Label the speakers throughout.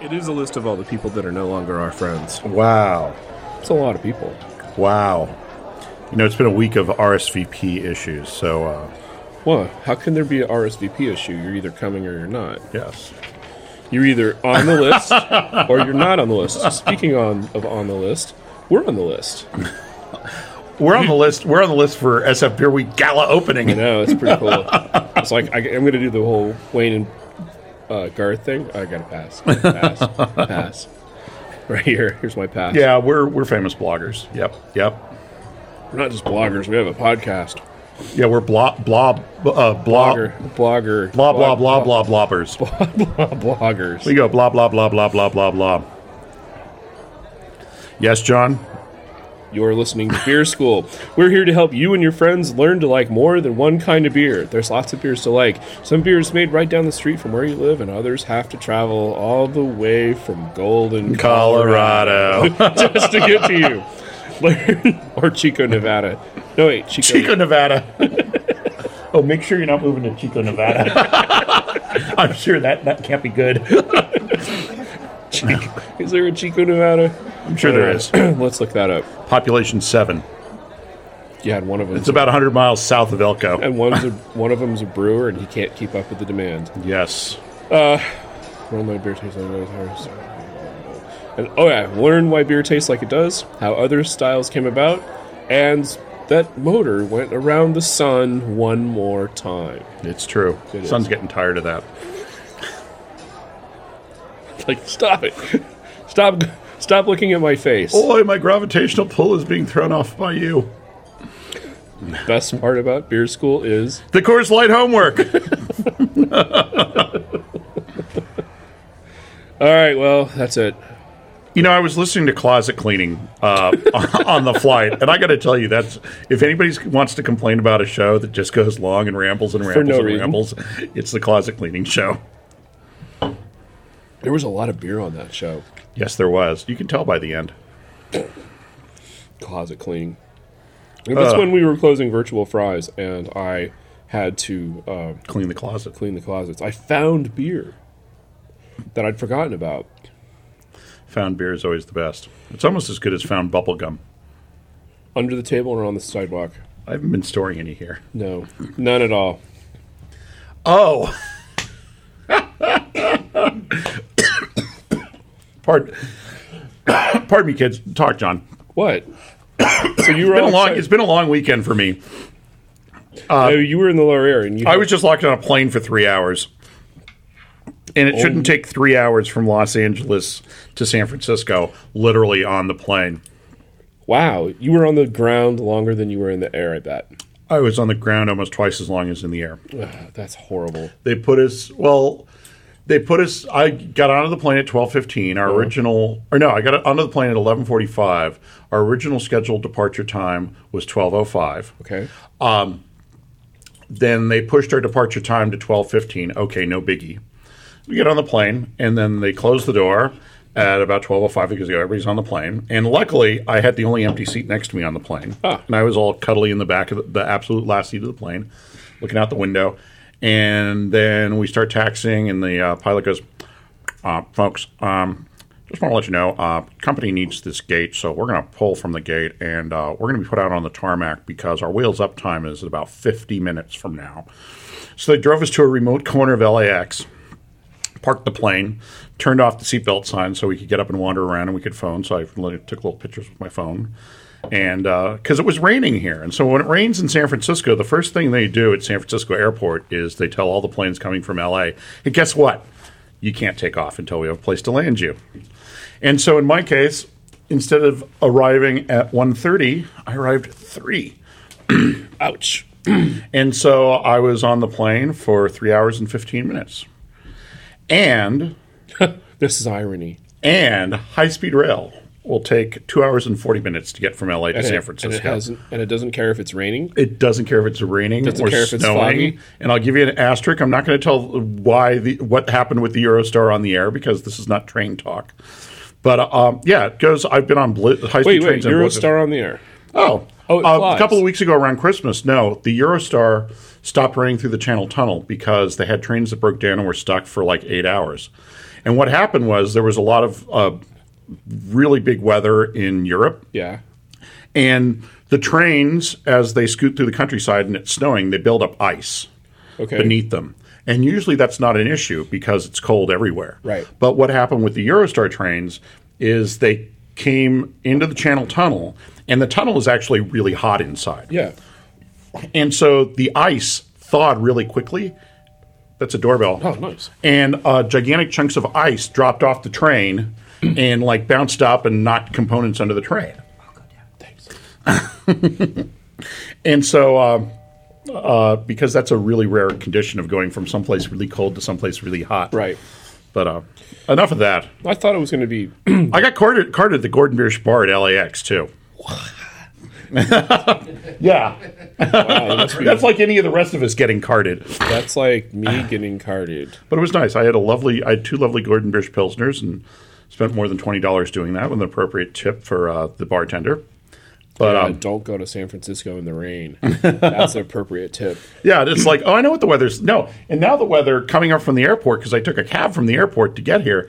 Speaker 1: It is a list of all the people that are no longer our friends.
Speaker 2: Wow.
Speaker 1: It's a lot of people.
Speaker 2: Wow. You know, it's been a week of RSVP issues, so uh,
Speaker 1: Well, how can there be a RSVP issue? You're either coming or you're not.
Speaker 2: yes.
Speaker 1: You're either on the list or you're not on the list. Speaking on of on the list, we're on the list.
Speaker 2: We're on the list. We're on the list for SF Beer Week gala opening.
Speaker 1: I know it's pretty cool. It's like I, I'm going to do the whole Wayne and uh, Garth thing. I got to pass. Gotta pass. pass. Right here. Here's my pass.
Speaker 2: Yeah, we're we're famous bloggers. Yep, yep.
Speaker 1: We're not just bloggers. We have a podcast.
Speaker 2: Yeah, we're blob blob uh, blob
Speaker 1: Blogger. Blogger.
Speaker 2: blah blah blah blah blobbers.
Speaker 1: blah bloggers.
Speaker 2: We go blah blah blah blah blah blah blah. Yes, John.
Speaker 1: You're listening to Beer School. We're here to help you and your friends learn to like more than one kind of beer. There's lots of beers to like. Some beers made right down the street from where you live, and others have to travel all the way from Golden,
Speaker 2: Colorado.
Speaker 1: Colorado just to get to you. Learn- or Chico, Nevada. No, wait, Chico.
Speaker 2: Chico, Nevada.
Speaker 3: Oh, make sure you're not moving to Chico, Nevada. I'm sure that that can't be good.
Speaker 1: Chico- Is there a Chico, Nevada?
Speaker 2: I'm sure there is.
Speaker 1: Let's look that up.
Speaker 2: Population seven.
Speaker 1: Yeah, and one of them.
Speaker 2: It's about 100 miles south of Elko.
Speaker 1: and one's a, one of them's a brewer, and he can't keep up with the demand.
Speaker 2: Yes.
Speaker 1: Learn why beer tastes like it does. And oh yeah, learn why beer tastes like it does, how other styles came about, and that motor went around the sun one more time.
Speaker 2: It's true.
Speaker 1: It
Speaker 2: Son's
Speaker 1: is.
Speaker 2: getting tired of that.
Speaker 1: Like stop it. Stop stop looking at my face.
Speaker 2: Boy, my gravitational pull is being thrown off by you.
Speaker 1: Best part about beer school is
Speaker 2: The Coors Light homework.
Speaker 1: all right, well, that's it.
Speaker 2: you know, I was listening to closet cleaning uh, on the flight, and I got to tell you, that's if anybody wants to complain about a show that just goes long and rambles and rambles
Speaker 1: no
Speaker 2: and
Speaker 1: reason.
Speaker 2: rambles, it's the closet cleaning show.
Speaker 1: There was a lot of beer on that show.
Speaker 2: Yes, there was. You can tell by the end.
Speaker 1: Closet cleaning. And That's when we were closing virtual fries and I had to um,
Speaker 2: Clean the closet.
Speaker 1: clean the closets. I found beer that I'd forgotten about.
Speaker 2: Found beer is always the best. It's almost as good as found bubblegum.
Speaker 1: under the table or on the sidewalk?
Speaker 2: I haven't been storing any here.
Speaker 1: No, none at all.
Speaker 2: Oh. pardon, pardon me, kids. Talk, John.
Speaker 1: What? So you were
Speaker 2: Been a
Speaker 1: all
Speaker 2: long,
Speaker 1: excited-
Speaker 2: it's been a long weekend for me.
Speaker 1: No, you were in the lower air, and you.
Speaker 2: I was just locked on a plane for three hours, and it shouldn't take three hours from Los Angeles to San Francisco, literally on the plane.
Speaker 1: wow, you were on the ground longer than you were in the air. I bet.
Speaker 2: I was on the ground almost twice as long as in the air.
Speaker 1: Ugh, that's horrible.
Speaker 2: they put us well they put us i got onto the plane at 12.15 our original or no i got onto the plane at 11.45 our original scheduled departure time was 12.05
Speaker 1: Okay.
Speaker 2: then they pushed our departure time to 12.15 okay no biggie we get on the plane and then they close the door at about 12.05 because everybody's on the plane and luckily i had the only empty seat next to me on the plane and i was all cuddly in the back of the, the absolute last seat of the plane looking out the window and then we start taxiing and the uh, pilot goes uh, folks um, just want to let you know uh, company needs this gate so we're going to pull from the gate and uh, we're going to be put out on the tarmac because our wheels up time is about 50 minutes from now so they drove us to a remote corner of LAX, parked the plane, turned off the seatbelt sign so we could get up and wander around and we could phone. So I li- took little pictures with my phone. And because it was raining here. And so when it rains in San Francisco, the first thing they do at San Francisco airport is they tell all the planes coming from LA, hey, guess what? You can't take off until we have a place to land you. And so in my case, instead of arriving at 1.30, I arrived at 3.
Speaker 1: Ouch.
Speaker 2: And so I was on the plane for three hours and 15 minutes. And,
Speaker 1: This is irony.
Speaker 2: and high speed rail will take two hours and 40 minutes to get from LA to
Speaker 1: And
Speaker 2: San
Speaker 1: it-
Speaker 2: Francisco.
Speaker 1: And it, hasn't, and it doesn't care if it's raining.
Speaker 2: It doesn't care if it's raining
Speaker 1: Doesn't
Speaker 2: or
Speaker 1: care if it's
Speaker 2: snowing.
Speaker 1: foggy.
Speaker 2: And I'll give you an asterisk. I'm not going to tell why the what happened with the Eurostar on the air because this is not train talk. But um, yeah, it goes. I've been on bli- high
Speaker 1: Wait,
Speaker 2: speed
Speaker 1: wait.
Speaker 2: trains. and blizzards.
Speaker 1: Eurostar on the air.
Speaker 2: Oh,
Speaker 1: Oh, it
Speaker 2: Uh,
Speaker 1: flies.
Speaker 2: a couple of weeks ago around Christmas. No, the Eurostar stopped running through the Channel Tunnel because they had trains that broke down and were stuck for like eight hours. And what happened was there was a lot of uh, really big weather in Europe,
Speaker 1: Yeah.
Speaker 2: and the trains, as they scoot through the countryside and it's snowing, they build up ice
Speaker 1: Okay.
Speaker 2: beneath them. And usually that's not an issue because it's cold everywhere.
Speaker 1: Right.
Speaker 2: But what happened with the Eurostar trains is they came into the Channel Tunnel, and the tunnel is actually really hot inside.
Speaker 1: Yeah.
Speaker 2: And so the ice thawed really quickly. That's a doorbell.
Speaker 1: Oh, nice.
Speaker 2: And uh, gigantic chunks of ice dropped off the train and like bounced up and knocked components under the train. And so, uh, uh, because that's a really rare condition of going from someplace really cold to someplace really hot.
Speaker 1: Right.
Speaker 2: But uh, enough of that.
Speaker 1: I thought it was going to be.
Speaker 2: I got carded, carded at the Gordon Biersch Bar at LAX too. yeah,
Speaker 1: Wow, uh, that's,
Speaker 2: that's like any of the rest of us getting carded.
Speaker 1: that's like me getting carded.
Speaker 2: But it was nice. I had a lovely, I had two lovely Gordon Biersch Pilsners and spent more than twenty dollars doing that with an appropriate tip for uh, the bartender. But
Speaker 1: Uh,
Speaker 2: um,
Speaker 1: don't go to San Francisco in the rain. That's an appropriate tip.
Speaker 2: yeah, it's like, oh, I know what the weather's. No, and now the weather coming up from the airport because I took a cab from the airport to get here.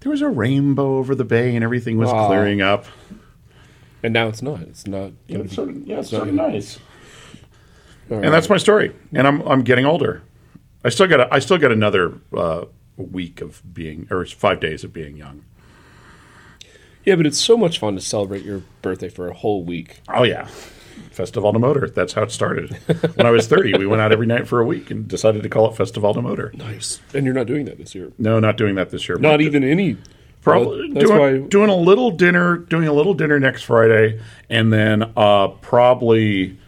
Speaker 2: There was a rainbow over the bay and everything was
Speaker 1: Aw.
Speaker 2: clearly clearing up.
Speaker 1: And now it's not. It's not. Gonna
Speaker 3: It's
Speaker 1: be,
Speaker 3: sort of, yeah, it's sort of nice.
Speaker 2: And that's my story. And I'm I'm getting older. I still got a, I still got another uh, week of being or five days of being young.
Speaker 1: yeah, but it's so much fun to celebrate your birthday for a whole week.
Speaker 2: Oh yeah. Festival de Motor. That's how it started. When I was 30, we went out every night for a week and decided to call it Festival de Motor.
Speaker 1: Nice. And you're not doing that this year.
Speaker 2: No, not doing that this year.
Speaker 1: Not even any.
Speaker 2: Probably
Speaker 1: That's
Speaker 2: doing,
Speaker 1: why.
Speaker 2: doing a little dinner, doing a little dinner next Friday, and then uh, probably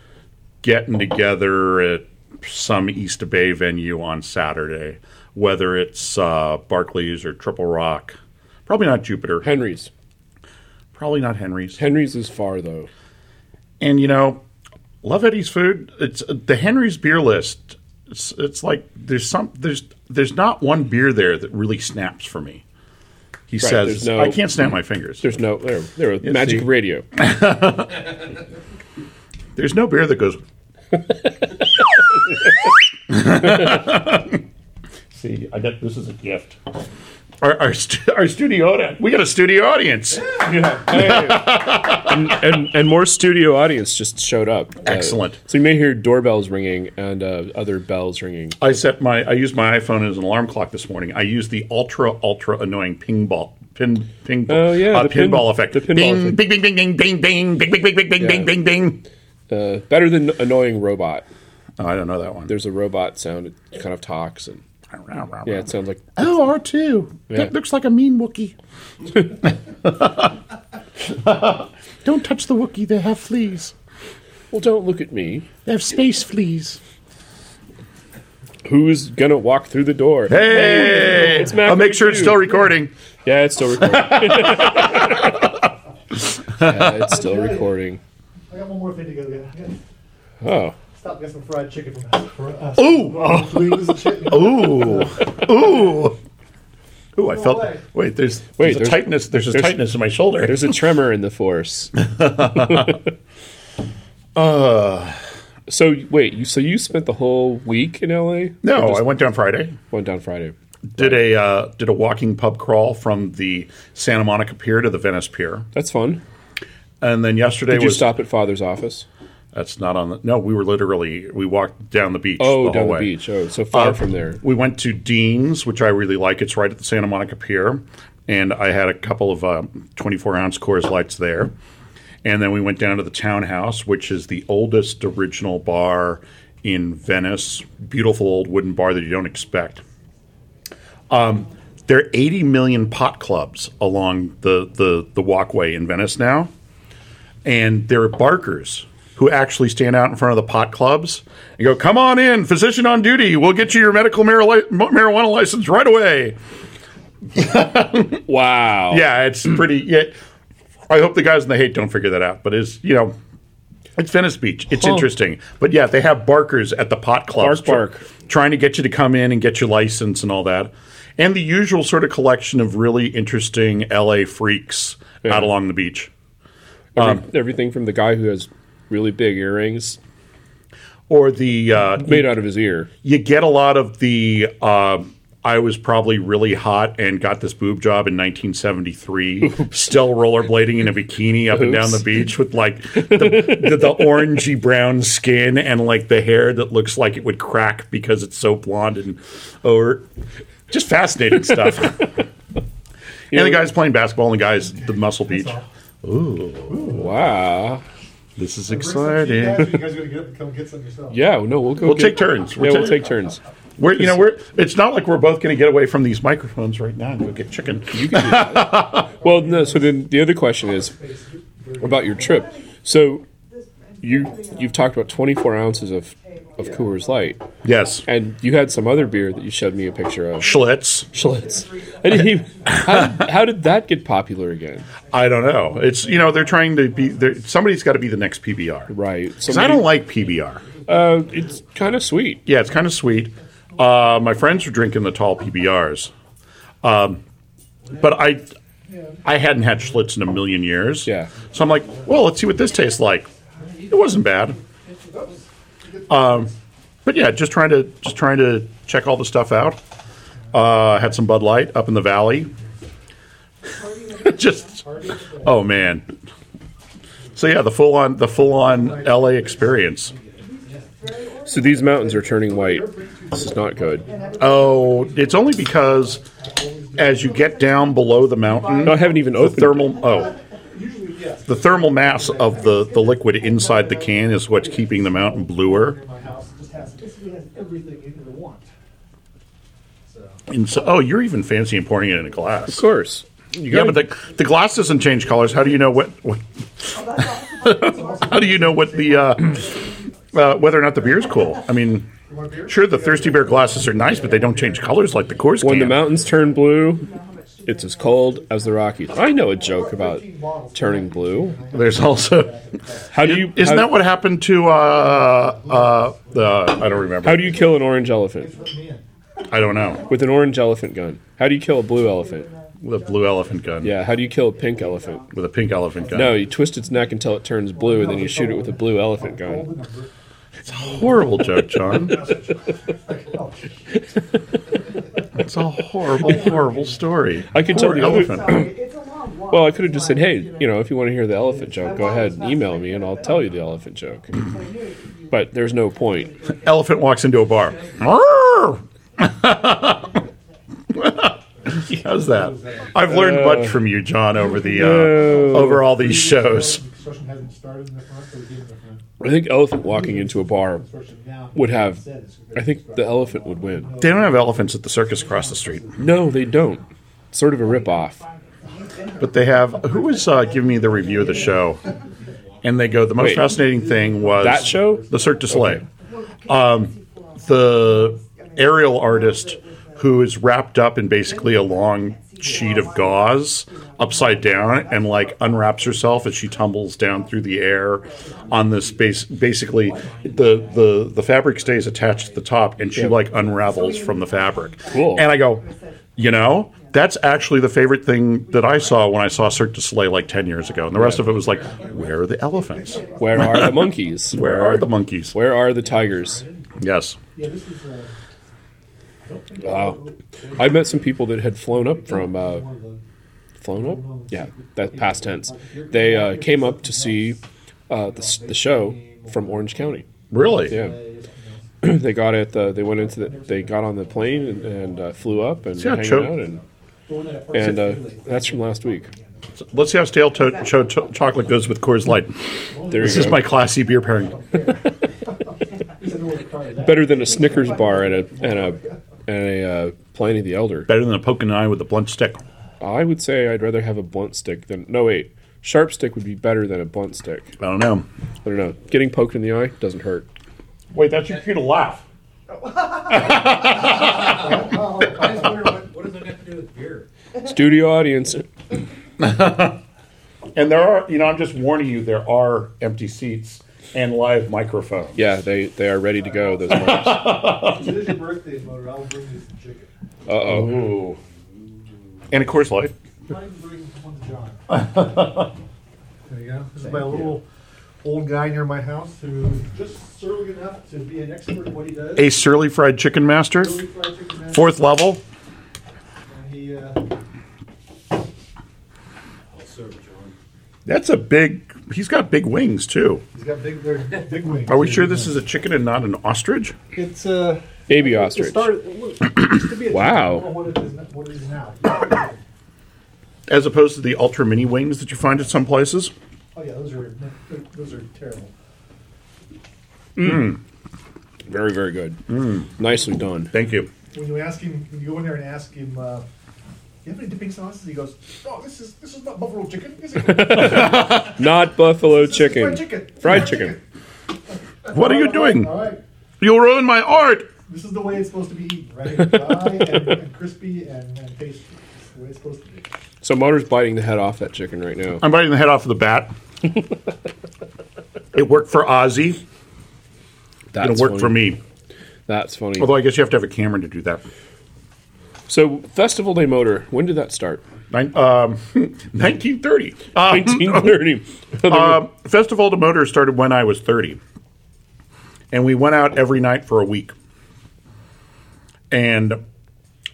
Speaker 2: getting together at some East Bay venue on Saturday, whether it's uh, Barclays or Triple Rock. Probably not Jupiter.
Speaker 1: Henry's.
Speaker 2: Probably not Henry's.
Speaker 1: Henry's is far though.
Speaker 2: And you know, love Eddie's food. It's the Henry's beer list. It's, it's like there's some there's there's not one beer there that really snaps for me. He says
Speaker 1: there's no-
Speaker 2: I can't snap my fingers. There's,
Speaker 1: There's no there. There magic
Speaker 2: see.
Speaker 1: radio.
Speaker 2: no beer that goes.
Speaker 3: See, I got this is a gift.
Speaker 2: Our our, stu- our studio audience. We got a studio audience.
Speaker 1: and, and and more studio audience just showed up. Uh,
Speaker 2: Excellent.
Speaker 1: so you may hear doorbells ringing and uh, other bells ringing.
Speaker 2: I set my I used my iPhone as an alarm clock this morning. I used the ultra ultra annoying ping ball pin ping
Speaker 1: Oh, yeah,
Speaker 2: uh,
Speaker 1: the pin-
Speaker 2: pinball effect.
Speaker 1: the pinball
Speaker 2: bing,
Speaker 1: effect.
Speaker 2: bing bing bing bing bing bing bing bing bing bing bing
Speaker 1: Yeah.
Speaker 2: bing bing bing.
Speaker 1: Uh, better than annoying robot.
Speaker 2: Oh, I don't know that one.
Speaker 1: There's a robot sound. It kind of talks and yeah, it sounds like
Speaker 2: Oh, R2.
Speaker 1: Yeah.
Speaker 2: That looks like a mean Wookie. Don't touch the Wookie. They have fleas.
Speaker 1: well, don't look at me.
Speaker 2: They have space fleas.
Speaker 1: Who's gonna walk through the door?
Speaker 2: Hey!
Speaker 1: It's Mac
Speaker 2: I'll make sure it's
Speaker 1: Dude.
Speaker 2: still recording.
Speaker 1: Yeah, it's still recording. yeah, it's still recording.
Speaker 4: I got one more thing to go get. I gotta
Speaker 1: Oh,
Speaker 4: Stop and get some fried chicken from for us.
Speaker 2: Ooh!
Speaker 4: Wings and chicken.
Speaker 1: Oh.
Speaker 2: Ooh! Ooh! Ooh, I felt.
Speaker 4: away.
Speaker 2: Wait, there's,
Speaker 1: Oh, Wait, there's-
Speaker 2: there's, a tightness. There's a
Speaker 1: there's-
Speaker 2: tightness in my shoulder.
Speaker 1: there's a tremor in the force. Uh, So wait, you so you spent the whole week in LA?
Speaker 2: no, I went down Friday.
Speaker 1: Went down Friday.
Speaker 2: Did a uh, did a walking pub crawl from the Santa Monica Pier to the Venice Pier,
Speaker 1: That's fun.
Speaker 2: and then yesterday
Speaker 1: Did you
Speaker 2: was
Speaker 1: stop at father's office?
Speaker 2: That's not on the. No, we were literally we walked down the beach.
Speaker 1: Oh,
Speaker 2: the
Speaker 1: down
Speaker 2: whole
Speaker 1: the
Speaker 2: way.
Speaker 1: beach. Oh, so far
Speaker 2: Uh,
Speaker 1: from there.
Speaker 2: We went to Dean's, which I really like. It's right at the Santa Monica Pier, and I had a couple of um, 24 ounce Coors Lights there. And then we went down to the Townhouse, which is the oldest original bar in Venice. Beautiful old wooden bar that you don't expect. Um, there are 80 million pot clubs along the, the, the walkway in Venice now and there are barkers who actually stand out in front of the pot clubs and go, "Come on in, physician on duty. We'll get you your medical marili- marijuana license right away."
Speaker 1: Wow.
Speaker 2: Yeah, it's pretty. Yeah, I hope the guys in the hate don't figure that out, but it's you know. It's Venice Beach. It's
Speaker 1: Huh.
Speaker 2: interesting, but yeah, they have barkers at the pot clubs,
Speaker 1: Bark, bark.
Speaker 2: trying to get you to come in and get your license and all that, and the usual sort of collection of really interesting LA freaks out along the beach.
Speaker 1: Every- Um, everything from the guy who has really big earrings
Speaker 2: Or the uh,
Speaker 1: made out of his ear.
Speaker 2: you get a lot of the um I was probably really hot and got this boob job in 1973, still rollerblading in a bikini up and down the
Speaker 1: Oops.
Speaker 2: beach with like the, the, the orangey brown skin and like the hair that looks like it would crack because it's so blonde and or just fascinating stuff. and the guy's playing basketball and the guy's the Muscle Beach.
Speaker 4: all.
Speaker 1: Wow.
Speaker 2: This is
Speaker 4: Bring some to you guys, or
Speaker 2: exciting.
Speaker 4: you guys are gonna get up and come get some yourself.
Speaker 1: Yeah. No, we'll go.
Speaker 2: We'll
Speaker 1: get-
Speaker 2: take turns. We'll
Speaker 1: yeah, we'll
Speaker 2: take-
Speaker 1: take turns.
Speaker 2: We're, you know, we're. It's not like we're both going to get away from these microphones right now and go get chicken.
Speaker 1: Well, no. So then the other question is about your trip. So you you've talked about 24 ounces of of Coors Light,
Speaker 2: yes,
Speaker 1: and you had some other beer that you showed me a picture of.
Speaker 2: Schlitz.
Speaker 1: Schlitz. I didn't even- how, did, how did that get popular again?
Speaker 2: I don't know. It's you know they're trying to be. they're- Somebody's got to be the next PBR.
Speaker 1: Right.
Speaker 2: Because
Speaker 1: So
Speaker 2: I don't like PBR.
Speaker 1: Uh, it's kind of sweet.
Speaker 2: Yeah, it's kind of sweet. Uh, my friends were drinking the tall PBRs, um, but I I hadn't had Schlitz in a million years.
Speaker 1: Yeah.
Speaker 2: So I'm like, well, let's see what this tastes like. It wasn't bad. Um, but yeah, just trying to just trying to check all the stuff out. Uh, had some Bud Light up in the valley. just oh man. So yeah, the full on the full on LA experience.
Speaker 1: So these mountains are turning white. This is not good.
Speaker 2: Oh, it's only because as you get down below the mountain,
Speaker 1: No, I haven't even
Speaker 2: the
Speaker 1: opened.
Speaker 2: thermal oh, the thermal mass of the the liquid inside the can is what's keeping the mountain bluer.
Speaker 4: My house just has basically has everything you could want.
Speaker 2: And so, oh, you're even fancy in pouring it in a glass.
Speaker 1: Of course. You
Speaker 2: Yeah,
Speaker 1: gotta-
Speaker 2: but the, the glass doesn't change colors. How do you know what? what how do you know what the uh, uh, whether or not the beer's cool? I mean, sure, the thirsty beer glasses are nice, but they don't change colors like the Coors
Speaker 1: when the
Speaker 2: can.
Speaker 1: mountains turn blue, it's as cold as the Rockies. I know a joke about turning blue.
Speaker 2: There's also
Speaker 1: How do you?
Speaker 2: Isn't
Speaker 1: how,
Speaker 2: that what happened to uh uh the I don't remember.
Speaker 1: How do you kill an orange elephant
Speaker 4: Put me in.
Speaker 2: I don't know.
Speaker 1: with an orange elephant gun? How do you kill a blue elephant?
Speaker 2: With a blue elephant gun.
Speaker 1: Yeah. How do you kill a pink elephant?
Speaker 2: With a pink elephant gun.
Speaker 1: No, you twist its neck until it turns blue, and then you shoot it with a blue elephant gun.
Speaker 2: Horrible joke, John.
Speaker 4: Oh,
Speaker 2: it's a horrible, horrible story.
Speaker 1: I could tell
Speaker 2: Poor
Speaker 1: the other-
Speaker 5: It's a long walk.
Speaker 1: Well, I could have just said, "Hey, you know, if you want to hear the elephant joke, go ahead and email me, and I'll tell you the elephant joke." But there's no point.
Speaker 2: elephant walks into a bar. Arr! How's that? I've learned much from you, John, over the uh, over all these shows.
Speaker 4: Construction hasn't started in the front, so we gave them the front.
Speaker 1: I think elephant walking into a bar
Speaker 4: Construction now
Speaker 1: would have.
Speaker 4: said it's-
Speaker 1: I think the elephant would win.
Speaker 2: They don't have elephants at the circus across the street.
Speaker 1: No, they don't. Sort of a ripoff.
Speaker 2: But they have who was uh, giving me the review of the show, and they go the most
Speaker 1: Wait.
Speaker 2: fascinating thing was
Speaker 1: That show?
Speaker 2: the Cirque du Soleil, um, the aerial artist who is wrapped up in basically a long sheet of gauze upside down and like unwraps herself as she tumbles down through the air on this base basically the the the fabric stays attached to the top and she like unravels from the fabric
Speaker 1: Cool.
Speaker 2: and i go you know that's actually the favorite thing that i saw when i saw cirque du soleil like 10 years ago and the rest of it was like where are the elephants
Speaker 1: Where are the monkeys?
Speaker 2: where are the monkeys
Speaker 1: Where are the tigers?
Speaker 2: yes
Speaker 4: Yeah, this is, uh,
Speaker 1: Wow. I met some people that had flown up from uh, flown up. Yeah, that past tense. They uh, came up to see uh, the, s- the show from Orange County.
Speaker 2: really
Speaker 1: Yeah, they got at the. They went into the. They got on the plane and, and uh, flew up and
Speaker 2: See how
Speaker 1: hanging
Speaker 2: choke-
Speaker 1: out and
Speaker 4: the one that-
Speaker 1: and uh, that's from last week.
Speaker 2: Let's see how stale to- cho- cho- chocolate goes with Coors Light.
Speaker 1: There
Speaker 2: This
Speaker 1: you
Speaker 2: is
Speaker 1: go.
Speaker 2: my classy beer pairing.
Speaker 4: He said, "Oh, it's part of that."
Speaker 1: better than a Snickers bar and a and a and a uh, Pliny the Elder.
Speaker 2: Better than a poking eye with a blunt stick.
Speaker 1: I would say I'd rather have a blunt stick than no wait. Sharp stick would be better than a blunt stick.
Speaker 2: I don't know.
Speaker 1: I don't know. Getting poked in the eye doesn't hurt.
Speaker 2: Wait, that's your cue to laugh.
Speaker 4: Oh,
Speaker 6: I just wonder what, what does that have to do with beer?
Speaker 1: Studio audience.
Speaker 2: And there are, you know, I'm just warning you, there are empty seats and live microphones.
Speaker 1: Yeah, they they are ready to go. Those mics.
Speaker 4: It is your birthday, Mother. I'll bring you some chicken.
Speaker 1: Uh oh.
Speaker 2: Ooh. And of course, Light.
Speaker 4: Try and bring one to John. There you go. This is my little old guy near my house who's just surly enough to be an expert in what he does.
Speaker 2: A Surly Fried Chicken Master,
Speaker 4: Surly fried chicken master.
Speaker 2: fourth level.
Speaker 4: uh,
Speaker 2: That's a big. He's got big wings too.
Speaker 4: He's got big, there's big wings.
Speaker 2: Are we sure this is a chicken and not an ostrich?
Speaker 4: It's uh,
Speaker 1: Baby
Speaker 4: it
Speaker 1: ostrich.
Speaker 4: started. It was- it used to be a
Speaker 1: Wow.
Speaker 4: I don't know what it is, n- what it is now? oh
Speaker 2: As opposed to the ultra mini wings that you find at some places.
Speaker 4: Oh, yeah, those are those are terrible.
Speaker 1: Very, very good.
Speaker 2: Mm.
Speaker 1: Nicely done.
Speaker 2: Thank you.
Speaker 4: When you ask him, when you go in there and ask him, uh, "Do you have any dipping sauces?" He goes, "Oh, this is this is not buffalo chicken, is it? This
Speaker 1: Not buffalo
Speaker 4: is
Speaker 1: chicken.
Speaker 4: fried chicken,
Speaker 1: Fried chicken.
Speaker 2: What are you doing?
Speaker 4: All right,
Speaker 2: You ruined my art.
Speaker 4: this is the way it's supposed to be eaten, right? Dry and, and crispy and, and tasty. It's the way it's supposed to be.
Speaker 1: So Motor's biting the head off that chicken right now.
Speaker 2: I'm biting the head off of the bat. it worked for Ozzy.
Speaker 1: That's
Speaker 2: It'll work
Speaker 1: funny.
Speaker 2: for me.
Speaker 1: That's funny.
Speaker 2: Although I guess you have to have a camera to do that.
Speaker 1: So Festival Day Motor, when did that start?
Speaker 2: Nin- um, 1930. Uh,
Speaker 1: 1930.
Speaker 2: um, Festival de Motors started when I was 30. And we went out every night for a week. And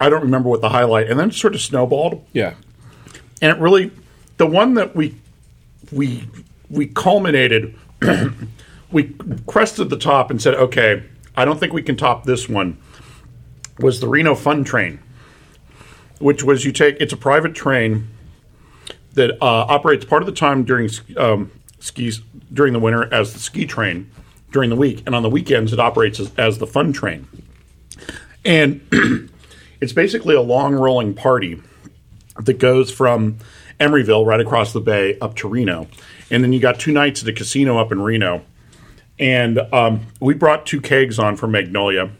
Speaker 2: I don't remember what the highlight, and then it sort of snowballed.
Speaker 1: yeah.
Speaker 2: and it really the one that we we we culminated we crested the top and said okay i don't think we can top this one was the reno fun train which was you take it's a private train that uh, operates part of the time during um, skis during the winter as the ski train during the week and on the weekends it operates as, as the fun train and it's basically a long rolling party that goes from Emeryville right across the bay up to Reno. And then you got two nights at a casino up in Reno. And um, we brought two kegs on from Magnolia,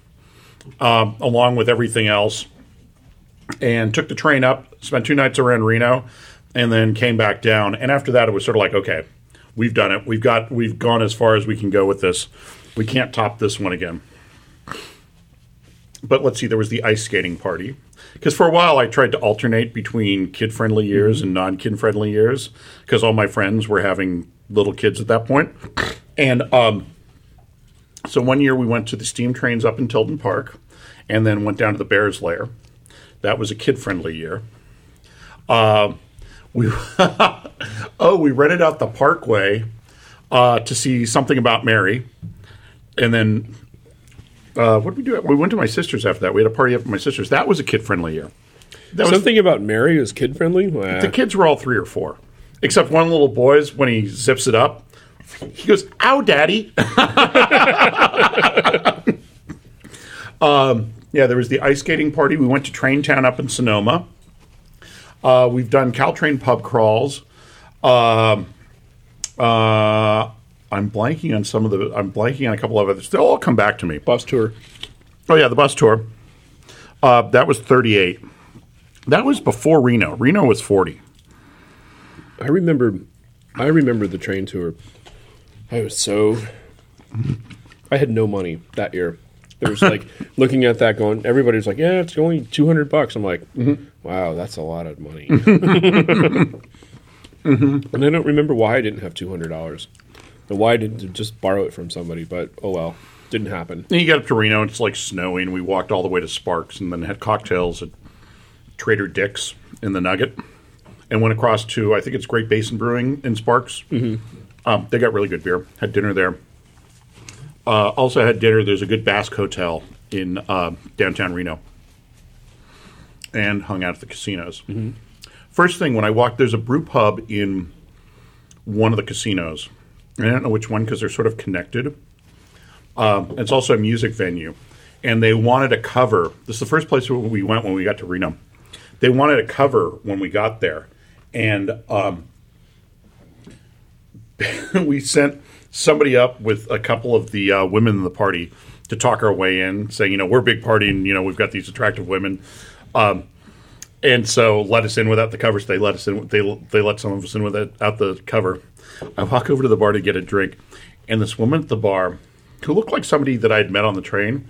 Speaker 2: um, along with everything else, and took the train up, spent two nights around Reno, and then came back down. And after that, it was sort of like, okay, we've done it. We've got, we've gone as far as we can go with this. We can't top this one again but let's see, there was the ice skating party. Because for a while, I tried to alternate between kid friendly years and non kid friendly years because all my friends were having little kids at that point. And um, so one year we went to the steam trains up in Tilden Park and then went down to the Bears Lair. That was a kid friendly year. Uh, we oh, we rented out the parkway uh, to see something about Mary. And then uh, what did we do? We went to my sister's after that. We had a party up at my sister's. That was a kid friendly year. That was
Speaker 1: Something about Mary was kid friendly.
Speaker 2: the kids were all three or four, except one little boy's when he zips it up. He goes, "Ow, daddy!" um, Um, yeah, there was the ice skating party. We went to Train Town up in Sonoma. Uh, we've done Caltrain pub crawls. Um, uh, I'm blanking on some of the. I'm blanking on a couple of others. They'll all come back to me.
Speaker 1: bus tour.
Speaker 2: Oh yeah, the bus tour. Uh, that was 38. That was before Reno. Reno was 40.
Speaker 1: I remember I remember the train tour. I was so I had no money that year. There was like looking at that going everybody was like, Yeah, it's only two hundred bucks. I'm like, Wow, that's a lot of money. And I don't remember why I didn't have two hundred dollars. And why I didn't just borrow it from somebody, but oh well. Didn't happen.
Speaker 2: Then you got up to Reno, and it's like snowing. We walked all the way to Sparks and then had cocktails at Trader Dick's in the Nugget and went across to, I think it's Great Basin Brewing in Sparks. Mm-hmm. Um, they got really good beer. Had dinner there. Uh, also had dinner. There's a good Basque hotel in uh, downtown Reno and hung out at the casinos. First thing when I walked, there's a brew pub in one of the casinos. And I don't know which one because they're sort of connected. It's also a music venue, and they wanted a cover. This is the first place we went when we got to Reno. They wanted a cover when we got there, and um, we sent somebody up with a couple of the uh, women in the party to talk our way in, saying, you know, we're a big party, and you know, we've got these attractive women. Um, and so let us in without the covers. They let us in. They they let some of us in without the cover. I walk over to the bar to get a drink, and this woman at the bar, who looked like somebody that I had met on the train,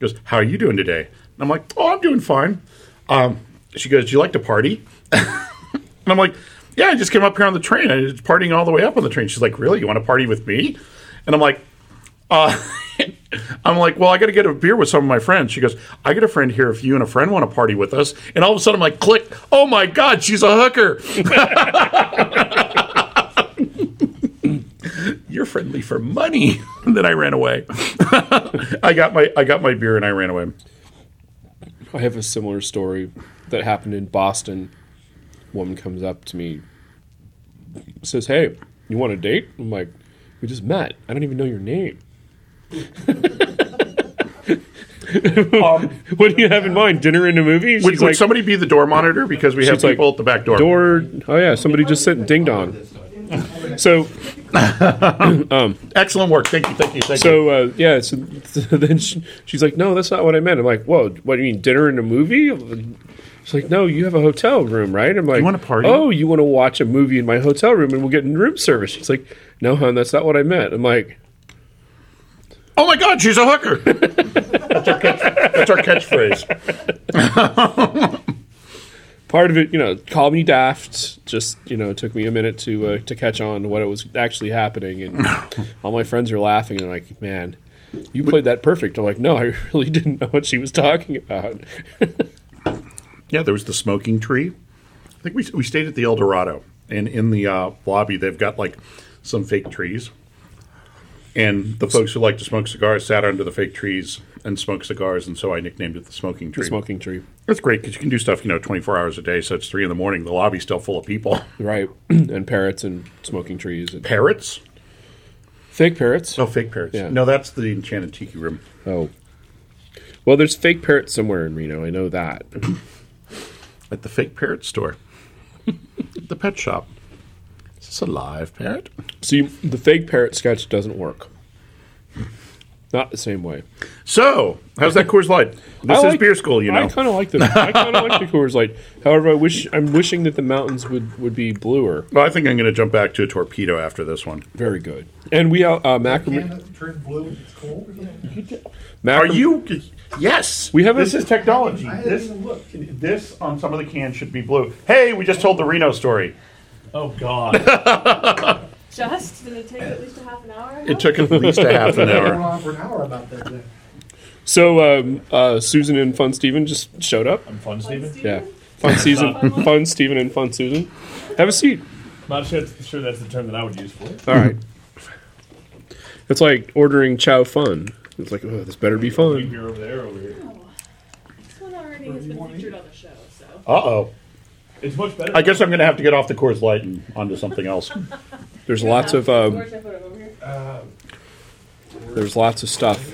Speaker 2: goes, "How are you doing today?" And I'm like, "Oh, I'm doing fine." Um, she goes, "Do you like to party?" And I'm like, yeah, I just came up here on the train. I was partying all the way up on the train. She's like, really? You want to party with me? And I'm like, uh, I'm like, well, I got to get a beer with some of my friends. She goes, I got a friend here if you and a friend want to party with us. And all of a sudden, I'm like, click. Oh my God, she's a hooker. "You're friendly for money." And then I ran away. I got my I got my beer and I ran
Speaker 1: Um,
Speaker 2: away.
Speaker 1: I have a similar story that happened in Boston. Woman comes up to me, says, "Hey, you want a date?" I'm like, "We just met. I don't even know your name. what do you have in mind? Dinner and a movie?" She's
Speaker 2: Would, would
Speaker 1: like,
Speaker 2: somebody be the door monitor because we have
Speaker 1: she's like,
Speaker 2: people at the back door?
Speaker 1: "Door. Oh yeah, somebody just sent ding dong." So
Speaker 2: Excellent work. Thank you. Thank you. Thank you.
Speaker 1: so uh, yeah. So, then she, she's like, "No, that's not what I meant." I'm like, "Whoa, what do you mean dinner and a movie?" She's like, "No, you have a hotel room, right?" I'm like,
Speaker 2: You want a party?
Speaker 1: Oh, you want to watch a movie in my hotel room, and we'll get room service." She's like, "No, hon, that's not what I meant." I'm like,
Speaker 2: Oh my God, she's a hooker. that's, our catch, that's our catchphrase.
Speaker 1: part of it, you know, call me daft. Just you know, it took me a minute to uh, to catch on to what it was actually happening, and all my friends are laughing and like, "Man." You played that perfect. I'm like, no, I really didn't know what she was talking about.
Speaker 2: Yeah, there was the smoking tree. I think we, we stayed at the El Dorado, and in the uh, lobby they've got like some fake trees, and the folks who like to smoke cigars sat under the fake trees and smoked cigars, and so I nicknamed it the smoking tree.
Speaker 1: Smoking tree.
Speaker 2: That's great because you can do stuff you know twenty four hours a day. So it's three in the morning. The lobby's still full of people.
Speaker 1: Right, and parrots and smoking trees and
Speaker 2: Parrots?
Speaker 1: fake parrots.
Speaker 2: No, Oh, fake parrots.
Speaker 1: Yeah.
Speaker 2: No, that's the enchanted tiki room.
Speaker 1: Oh, well, there's fake parrots somewhere in Reno. I know that.
Speaker 2: at the fake parrot store, At the pet shop. Is this a live parrot?
Speaker 1: See, the fake parrot sketch doesn't work. Not the same way.
Speaker 2: So, how's that Coors Light? This
Speaker 1: I
Speaker 2: is
Speaker 1: like-
Speaker 2: beer school, you know.
Speaker 1: I kind of like the I kind of like the Coors Light. However, I wish I'm wishing that the mountains would would be bluer.
Speaker 2: well, I think I'm going to jump back to a torpedo after this one.
Speaker 1: Very good. And we out uh, Macram.
Speaker 4: Canada turn blue when it's cold or something?
Speaker 2: Are you? Yes.
Speaker 1: We have a-
Speaker 2: this is technology.
Speaker 4: I haven't
Speaker 2: This
Speaker 4: even looked.
Speaker 2: this on some of the cans should be blue. Hey, we just told the Reno story.
Speaker 3: Oh God.
Speaker 5: Just? Did it take at least a half an hour?
Speaker 2: It took at least a half an
Speaker 4: We're
Speaker 2: hour.
Speaker 4: on for an hour about that then.
Speaker 1: So um, uh, Susan and Fun Steven just showed up.
Speaker 3: I'm fun, Steven.
Speaker 1: Yeah, Fun Season, Fun Steven and Fun Susan. Have a seat.
Speaker 3: Not sure, sure that's the term that I would use for it.
Speaker 1: All right.
Speaker 2: Mm-hmm.
Speaker 1: It's like ordering chow fun. It's like, oh, this better be fun.
Speaker 3: You're over there, over here.
Speaker 5: This one already has been featured on the show, so.
Speaker 2: Uh oh.
Speaker 3: It's much better.
Speaker 2: I guess I'm going to have to get off the Coors Light and onto something else.
Speaker 1: There's lots of um,
Speaker 5: Where should I put it over here?
Speaker 1: there's lots of stuff.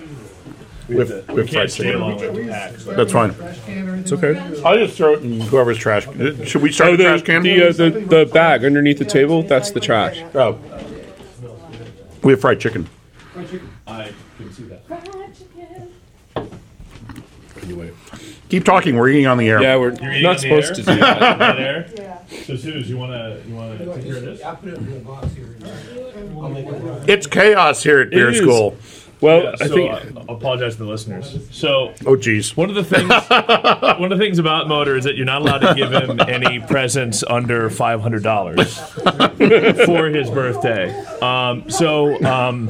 Speaker 2: with
Speaker 3: we
Speaker 2: with fried
Speaker 3: can't stay
Speaker 2: chicken.
Speaker 3: long with the pack. so-
Speaker 2: That's fine.
Speaker 4: Trash can or anything?
Speaker 1: It's okay.
Speaker 2: I'll just throw it in whoever's trash. uh, Should we start
Speaker 1: Oh,
Speaker 2: the, trash
Speaker 1: the
Speaker 2: can?
Speaker 1: the, uh, the the bag underneath the table. That's the trash.
Speaker 2: Oh. We have fried chicken.
Speaker 3: I can see that.
Speaker 5: Fried chicken.
Speaker 1: Anyway.
Speaker 2: Keep talking. We're eating on the air.
Speaker 1: Yeah, we're
Speaker 3: eating
Speaker 1: not
Speaker 3: on the
Speaker 1: supposed
Speaker 3: air?
Speaker 1: to do that.
Speaker 3: Right there.
Speaker 5: Yeah.
Speaker 3: So, Suze, you wanna you wanna take care of this?
Speaker 4: I put it in the box here. I'll make it right.
Speaker 2: It's chaos here at beer
Speaker 1: is.
Speaker 2: school.
Speaker 1: Well,
Speaker 3: Yeah,
Speaker 1: I
Speaker 3: so,
Speaker 1: think
Speaker 3: uh, apologize to the listeners. So
Speaker 2: Oh, geez.
Speaker 3: one of the things one of the things about Motor is that you're not allowed to give him any presents under five hundred dollars for his birthday. Um, so um,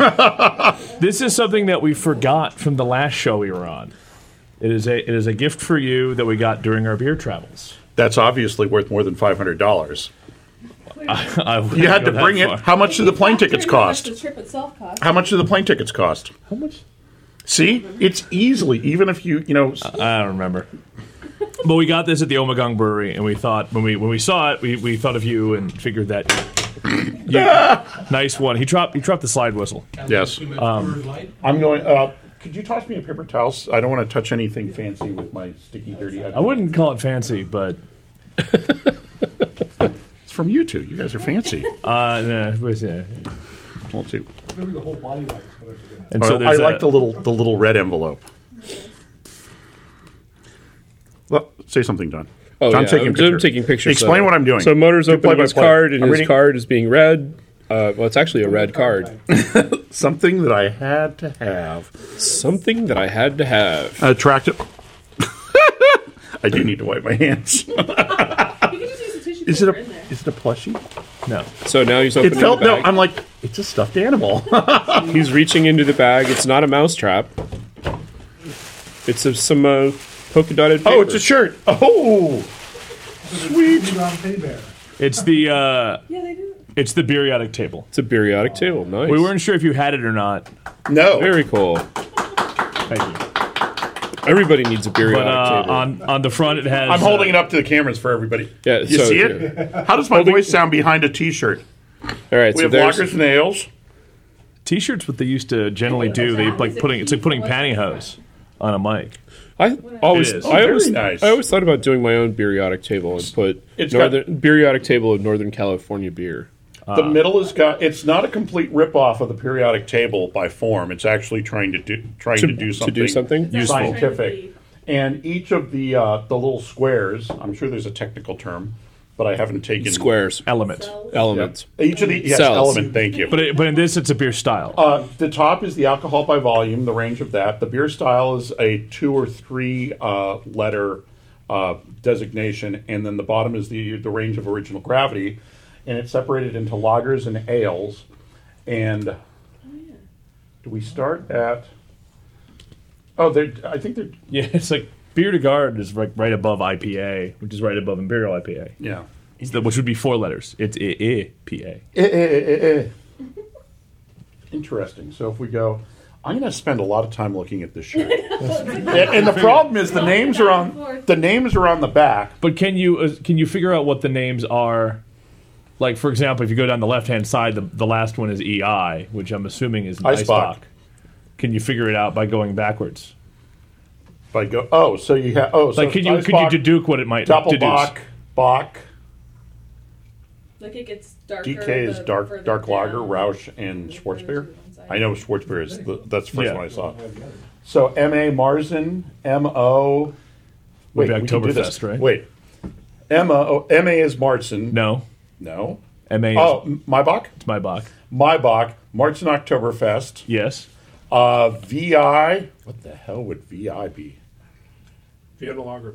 Speaker 3: this is something that we forgot from the last show we were on. It is a it is a gift for you that we got during our beer travels.
Speaker 2: That's obviously worth more than five hundred dollars.
Speaker 3: I wouldn't
Speaker 2: You had
Speaker 3: go
Speaker 2: to
Speaker 3: that
Speaker 2: bring it.
Speaker 3: far.
Speaker 2: How much do the plane tickets
Speaker 5: After how much
Speaker 2: cost?
Speaker 5: The trip itself cost.
Speaker 2: How much do the plane tickets cost?
Speaker 3: How much?
Speaker 2: See, it's easily even if you you know. s-
Speaker 3: I don't remember. but we got this at the Omegang Brewery, and we thought when we when we saw it, we, we thought of you and figured that. you- nice one. He dropped he dropped the slide whistle.
Speaker 2: Yes,
Speaker 6: Um, light.
Speaker 2: I'm going. Uh, could you toss me a paper towel? I don't want to touch anything fancy with my sticky, dirty.
Speaker 3: I wouldn't call it fancy, but
Speaker 2: It's from you two. You guys are fancy.
Speaker 3: uh, nah, it was, yeah.
Speaker 2: Well, too.
Speaker 4: Maybe the whole body light is what I forgot.
Speaker 3: And
Speaker 2: Oh,
Speaker 3: so
Speaker 2: I
Speaker 3: there's
Speaker 2: like
Speaker 3: like
Speaker 2: the little the little red envelope. Well, say something, John.
Speaker 1: oh,
Speaker 2: John,
Speaker 1: yeah, I'm, I'm taking pictures.
Speaker 2: Explain
Speaker 1: so-
Speaker 2: what I'm doing.
Speaker 1: So Motors
Speaker 2: Do
Speaker 1: opening his
Speaker 2: play-by-play.
Speaker 1: card, and
Speaker 2: I'm
Speaker 1: his
Speaker 2: reading
Speaker 1: card is being read. Uh, well, it's actually a red card.
Speaker 2: something that I had to have.
Speaker 1: Something that I had to have.
Speaker 2: Attractive. I do need to wipe my hands.
Speaker 5: You can just use the tissue paper
Speaker 2: Is it a
Speaker 5: in there.
Speaker 2: is it a plushie?
Speaker 3: no.
Speaker 1: So now he's
Speaker 2: It
Speaker 1: opening
Speaker 2: felt
Speaker 1: the
Speaker 2: no.
Speaker 1: bag.
Speaker 2: I'm like it's a stuffed animal.
Speaker 1: He's reaching into the bag. It's not a mousetrap. It's of some uh, polka dotted.
Speaker 2: oh,
Speaker 1: paper.
Speaker 2: it's a shirt. Oh, sweet.
Speaker 4: Brown teddy bear.
Speaker 3: It's the uh,
Speaker 5: Yeah, they do.
Speaker 3: It's the periodic table.
Speaker 1: It's a periodic table. Nice.
Speaker 3: We weren't sure if you had it or not.
Speaker 2: No.
Speaker 1: very cool.
Speaker 3: Thank you.
Speaker 1: Everybody needs a periodic
Speaker 3: But uh,
Speaker 1: table.
Speaker 3: on on the front it has.
Speaker 2: I'm holding
Speaker 3: uh,
Speaker 2: it up to the cameras for everybody.
Speaker 1: Yeah,
Speaker 2: you
Speaker 1: so-
Speaker 2: see it? How does my voice sound behind a T-shirt?
Speaker 1: All right,
Speaker 2: We
Speaker 1: so
Speaker 2: have
Speaker 1: there's
Speaker 2: lockers, nails.
Speaker 3: uh, T-shirts, what they used to generally do, they like putting it's like putting pantyhose on a mic.
Speaker 1: I always,
Speaker 3: It is.
Speaker 1: I
Speaker 2: Oh,
Speaker 1: always,
Speaker 2: very nice.
Speaker 1: I always thought about doing my own periodic table and put
Speaker 2: It's got-
Speaker 1: northern periodic table of Northern California beer.
Speaker 2: The
Speaker 1: Ah.
Speaker 2: middle has got. It's not a complete rip-off of the periodic table by form. It's actually trying to do trying to, do
Speaker 1: to
Speaker 2: something
Speaker 1: do something
Speaker 5: Useful.
Speaker 2: scientific. And each of the uh, the little squares. I'm sure there's a technical term, but I haven't taken
Speaker 1: squares
Speaker 3: Element.
Speaker 1: elements.
Speaker 2: Each of the yes,
Speaker 1: Cells.
Speaker 2: element. Thank you.
Speaker 3: But it, but in this, it's a beer style.
Speaker 2: Uh, the top is the alcohol by volume, the range of that. The beer style is a two or three uh, letter uh, designation, and then the bottom is the the range of original gravity, and it's separated into lagers and ales. And do we start at? Oh, they're, I think they're
Speaker 3: yeah, it's like beer to guard is like right above IPA, which is right above Imperial IPA,
Speaker 2: yeah.
Speaker 3: It's the- which would be four letters. It's IPA.
Speaker 2: Eh, eh, eh, eh, eh. Interesting. So if we go, I'm going to spend a lot of time looking at this shirt. and, and the problem is the names are on the names are on the back.
Speaker 3: But can you uh, can you figure out what the names are? Like for example, if you go down the left hand side, the, the last one is EI, which I'm assuming is an
Speaker 2: Icebox.
Speaker 3: ice Can you figure it out by going backwards?
Speaker 2: If I go, oh, so you have oh, so
Speaker 3: Like, could you could you deduce what it might deduce?
Speaker 2: Doppelbach, Bach,
Speaker 5: Like it gets darker.
Speaker 2: DK is
Speaker 5: the further
Speaker 2: dark dark lager,
Speaker 5: down.
Speaker 2: Rausch, and Schwarzbier. I know Schwarzbier is the, that's the first
Speaker 3: Yeah.
Speaker 2: one I saw. So M A Marzen, M O. Wait,
Speaker 3: be
Speaker 2: we can do this.
Speaker 3: Oktoberfest, right?
Speaker 2: Wait, M O M A is Marzen.
Speaker 3: No,
Speaker 2: no.
Speaker 3: MA is
Speaker 2: Oh, Maybach?
Speaker 3: my Bach.
Speaker 2: Maybach, March and Oktoberfest.
Speaker 3: Yes,
Speaker 2: Uh, VI. What the hell would VI be?
Speaker 4: Vienna lager.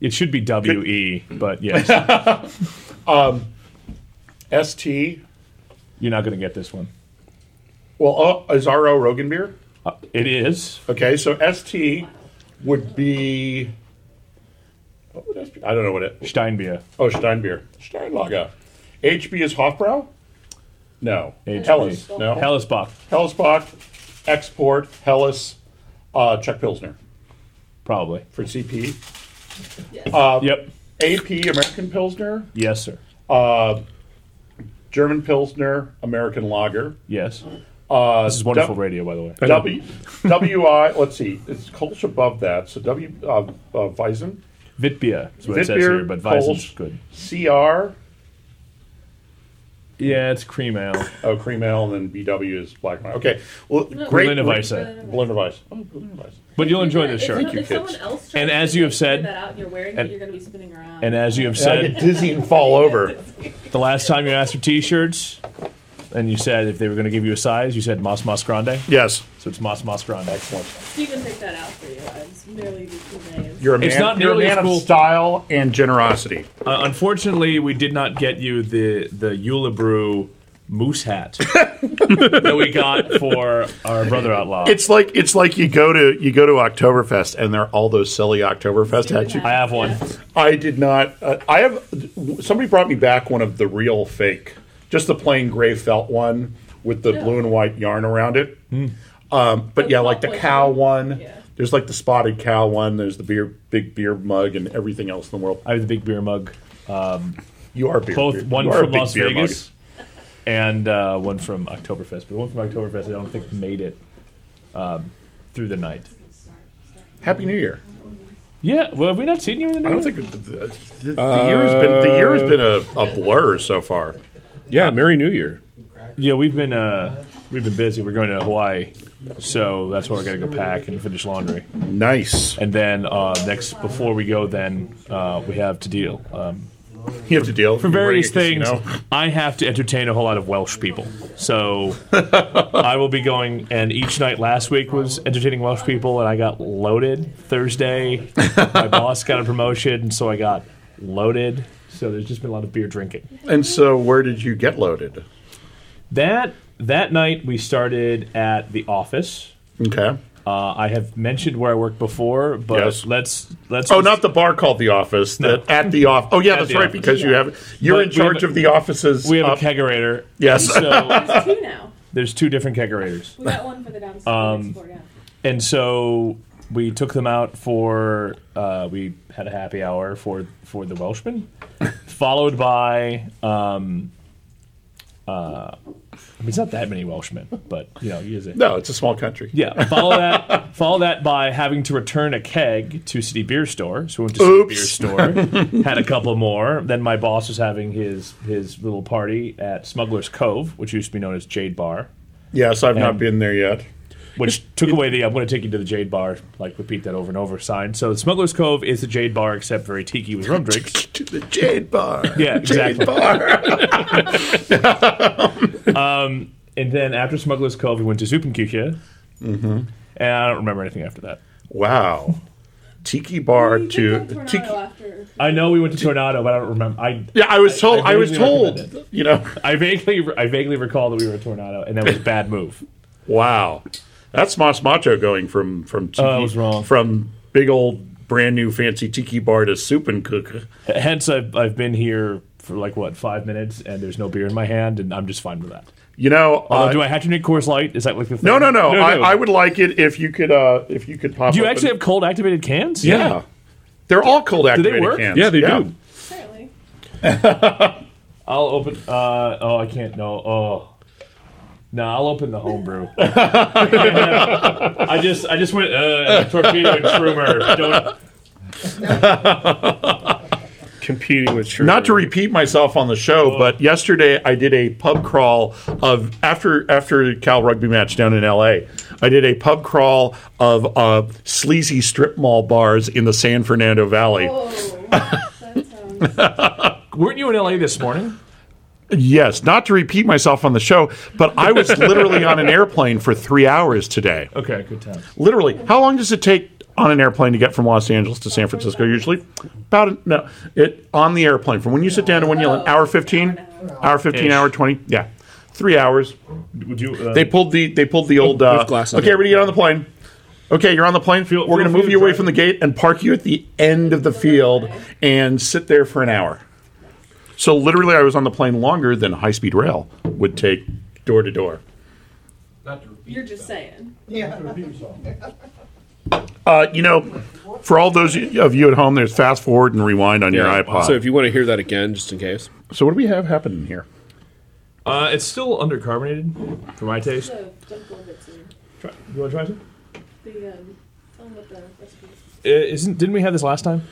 Speaker 3: it should be WE, but yes,
Speaker 2: ST.
Speaker 3: you're not going to get this one.
Speaker 2: Well, uh, is RO Rogan beer?
Speaker 3: Uh, It is
Speaker 2: Okay, so ST would be. What would ST? I don't know what it.
Speaker 3: Steinbier.
Speaker 2: Oh, Steinbier. Steinlager. HB is Hofbrau? No.
Speaker 3: HB.
Speaker 2: Helles. No.
Speaker 3: Hellesbach,
Speaker 2: Hellesbach, Export, Helles, uh, Czech Pilsner
Speaker 3: probably.
Speaker 2: for CP.
Speaker 3: yep.
Speaker 2: AP, American Pilsner.
Speaker 3: Yes, sir.
Speaker 2: German Pilsner, American Lager.
Speaker 3: Yes. Uh, this is wonderful radio, by the way.
Speaker 2: W, WI, let's see, it's Kolsch above that. So W, uh, uh, Weizen,
Speaker 3: Vitbier is what it says here, but Weissen's
Speaker 2: Kolsch,
Speaker 3: good.
Speaker 2: CR,
Speaker 3: Yeah, it's cream ale.
Speaker 2: oh, cream ale, and then BW is black wine. Okay, well, great.
Speaker 3: Berliner
Speaker 2: great-
Speaker 3: Weisse.
Speaker 2: Berliner Weiss. Oh, Berliner Weiss.
Speaker 3: But you'll enjoy this
Speaker 5: If
Speaker 3: shirt.
Speaker 5: someone- if someone else tries
Speaker 3: And
Speaker 5: to
Speaker 3: as you have
Speaker 5: figure
Speaker 3: said-
Speaker 5: that out and you're wearing
Speaker 3: and-
Speaker 5: it, you're going to be spinning around.
Speaker 3: And as you have
Speaker 2: And I get
Speaker 3: said,
Speaker 2: dizzy and fall over.
Speaker 3: the last time you asked for t-shirts, and you said if they were going to give you a size, you said Mas Mas Grande.
Speaker 2: Yes.
Speaker 3: So it's Mas Mas Grande.
Speaker 2: Excellent.
Speaker 5: Steven picked that out for you. I was merely the two names.
Speaker 2: You're a man,
Speaker 3: It's not
Speaker 2: you're a
Speaker 3: nearly
Speaker 2: man
Speaker 3: as cool.
Speaker 2: of style and generosity.
Speaker 3: Uh, unfortunately, we did not get you the the Eulabrew moose hat that we got for our brother outlaw.
Speaker 2: It's like it's like you go to you go to Oktoberfest and there are all those silly Oktoberfest hats you
Speaker 3: I have one.
Speaker 2: I did not. Uh, I have. Somebody brought me back one of the real fake, just the plain gray felt one with the blue and white yarn around it.
Speaker 3: Hmm.
Speaker 2: Um, but
Speaker 5: The
Speaker 2: yeah, like the
Speaker 5: plot
Speaker 2: cow
Speaker 5: poison.
Speaker 2: one.
Speaker 5: Yeah.
Speaker 2: There's like the spotted cow one. There's the beer, big beer mug, and everything else in the world.
Speaker 3: I have the big beer mug.
Speaker 2: You are beer.
Speaker 3: Both
Speaker 2: beer-
Speaker 3: one
Speaker 2: you are a
Speaker 3: from
Speaker 2: big
Speaker 3: Las
Speaker 2: beer mug.
Speaker 3: Vegas and uh, one from Oktoberfest. But the one from Oktoberfest, I don't think made it um, through the night.
Speaker 2: Happy New Year.
Speaker 3: Yeah. Well, have we not seen you in the
Speaker 2: I
Speaker 3: new
Speaker 2: don't think the, the, the year has been the
Speaker 3: Uh,
Speaker 2: year has been a, a blur so far.
Speaker 1: Yeah, Merry New Year.
Speaker 3: Yeah, we've been uh, we've been busy. We're going to Hawaii, so that's why we're gonna go pack and finish laundry.
Speaker 2: Nice.
Speaker 3: And then uh, next, before we go, then uh, we have to deal um,
Speaker 2: You have to deal
Speaker 3: for various things.
Speaker 2: No.
Speaker 3: I have to entertain a whole lot of Welsh people, so I will be going. And each night last week was entertaining Welsh people, and I got loaded. Thursday, my boss got a promotion, and so I got loaded. So there's just been a lot of beer drinking.
Speaker 2: And so, where did you get loaded?
Speaker 3: That that night we started at the office.
Speaker 2: Okay.
Speaker 3: Uh, I have mentioned where I worked before, but
Speaker 2: Yes.
Speaker 3: let's let's.
Speaker 2: Oh, not the bar called the office.
Speaker 3: No.
Speaker 2: That at the off. Oh, yeah,
Speaker 3: At
Speaker 2: that's
Speaker 3: the
Speaker 2: right.
Speaker 3: office.
Speaker 2: Because you have you're
Speaker 3: But
Speaker 2: in
Speaker 3: we have
Speaker 2: charge
Speaker 3: a-
Speaker 2: of the offices.
Speaker 3: We have
Speaker 2: up-
Speaker 3: a kegerator.
Speaker 2: Yes.
Speaker 3: So
Speaker 5: There's two now.
Speaker 3: there's two different kegerators,
Speaker 5: We got one for the downstairs
Speaker 2: Um,
Speaker 5: next floor, yeah.
Speaker 3: and so we took them out for uh, we had a happy hour for for the Welshman, followed by. Um, uh, I mean, it's not that many Welshmen, but you know, you use it.
Speaker 2: No, it's a small country.
Speaker 3: Yeah, follow that. follow that by having to return a keg to City Beer Store. So we went to
Speaker 2: Oops.
Speaker 3: City Beer Store, had a couple more. Then my boss was having his his little party at Smuggler's Cove, which used to be known as Jade Bar,
Speaker 2: Yes, I've not
Speaker 3: And-
Speaker 2: been there yet.
Speaker 3: which took away the "I'm going to take you to the Jade Bar," like repeat that over and over sign. So Smuggler's Cove is the Jade Bar, except very tiki with rum drinks.
Speaker 2: To the Jade Bar.
Speaker 3: Yeah, exactly.
Speaker 2: Jade Bar.
Speaker 3: And then after Smuggler's Cove, we went to Zupenküche,
Speaker 2: Mm-hmm.
Speaker 3: and I don't remember anything after that.
Speaker 2: wow. Tiki bar
Speaker 5: We
Speaker 2: to
Speaker 5: picked up
Speaker 2: tiki.
Speaker 5: Tornado after.
Speaker 3: I know we went to Tornado, but I don't remember. I
Speaker 2: Yeah, I was told. I,
Speaker 3: I
Speaker 2: was
Speaker 3: vaguely recommend
Speaker 2: told. You know.
Speaker 3: I vaguely, I vaguely recall that we were a tornado, and that was a bad move.
Speaker 2: Wow. That's Mas Macho going from from tiki,
Speaker 3: Oh, I was wrong.
Speaker 2: from big old brand new fancy tiki bar to soup and cook.
Speaker 3: Hence, I've, I've been here for like what five minutes, and there's no beer in my hand, and I'm just fine with that.
Speaker 2: You know.
Speaker 3: Although,
Speaker 2: uh,
Speaker 3: do I have to drink Coors Light? Is that like the thing?
Speaker 2: no, no, no.
Speaker 1: No,
Speaker 2: I,
Speaker 1: no.
Speaker 2: I would like it if you could. uh If you could pop.
Speaker 3: Do you
Speaker 2: open-
Speaker 3: actually have cold activated cans?
Speaker 2: Yeah. They're all cold
Speaker 3: they
Speaker 2: activated
Speaker 3: work?
Speaker 2: cans.
Speaker 1: Yeah, they do.
Speaker 5: Apparently.
Speaker 3: I'll open. Uh, oh, I can't. No. Oh. No, I'll open the homebrew. I just, I just went uh, torpedo and troomer. Don't.
Speaker 1: competing with Sherman.
Speaker 2: Not to repeat myself on the
Speaker 3: Oh.
Speaker 2: show, but yesterday I did a pub crawl of after after Cal rugby match down in L.A. I did a pub crawl of uh, sleazy strip mall bars in the San Fernando Valley.
Speaker 7: Oh.
Speaker 5: Whoa. That sounds.
Speaker 3: Weren't you in LA this morning?
Speaker 2: Yes, not to repeat myself on the show, but I was literally on an airplane for three hours today.
Speaker 3: Okay, good time.
Speaker 2: Literally, how long does it take on an airplane to get from Los Angeles to San Francisco? Usually, about an, no, it on the airplane from when you sit down to when you land, hour fifteen, hour fifteen,
Speaker 3: Ish.
Speaker 2: hour twenty, yeah, three hours.
Speaker 3: Would you? Uh,
Speaker 2: They pulled the they pulled the old. Uh,
Speaker 1: with glasses
Speaker 2: okay,
Speaker 1: on.
Speaker 2: everybody get on the plane. Okay, you're on the plane.
Speaker 3: Feel-
Speaker 2: We're going
Speaker 3: feel
Speaker 2: to move
Speaker 3: free
Speaker 2: you
Speaker 3: to
Speaker 2: away
Speaker 3: drive.
Speaker 2: from the gate and park you at the end of the field and sit there for an hour. So literally, I was on the plane longer than high speed rail would take door to door.
Speaker 6: Not to repeat.
Speaker 5: You're just saying.
Speaker 2: Uh, you know, for all those of you at home, there's fast forward and rewind on your iPod.
Speaker 1: So if you want to hear that again, just in case.
Speaker 2: So what do we have happening here?
Speaker 3: uh, it's still undercarbonated for my taste.
Speaker 5: The junk a little bit soon.
Speaker 3: You want to try some?
Speaker 5: The, um, tell them what the recipe is.
Speaker 3: Uh, isn't didn't we have this last time?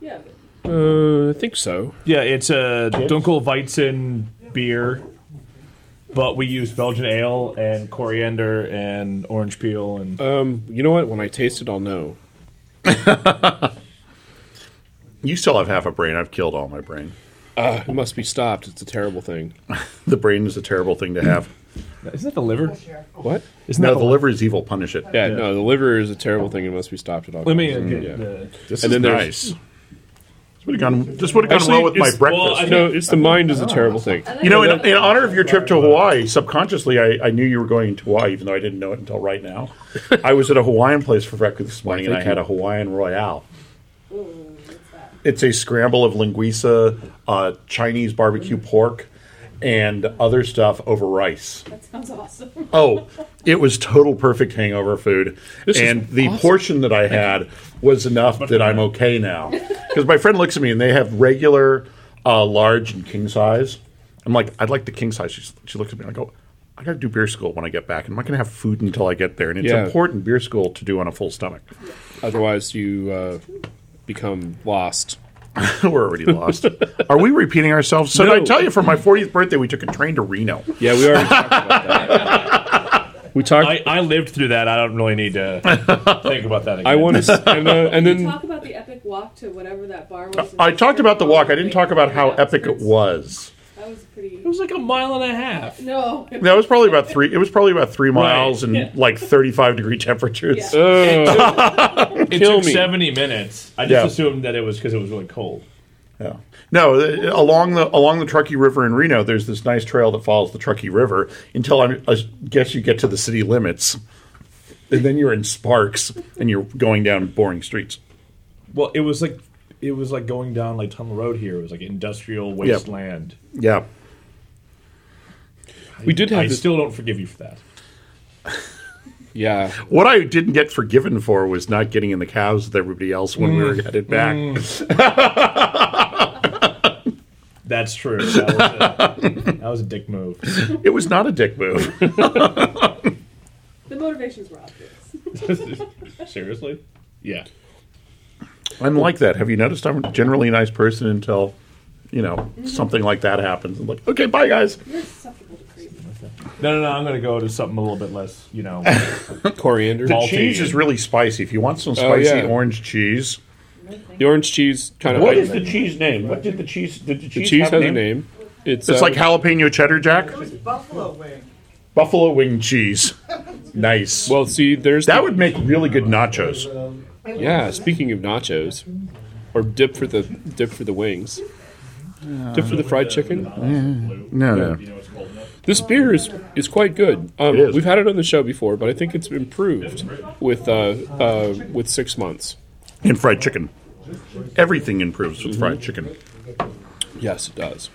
Speaker 5: Yeah, but
Speaker 1: Uh, I think so.
Speaker 3: Yeah, it's a Dunkelweizen beer, but we use Belgian ale and coriander and orange peel and
Speaker 1: Um, you know what? When I taste it, I'll know.
Speaker 2: You still have half a brain. I've killed all my brain.
Speaker 1: It must be stopped. It's a terrible thing.
Speaker 2: The brain is a terrible thing to have.
Speaker 3: isn't that the liver?
Speaker 1: What?
Speaker 3: Isn't
Speaker 2: No,
Speaker 3: that
Speaker 2: the liver is evil. Punish it.
Speaker 1: Yeah, no, the liver is a terrible thing. It must be stopped at all.
Speaker 3: Let me uh,
Speaker 1: costs.
Speaker 3: get
Speaker 1: Yeah.
Speaker 3: the.
Speaker 2: This
Speaker 1: And
Speaker 2: is
Speaker 1: then there's-
Speaker 2: nice. This would have gone. This would have gone
Speaker 1: Actually,
Speaker 2: well with my
Speaker 1: it's-
Speaker 2: breakfast.
Speaker 3: well, I-
Speaker 1: No, it's the mind is a terrible thing.
Speaker 5: I like
Speaker 2: you know,
Speaker 5: the
Speaker 2: in,
Speaker 5: junk-
Speaker 2: in honor of your trip to Hawaii, subconsciously I, I knew you were going to Hawaii, even though I didn't know it until right now. I was at a Hawaiian place for breakfast this morning, and I
Speaker 1: thank
Speaker 2: had
Speaker 1: you.
Speaker 2: a Hawaiian Royale.
Speaker 5: Ooh, what's that?
Speaker 2: It's a scramble of linguiça, uh, Chinese barbecue pork, and other stuff over rice.
Speaker 5: That sounds awesome.
Speaker 2: Oh, it was total perfect hangover food.
Speaker 1: This is
Speaker 2: and the
Speaker 1: awesome.
Speaker 2: portion that I had was enough that I'm okay now. Because my friend looks at me and they have regular, uh, large, and king size. I'm like, I'd like the king size. She, she looks at me and I go, I got to do beer school when I get back. I'm not going to have food until I get there. And it's
Speaker 1: Yeah.
Speaker 2: important beer school to do on a full stomach.
Speaker 1: Otherwise, you uh, become lost.
Speaker 2: We're already lost. Are we repeating ourselves? So did I
Speaker 1: No.
Speaker 2: tell you for my 40th birthday, we took a train to Reno.
Speaker 1: Yeah, we already talked about that. We talked.
Speaker 3: I,
Speaker 1: I,
Speaker 3: I lived through that. I don't really need to think about that. Again.
Speaker 1: want to, and, uh, and
Speaker 5: Did you
Speaker 1: then
Speaker 5: talk about the epic walk to whatever that bar was. in
Speaker 2: Mm. I talked about the walk. I didn't talk about how
Speaker 5: Yeah,
Speaker 2: epic it was.
Speaker 5: That was pretty.
Speaker 3: It was like a mile and a half.
Speaker 5: No.
Speaker 2: That was probably about three. It was probably about three miles and
Speaker 3: Yeah.
Speaker 2: like thirty-five degree temperatures.
Speaker 5: Yeah.
Speaker 1: uh,
Speaker 3: It
Speaker 1: Kill
Speaker 3: took
Speaker 1: me.
Speaker 3: seventy minutes. I just
Speaker 2: Yeah.
Speaker 3: assumed that it was because it was really cold.
Speaker 2: Yeah. No, th- along the along the Truckee River in Reno, there's this nice trail that follows the Truckee River until I, I guess you get to the city limits. and then you're in Sparks and you're going down boring streets.
Speaker 3: Well, it was like it was like going down like Tunnel Road here. It was like industrial wasteland.
Speaker 2: Yeah.
Speaker 1: We did have
Speaker 3: I
Speaker 1: this-
Speaker 3: still don't forgive you for that.
Speaker 1: Yeah.
Speaker 2: What I didn't get forgiven for was not getting in the cabs with everybody else when we were
Speaker 1: Mm.
Speaker 2: headed back.
Speaker 3: That's true. That was a, that was a dick move.
Speaker 2: It was not a dick move.
Speaker 5: The motivations were obvious.
Speaker 3: Seriously? Yeah.
Speaker 2: I'm like that. Have you noticed I'm generally a nice person until, you know, something like that happens? I'm like, okay, bye, guys.
Speaker 5: You're susceptible to craziness.
Speaker 3: No, no, no. I'm going to go to something a little bit less, you know.
Speaker 1: Coriander.
Speaker 3: Malty.
Speaker 2: Cheese is really spicy. If you want some spicy
Speaker 1: Oh, yeah.
Speaker 2: orange cheese,
Speaker 1: The orange cheese kind of.
Speaker 2: what is the cheese name? What did the cheese? Did
Speaker 1: The
Speaker 2: the cheese,
Speaker 1: cheese
Speaker 2: have
Speaker 1: has a name. It's,
Speaker 2: It's
Speaker 1: uh,
Speaker 2: like jalapeno cheddar jack,
Speaker 8: It was buffalo wing.
Speaker 2: buffalo wing cheese. nice.
Speaker 1: Well, see, there's
Speaker 2: that
Speaker 1: the-
Speaker 2: would make really good nachos.
Speaker 1: Yeah, speaking of nachos, or dip for the dip for the wings, dip for the fried chicken.
Speaker 2: No, no.
Speaker 1: This beer is is quite good. Um,
Speaker 2: It is.
Speaker 1: We've had it on the show before, but I think it's improved with uh, uh, with six months.
Speaker 2: And fried chicken. Everything improves with fried chicken.
Speaker 1: Yes, it does.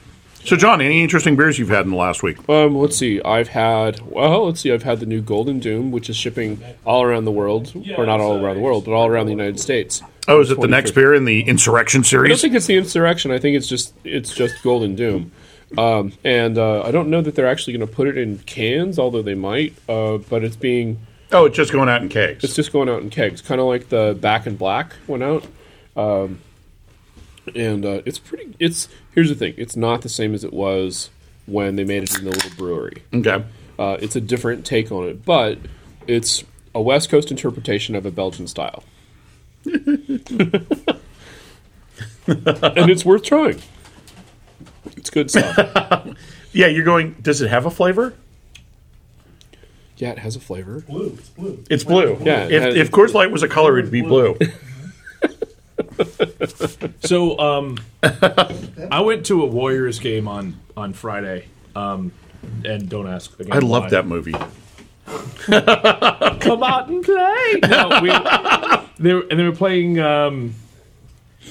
Speaker 2: So, John, any interesting beers you've had in the last week?
Speaker 1: Um, let's see. I've had well, let's see. I've had the new Golden Doom, which is shipping all around the world, or not all around the world, but all around the United States.
Speaker 2: Oh, is it the next beer in the Insurrection
Speaker 1: I don't
Speaker 2: series?
Speaker 1: think it's the insurrection. I think it's just it's just Golden Doom, um, and uh, I don't know that they're actually going to put it in cans, although they might. Uh, but it's being
Speaker 2: Oh, it's just going out in kegs.
Speaker 1: it's just going out in kegs, kind of like the Back in Black went out. Um, and uh, it's pretty. It's here's the thing. It's not the same as it was when they made it in the little brewery.
Speaker 2: Okay.
Speaker 1: Uh, it's a different take on it, but it's a West Coast interpretation of a Belgian style. and it's worth trying. It's good stuff.
Speaker 2: Yeah, you're going. Does it have a flavor?
Speaker 1: Yeah, it has a flavor.
Speaker 4: Blue, it's blue.
Speaker 2: It's blue.
Speaker 1: Yeah, it
Speaker 2: If,
Speaker 1: has-
Speaker 2: if Coors Light was a color, it'd be blue.
Speaker 3: So, um, I went to a Warriors game on on Friday, um, and don't ask. Again
Speaker 2: I love
Speaker 3: why.
Speaker 2: that movie.
Speaker 3: Come out and play. No, we, they were, and they were playing um,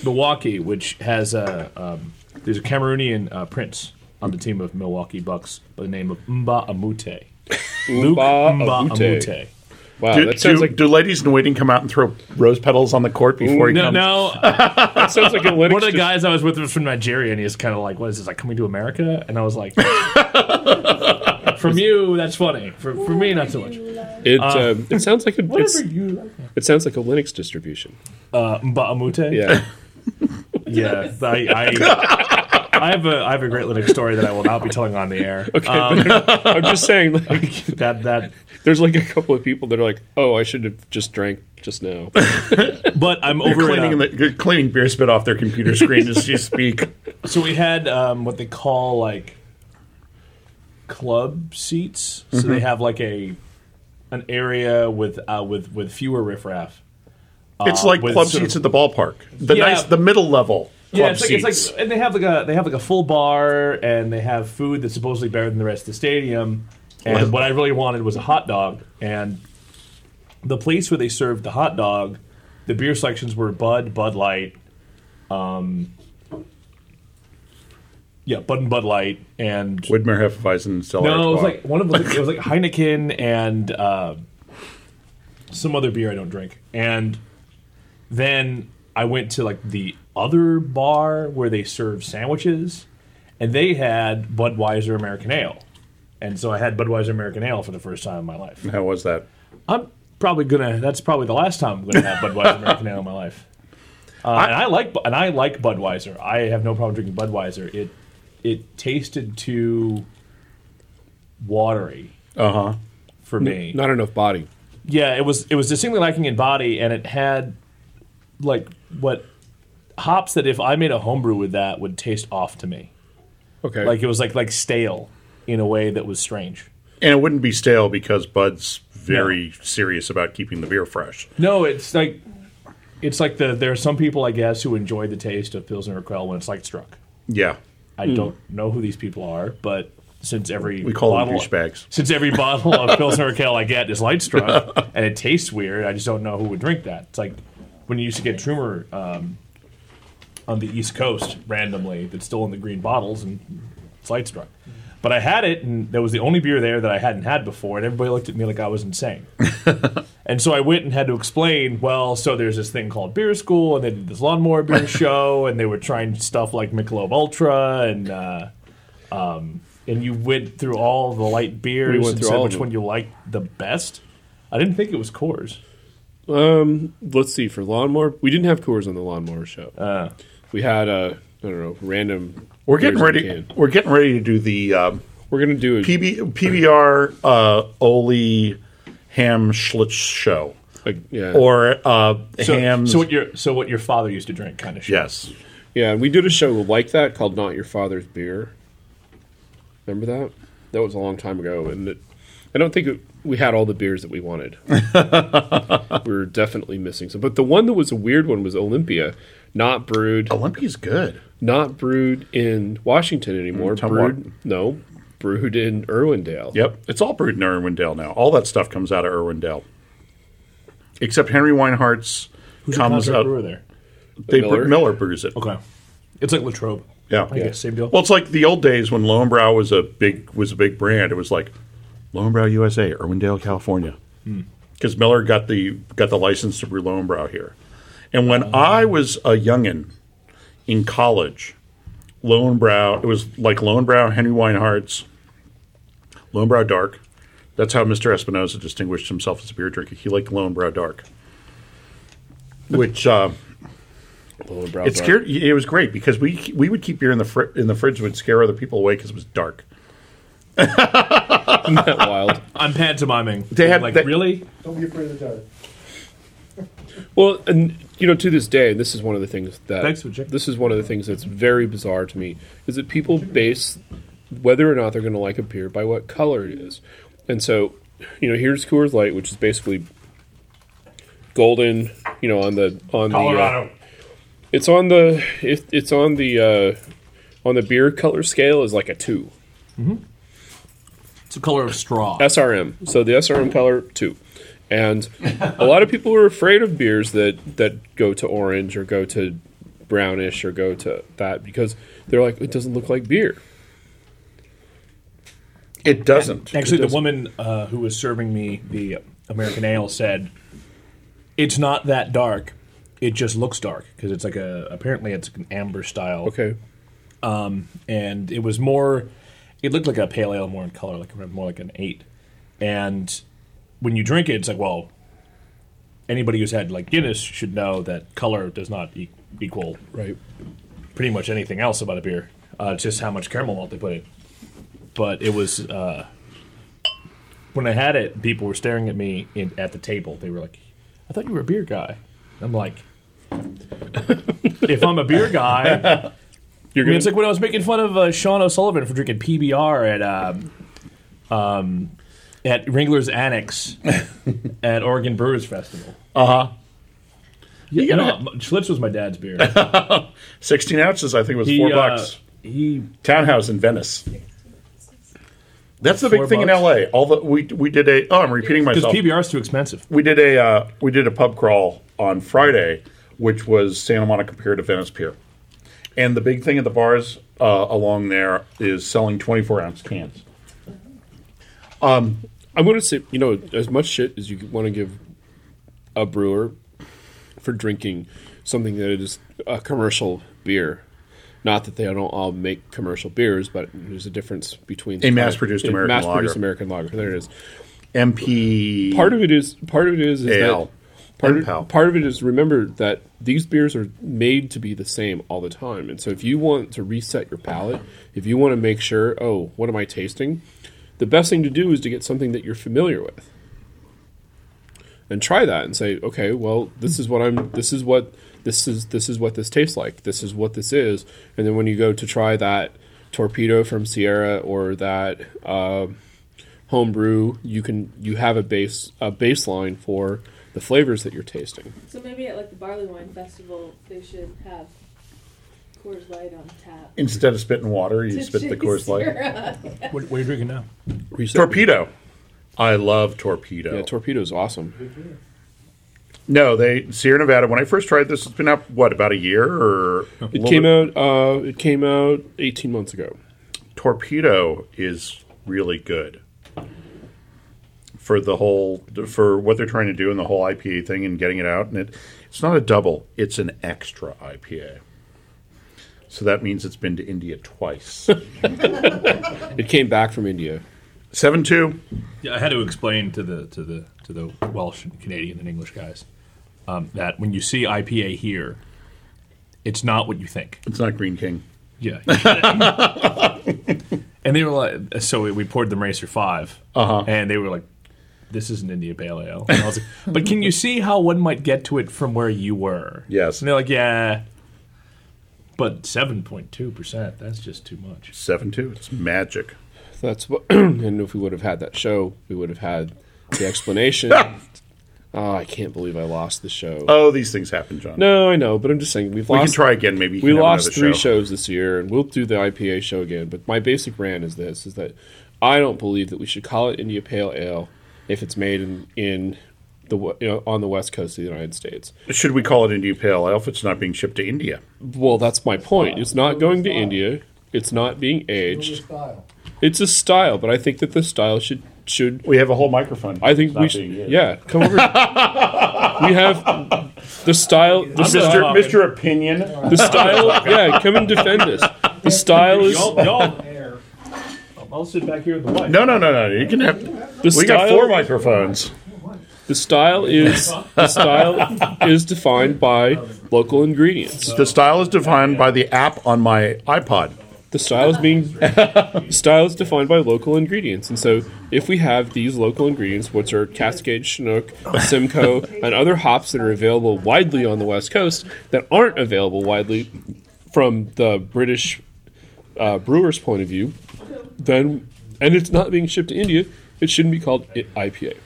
Speaker 3: Milwaukee, which has a um, there's a Cameroonian uh, prince on the team of Milwaukee Bucks by the name of Mba Amute. Luke
Speaker 1: Mba
Speaker 3: Mba
Speaker 1: Amute.
Speaker 3: Amute.
Speaker 1: Wow,
Speaker 2: Do,
Speaker 1: that sounds
Speaker 2: do-
Speaker 1: like
Speaker 2: do ladies in waiting come out and throw rose petals on the court before he
Speaker 3: No,
Speaker 2: comes?
Speaker 3: no,
Speaker 1: that sounds like a Linux.
Speaker 3: one of the
Speaker 1: just-
Speaker 3: guys I was with was from Nigeria, and he was kind of like, "What is this? Like coming to America?" And I was like, "From you, that's funny. For, for me, not so much."
Speaker 1: It um, it sounds like a it's,
Speaker 3: Whatever you like.
Speaker 1: it sounds like a Linux distribution.
Speaker 3: Uh, Mba Amute.
Speaker 1: Yeah,
Speaker 3: yeah. I, I, I have a I have a great Linux story that I will not be telling on the air. Okay.
Speaker 1: I'm just saying. Like,
Speaker 3: that that.
Speaker 1: there's like a couple of people that are like, "Oh, I should have just drank just now."
Speaker 3: But I'm
Speaker 2: They're
Speaker 3: over it.
Speaker 2: cleaning,
Speaker 3: um,
Speaker 2: the, they're cleaning beer spit off their computer screen as you speak.
Speaker 3: So we had um, what they call like club seats. So they have like a an area with uh, with with fewer riffraff.
Speaker 2: It's like
Speaker 3: with
Speaker 2: club
Speaker 3: sort of-
Speaker 2: seats at the ballpark. The
Speaker 3: Yeah.
Speaker 2: nice, the middle level. Club
Speaker 3: Yeah, it's like,
Speaker 2: seats.
Speaker 3: it's like, and they have like a they have like a full bar, and they have food that's supposedly better than the rest of the stadium. And what I really wanted was a hot dog, and the place where they served the hot dog, the beer selections were Bud, Bud Light, um, yeah, Bud and Bud Light, and
Speaker 2: Widmer Hefeweizen Stella
Speaker 3: no, it was
Speaker 2: Artois.
Speaker 3: like one of them was like, it was like Heineken and uh, some other beer I don't drink. And then I went to like the other bar where they serve sandwiches, and they had Budweiser American Ale, and so I had Budweiser American Ale for the first time in my life.
Speaker 2: How was that?
Speaker 3: I'm probably gonna. That's probably the last time I'm gonna have Budweiser American Ale in my life. Uh, and I like and I like Budweiser. I have no problem drinking Budweiser. It it tasted too watery
Speaker 2: Uh huh.
Speaker 3: for me.
Speaker 1: Not enough body.
Speaker 3: yeah, it was it was distinctly lacking in body, and it had like what hops that if I made a homebrew with that would taste off to me.
Speaker 1: Okay,
Speaker 3: Like it was like like stale in a way that was strange.
Speaker 2: And it wouldn't be stale because Bud's very serious about keeping the beer fresh.
Speaker 3: No, it's like it's like the there are some people I guess who enjoy the taste of Pilsner or Krell when it's light struck.
Speaker 2: Yeah.
Speaker 3: I don't know who these people are, but since every
Speaker 2: Hmm. We call them
Speaker 3: bottle,
Speaker 2: douchebags.
Speaker 3: since every bottle of Pilsner Kale I get is light struck and it tastes weird, I just don't know who would drink that. It's like when you used to get Trumer um, on the East Coast randomly that's still in the green bottles and it's light struck. But I had it, and that was the only beer there that I hadn't had before, and everybody looked at me like I was insane. and so I went and had to explain. Well, so there's this thing called beer school, and they did this lawnmower beer show, and they were trying stuff like Michelob Ultra, and uh, um, and you went through all the light beers
Speaker 1: went
Speaker 3: and
Speaker 1: through
Speaker 3: said
Speaker 1: all of
Speaker 3: which
Speaker 1: them.
Speaker 3: one you liked the best. I didn't think it was Coors.
Speaker 1: Um, let's see. For lawnmower, we didn't have Coors on the lawnmower show. Uh, we had uh, I don't know, random.
Speaker 2: We're getting
Speaker 1: beers in a
Speaker 2: ready.
Speaker 1: can.
Speaker 2: We're getting ready to do the um,
Speaker 1: We're gonna do a
Speaker 2: PB, PBR uh, Ole Ham Schlitz show
Speaker 1: a- yeah,
Speaker 2: or uh,
Speaker 3: So,
Speaker 2: Ham's.
Speaker 3: so what your so what your father used to drink, kind of shit.
Speaker 2: yes,
Speaker 1: yeah. And we did a show like that called "Not Your Father's Beer." Remember that? That was a long time ago, and it, I don't think it, we had all the beers that we wanted. we were definitely missing some. But the one that was a weird one was Olympia, not brewed,
Speaker 2: Olympia's good.
Speaker 1: not brewed in Washington anymore.
Speaker 2: Tumwa-
Speaker 1: brewed no, brewed in Irwindale.
Speaker 2: Yep, it's all brewed in Irwindale now. All that stuff comes out of Irwindale, except Henry Weinhardt's
Speaker 3: Who's the
Speaker 2: comes
Speaker 3: contract
Speaker 2: out.
Speaker 3: brewer there?
Speaker 2: They
Speaker 1: Miller?
Speaker 2: Miller. Miller brews it.
Speaker 3: Okay, it's like Latrobe.
Speaker 2: Yeah,
Speaker 3: I guess same deal.
Speaker 2: Well, it's like the old days when Lowenbrow was a big was a big brand. It was like Lowenbrow USA, Irwindale, California,
Speaker 3: Hmm.
Speaker 2: because Miller got the got the license to brew Lowenbrow here. And when
Speaker 3: Oh.
Speaker 2: I was a youngin in college, Lowenbrow it was like Lowenbrow, Henry Weinhardt's, Lowenbrow Dark. That's how Mr. Espinosa distinguished himself as a beer drinker. He liked Lowenbrow Dark, which. Uh,
Speaker 1: Little brow
Speaker 2: it
Speaker 1: bar.
Speaker 2: scared. It was great because we we would keep beer in the fr- in the fridge would scare other people away because it was dark.
Speaker 1: Isn't that wild.
Speaker 3: I'm pantomiming.
Speaker 2: They had-
Speaker 3: like
Speaker 2: they-
Speaker 3: really.
Speaker 4: Don't be afraid of the dark.
Speaker 1: Well, and you know, to this day, this is one of the things that
Speaker 3: Thanks for checking.
Speaker 1: this is one of the things that's very bizarre to me is that people base whether or not they're going to like a beer by what color it is, and so you know, here's Coors Light, which is basically golden, you know, on the on the uh, it's on the it, it's on the uh, on the beer color scale is like a two.
Speaker 3: It's the color of straw.
Speaker 1: SRM. So the SRM color two, and a lot of people are afraid of beers that that go to orange or go to brownish or go to that because they're like it doesn't look like beer.
Speaker 2: It doesn't.
Speaker 3: Actually, the woman uh, who was serving me the American ale said, "It's not that dark. It just looks dark because it's like a apparently it's an amber style.
Speaker 1: Okay,
Speaker 3: and it was more. It looked like a pale ale, more in color, like more like an eight. And when you drink it, it's like, well, anybody who's had like Guinness should know that color does not e- equal
Speaker 1: right.
Speaker 3: pretty much anything else about a beer. Uh, it's just how much caramel malt they put in. But it was uh, when I had it, people were staring at me in, at the table. They were like, "I thought you were a beer guy." I'm like, "If I'm a beer guy,
Speaker 1: You're
Speaker 3: I mean,
Speaker 1: gonna
Speaker 3: it's like when I was making fun of uh, Sean O'Sullivan for drinking PBR at um, um, at Ringler's Annex at Oregon Brewers Festival." Uh huh. Yeah, no, m- Schlitz was my dad's beer.
Speaker 2: Sixteen ounces. I think was
Speaker 3: He,
Speaker 2: four
Speaker 3: uh,
Speaker 2: bucks.
Speaker 3: he
Speaker 2: Townhouse in Venice. That's the big
Speaker 3: Four
Speaker 2: thing in
Speaker 3: bucks.
Speaker 2: L.A. All the we we did a. Oh, I'm repeating myself.
Speaker 3: Because PBR is too expensive.
Speaker 2: we did a uh, we did a pub crawl on Friday, which was Santa Monica Pier to Venice Pier, and the big thing at the bars uh, along there is selling 24 ounce cans.
Speaker 1: I'm going to say, you know, as much shit as you want to give a brewer for drinking something that is a commercial beer. Not that they don't all make commercial beers, but there's a difference between
Speaker 2: A mass-produced
Speaker 1: a
Speaker 2: American
Speaker 1: mass-produced
Speaker 2: lager.
Speaker 1: American lager. There it is.
Speaker 2: MP
Speaker 1: Part of it is part of it is, is that
Speaker 2: Ale.
Speaker 1: part
Speaker 2: Impel.
Speaker 1: of, part of it is remember that these beers are made to be the same all the time, and so if you want to reset your palate, if you want to make sure, oh, what am I tasting? The best thing to do is to get something that you're familiar with and try that and say, okay, well, this is what I'm. This is what this is. This is what this tastes like. This is what this is. And then when you go to try that torpedo from Sierra or that uh, homebrew, you can you have a base a baseline for the flavors that you're tasting.
Speaker 5: So maybe at like the barley wine festival, they should have Coors Light on tap.
Speaker 2: Instead of spitting water, you spit the Coors Light.
Speaker 7: uh,
Speaker 3: What, what are you drinking now?
Speaker 2: Torpedo. I love torpedo.
Speaker 1: Yeah, torpedo's awesome.
Speaker 2: no, they Sierra Nevada. When I first tried this, it's been out what about a year or a
Speaker 1: It
Speaker 2: little
Speaker 1: came
Speaker 2: bit-
Speaker 1: out. Uh, it came out 18 months ago.
Speaker 2: Torpedo is really good for the whole for what they're trying to do and the whole IPA thing and getting it out. And it it's not a double; it's an extra IPA. So that means it's been to India twice.
Speaker 1: It came back from India.
Speaker 2: Seven two.
Speaker 3: Yeah, I had to explain to the to the to the Welsh and Canadian and English guys um, that when you see IPA here, it's not what you think.
Speaker 2: It's not Green King.
Speaker 3: Yeah. and they were like, so we poured them Racer 5
Speaker 2: Uh-huh.
Speaker 3: and they were like, this is an India Pale Ale. And I was like, but can you see how one might get to it from where you were?
Speaker 2: Yes.
Speaker 3: And they're like, yeah. But 7.2%, that's just too much.
Speaker 2: Seven two. It's magic.
Speaker 1: That's what. and if we would have had that show, we would have had the explanation. oh, I can't believe I lost the show.
Speaker 2: Oh, these things happen, John.
Speaker 1: no, I know, but I'm just saying we've
Speaker 2: we
Speaker 1: lost.
Speaker 2: can try again. Maybe you
Speaker 1: we
Speaker 2: can have
Speaker 1: lost
Speaker 2: another
Speaker 1: three
Speaker 2: show.
Speaker 1: shows this year, and we'll do the IPA show again. But my basic rant is this: is that I don't believe that we should call it India Pale Ale if it's made in in the we- you know, on the west coast of the United States.
Speaker 2: Should we call it India Pale Ale if it's not being shipped to India?
Speaker 1: Well, that's my point. It's not going to India. It's not being aged.
Speaker 4: style.
Speaker 1: It's a style, but I think that the style should should.
Speaker 2: We have a whole microphone.
Speaker 1: I think
Speaker 2: It's not
Speaker 1: we
Speaker 2: being
Speaker 1: should.
Speaker 2: used.
Speaker 1: Yeah, come over. we have the style. The
Speaker 2: Mr.
Speaker 1: style.
Speaker 2: Mr. Opinion.
Speaker 1: The style. Yeah, come and defend us. The style is
Speaker 3: Y'all, y'all. I'll sit back here with the wife.
Speaker 2: No, no, no, no. You can have.
Speaker 1: the
Speaker 2: We got four
Speaker 1: style.
Speaker 2: microphones.
Speaker 1: The style is the style is defined by local ingredients.
Speaker 2: The style is defined by the app on my iPod.
Speaker 1: The style is being style is defined by local ingredients, and so if we have these local ingredients, which are Cascade, Chinook, Simcoe, and other hops that are available widely on the West Coast that aren't available widely from the British uh, brewer's point of view, then and it's not being shipped to India, it shouldn't be called i- IPA.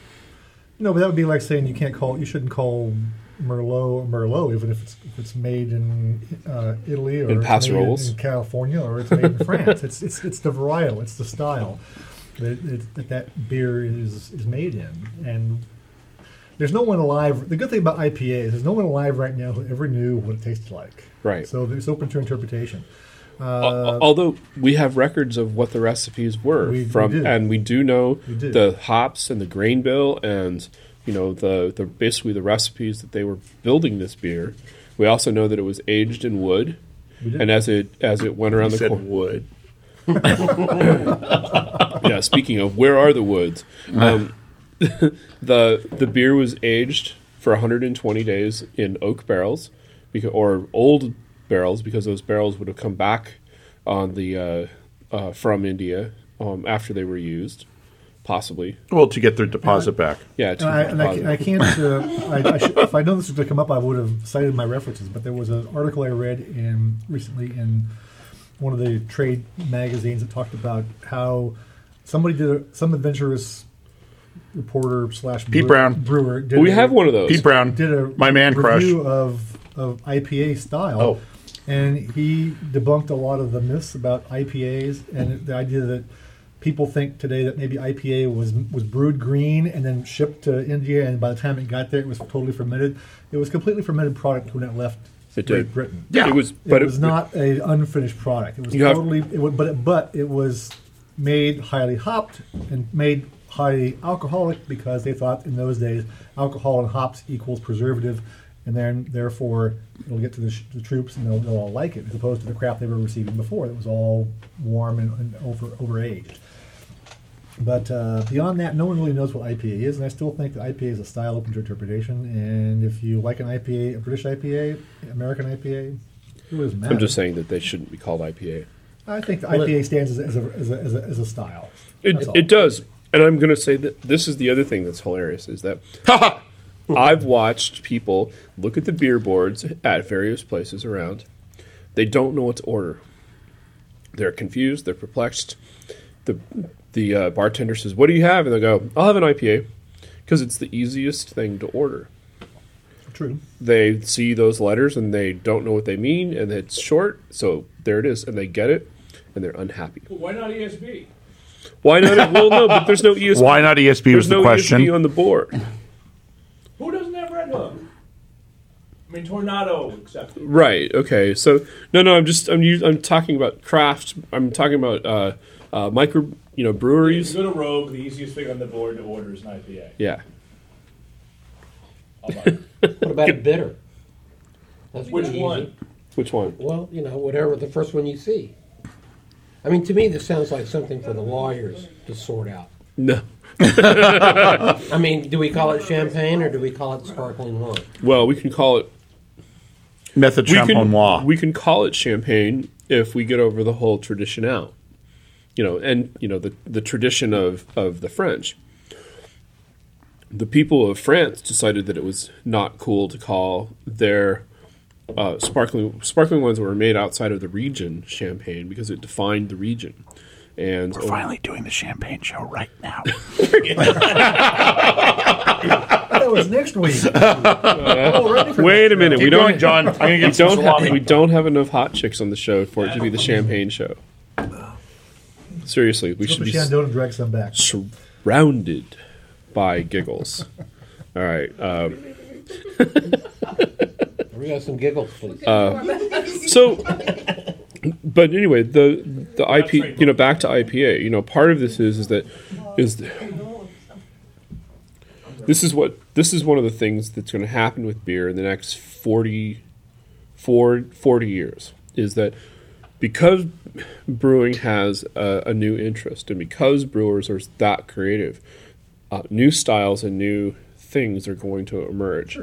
Speaker 4: No, but that would be like saying you can't call, you shouldn't call Merlot Merlot, even if it's if it's made in uh, Italy or
Speaker 1: In
Speaker 4: it's
Speaker 1: Paso
Speaker 4: made
Speaker 1: Robles.
Speaker 4: in California or it's made in France. It's it's it's the varietal, it's the style that it, that, that beer is is made in, and there's no one alive. The good thing about IPA is there's no one alive right now who ever knew what it tasted like.
Speaker 1: Right.
Speaker 4: So it's open to interpretation.
Speaker 1: Al- although we have records of what the recipes were
Speaker 4: Uh, We- we
Speaker 1: from
Speaker 4: do.
Speaker 1: and we do know
Speaker 4: do.
Speaker 1: the hops and the grain bill and you know the, the basically the recipes that they were building this beer we also know that it was aged in wood
Speaker 4: do.
Speaker 1: and as it as it went around the
Speaker 2: Said
Speaker 1: corner
Speaker 2: wood.
Speaker 1: yeah speaking of where are the woods
Speaker 2: Uh,
Speaker 1: um, the the beer was aged for 120 days in oak barrels because, or old barrels because those barrels would have come back on the uh, uh, from India um, after they were used possibly
Speaker 2: Well, to get their deposit back.
Speaker 1: yeah to
Speaker 4: And I, and I, ca- I can't. Uh, I, I should, if I'd known this was going to come up, I would have cited my references. But there was an article I read in recently in one of the trade magazines that talked about how somebody did a, some adventurous reporter slash
Speaker 2: Pete
Speaker 4: brewer-
Speaker 2: Brown.
Speaker 4: brewer. Did
Speaker 1: we
Speaker 4: a-
Speaker 1: have one of those
Speaker 2: Pete Brown,
Speaker 4: did a
Speaker 2: my man crush.
Speaker 4: review of of IPA style.
Speaker 2: Oh.
Speaker 4: And he debunked a lot of the myths about IPAs and the idea that people think today that maybe IPA was was brewed green and then shipped to India and by the time it got there it was totally fermented. It was completely fermented product when it left
Speaker 1: It
Speaker 4: Great
Speaker 1: did.
Speaker 4: Britain.
Speaker 2: Yeah.
Speaker 1: it was
Speaker 4: It
Speaker 1: but
Speaker 4: was not a unfinished product. It was
Speaker 1: You have-
Speaker 4: totally it wa- but it, but it was made highly hopped and made highly alcoholic because they thought in those days alcohol and hops equals preservative, and then therefore it'll get to the, sh- the troops and they'll, they'll all like it as opposed to the crap they were receiving before that was all warm and, and over overaged. But uh, beyond that, no one really knows what IPA is, and I still think that IPA is a style open to interpretation. And if you like an IPA, a British IPA, American IPA, it doesn't matter.
Speaker 1: I'm just saying that they shouldn't be called IPA
Speaker 4: I think the IPA stands as a, as a, as a, as a, as a style.
Speaker 1: It,
Speaker 4: That's all.
Speaker 1: it does. And I'm going to say that this is the other thing that's hilarious is that I've watched people look at the beer boards at various places around. They don't know what to order. They're confused. They're perplexed. The the uh, bartender says, "What do you have?" And they go, "I'll have an IPA," because it's the easiest thing to order.
Speaker 4: True.
Speaker 1: they see those letters and they don't know what they mean and it's short so there it is and they get it and they're unhappy
Speaker 6: Well, why not E ESB?
Speaker 1: why not well no but there's no E esp
Speaker 2: Why not ESP was
Speaker 1: there's
Speaker 2: the
Speaker 1: no
Speaker 2: question.
Speaker 1: ESP on the board
Speaker 6: Who doesn't have Red Hook? I mean, Tornado accepted.
Speaker 1: right okay so no no i'm just i'm us- i'm talking about craft i'm talking about uh, uh, micro you know
Speaker 8: If
Speaker 1: breweries
Speaker 8: you go to Rogue, the easiest thing on the board to order is an IPA.
Speaker 1: yeah
Speaker 8: I'll buy it.
Speaker 9: What about a bitter? That's
Speaker 6: Which
Speaker 9: pretty
Speaker 6: one?
Speaker 9: easy.
Speaker 1: which one
Speaker 9: Well, you know, whatever the first one you see. I mean, to me, this sounds like something for the lawyers to sort out.
Speaker 1: no
Speaker 9: I mean, do we call it champagne or do we call it sparkling wine?
Speaker 1: well we can call it
Speaker 2: Method
Speaker 1: we can,
Speaker 2: Champenois.
Speaker 1: we can call it champagne if we get over the whole tradition out you know and you know the, the tradition of, of the french the people of france decided that it was not cool to call their uh, sparkling sparkling wines that were made outside of the region champagne because it defined the region and over-
Speaker 2: Finally doing the champagne show right now.
Speaker 4: That was next week. Already for
Speaker 1: wait a minute we
Speaker 2: Keep
Speaker 1: don't
Speaker 2: going, John. I'm gonna
Speaker 1: we
Speaker 2: get some
Speaker 1: don't have,
Speaker 2: salami.
Speaker 1: we don't have enough hot chicks on the show for it to be the champagne show seriously we should
Speaker 4: Put
Speaker 1: be
Speaker 4: Shandon and drag some back.
Speaker 1: surrounded by giggles. All right. Uh,
Speaker 9: We got some giggles, please.
Speaker 1: so, but anyway, the the IP, you know, back to IPA. You know, part of this is is that is th- this is what this is one of the things that's going to happen with beer in the next 40, four- 40 years is that because brewing has a, a new interest and because brewers are that creative, uh, new styles and new things are going to emerge.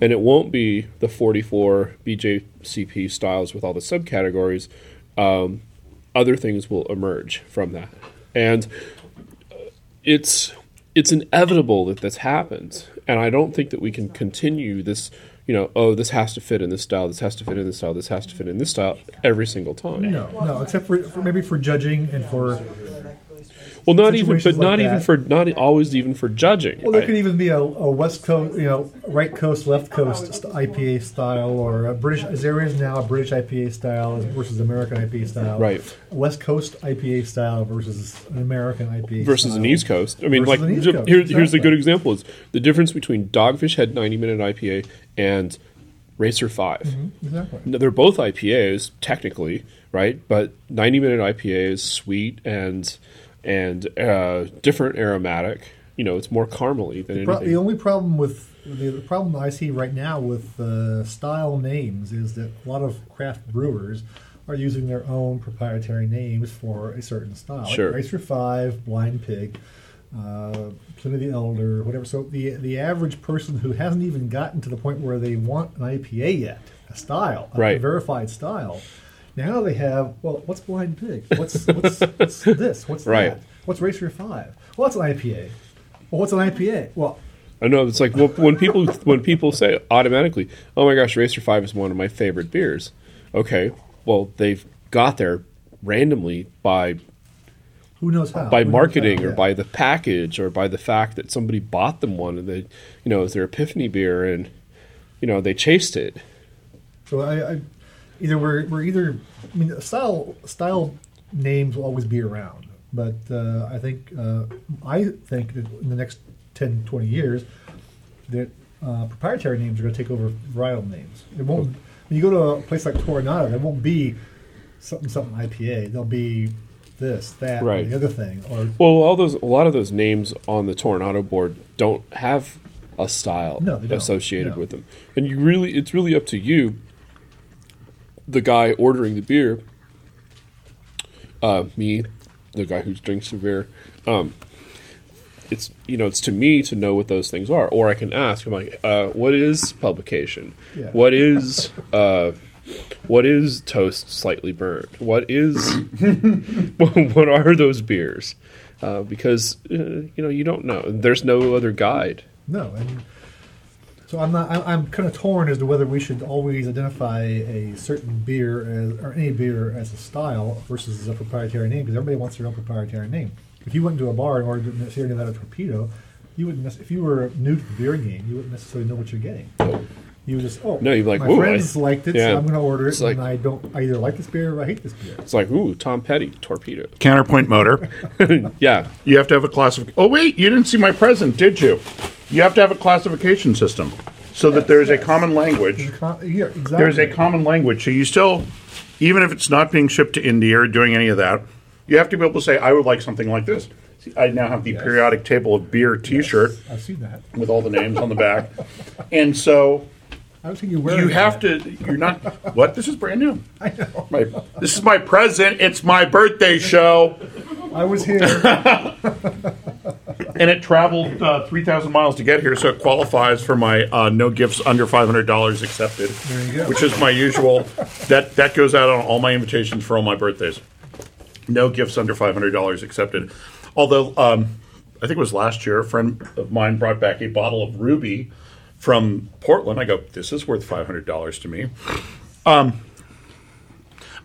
Speaker 1: And it won't be the 44 BJCP styles with all the subcategories. Um, other things will emerge from that. And it's it's inevitable that this happens and i don't think that we can continue this you know oh this has to fit in this style this has to fit in this style this has to fit in this style every single time
Speaker 4: No, no, except for, for maybe for judging and for
Speaker 1: well not even but
Speaker 4: Situations
Speaker 1: not
Speaker 4: like
Speaker 1: even
Speaker 4: that.
Speaker 1: for not e, always even for judging
Speaker 4: Well, there
Speaker 1: I-
Speaker 4: could even be a, a West Coast, you know, right coast, left coast st- IPA style, or a British, as there is now, a British IPA style versus American IPA style.
Speaker 1: Right.
Speaker 4: A West Coast IPA style versus an American IPA
Speaker 1: versus
Speaker 4: style.
Speaker 1: an East Coast. I mean,
Speaker 4: Versus
Speaker 1: like
Speaker 4: an East
Speaker 1: ju-
Speaker 4: Coast,
Speaker 1: here, here's a
Speaker 4: exactly.
Speaker 1: good example: is the difference between Dogfish Head 90 Minute IPA and Racer 5
Speaker 4: Mm-hmm. Exactly.
Speaker 1: Now, they're both IPAs technically, right? But 90 Minute IPA is sweet and and uh, different aromatic. You know, it's more caramely than
Speaker 4: Pro-
Speaker 1: anything.
Speaker 4: the only problem with the, the problem I see right now with uh, style names is that a lot of craft brewers are using their own proprietary names for a certain style.
Speaker 1: Sure.
Speaker 4: Like Racer Five, Blind Pig, uh, Pliny the Elder, whatever. So the the average person who hasn't even gotten to the point where they want an IPA yet, a style, a
Speaker 1: Right.
Speaker 4: verified style. Now they have well, what's Blind Pig? What's what's, what's this? What's
Speaker 1: Right.
Speaker 4: that? What's Racer Five? Well, it's an IPA. Well, what's an IPA? Well,
Speaker 1: I know it's like well, when people when people say automatically, "Oh my gosh, Racer Five is one of my favorite beers." Okay, well they've got there randomly by
Speaker 4: who knows how?
Speaker 1: by
Speaker 4: Who knows
Speaker 1: marketing
Speaker 4: how?
Speaker 1: or
Speaker 4: Yeah.
Speaker 1: by the package or by the fact that somebody bought them one and they you know it was their epiphany beer and you know they chased it
Speaker 4: So I, I either we're, we're either I mean style style names will always be around, but uh, I think uh, I think that in the next 10, 20 years that uh, proprietary names are going to take over varietal names. It won't. When you go to a place like Coronado, there won't be something something IPA. There'll be this, that, or
Speaker 1: Right.
Speaker 4: the other thing, or
Speaker 1: well all those a lot of those names on the tornado board don't have a style
Speaker 4: No, they don't.
Speaker 1: associated
Speaker 4: No.
Speaker 1: with them and you really it's really up to you the guy ordering the beer uh, me the guy who drinks the beer um, it's you know it's to me to know what those things are or i can ask i'm like uh, what is publication
Speaker 4: Yeah.
Speaker 1: what is uh, what is toast slightly burned what is what are those beers uh, because uh, you know you don't know there's no other guide
Speaker 4: No, and so I'm not. I'm, I'm kind of torn as to whether we should always identify a certain beer as, or any beer as a style versus a proprietary name because everybody wants their own proprietary name. If you went to a bar and ordered necessarily that a torpedo, you wouldn't. nec- If you were new to the beer game, you wouldn't necessarily know what you're getting. You just oh
Speaker 1: No, you'd be like,
Speaker 4: my
Speaker 1: "Ooh, I-
Speaker 4: friends liked it,
Speaker 1: yeah.
Speaker 4: so I'm going to order it.
Speaker 1: It's like-
Speaker 4: and I don't. I either like this beer or I hate this beer.
Speaker 1: It's like, ooh, Tom Petty, torpedo.
Speaker 2: Counterpoint motor.
Speaker 1: Yeah.
Speaker 2: You have to have a classification. Oh wait, you didn't see my present, did you? You have to have a classification system so that there is a common language.
Speaker 4: Con- yeah, exactly.
Speaker 2: There is a common language, so you still, even if it's not being shipped to India or doing any of that, you have to be able to say, "I would like something like this." See, I now have the periodic table of beer T-shirt
Speaker 4: I've seen that.
Speaker 2: with all the names on the back, and so
Speaker 4: I was thinking where
Speaker 2: you have to. You're not what? This is brand new. I know. My, this is my present. It's my birthday show.
Speaker 4: I was here.
Speaker 2: and it traveled uh, 3,000 miles to get here, so it qualifies for my uh, no gifts under $500 accepted,
Speaker 4: There you go.
Speaker 2: which is my usual. That that goes out on all my invitations for all my birthdays. No gifts under $500 accepted. Although um, I think it was last year, a friend of mine brought back a bottle of Ruby from Portland. I go, this is worth $500 to me.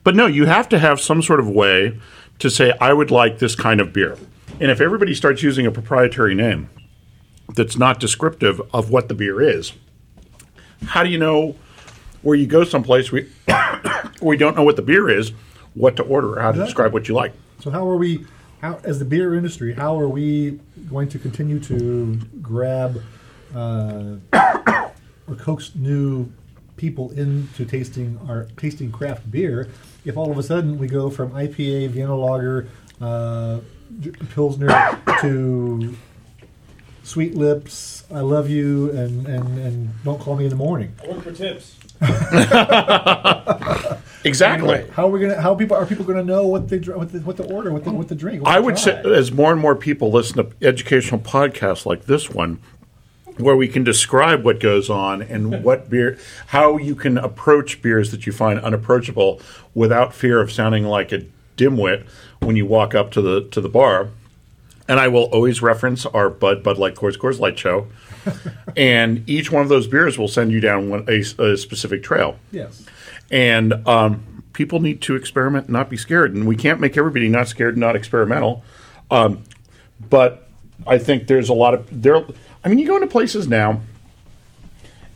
Speaker 2: But no, you have to have some sort of way to say, I would like this kind of beer. And if everybody starts using a proprietary name that's not descriptive of what the beer is, how do you know where you go someplace we we don't know what the beer is, what to order, or how to describe what you like?
Speaker 4: so how are we? How, as the beer industry, how are we going to continue to grab uh, or coax new people into tasting our tasting craft beer if all of a sudden we go from IPA, Vienna Lager, uh, J- Pilsner to Sweet Lips, I Love You, and, and, and Don't Call Me in the Morning.
Speaker 6: Work for tips.
Speaker 2: Exactly.
Speaker 4: How are we gonna? How people are people gonna know what they dr- what the, what to order, what the what to drink? what
Speaker 2: I
Speaker 4: to
Speaker 2: would
Speaker 4: try?
Speaker 2: say, uh, as more and more people listen to educational podcasts like this one, where we can describe what goes on and what beer, how you can approach beers that you find unapproachable without fear of sounding like a dimwit when you walk up to the to the bar. And I will always reference our Bud Bud Light Coors Coors Light show, and each one of those beers will send you down one, a, a specific trail.
Speaker 4: yes.
Speaker 2: And um, people need to experiment and not be scared. And we can't make everybody not scared and not experimental. Um, but I think there's a lot of there. I mean, you go into places now,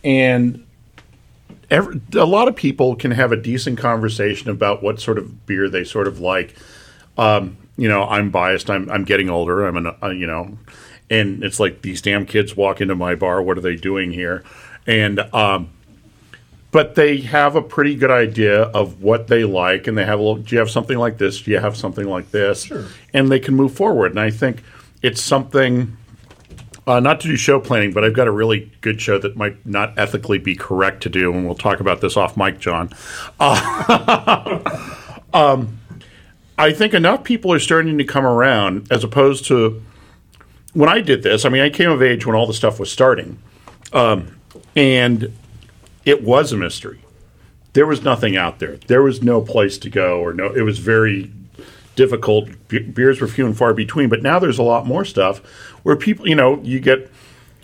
Speaker 2: and every, a lot of people can have a decent conversation about what sort of beer they sort of like. Um, you know, I'm biased. I'm I'm getting older. I'm an uh, you know, and it's like these damn kids walk into my bar. What are they doing here? And um, but they have a pretty good idea of what they like and they have a little do you have something like this do you have something like this and they can move forward and i think it's something uh, not to do show planning but i've got a really good show that might not ethically be correct to do and we'll talk about this off mic john Uh, um, I think enough people are starting to come around as opposed to when I did this. I mean, I came of age when all the stuff was starting, um, and it was a mystery. There was nothing out there. There was no place to go, or no. It was very difficult. Be- beers were few and far between. But now there's a lot more stuff where people, you know, you get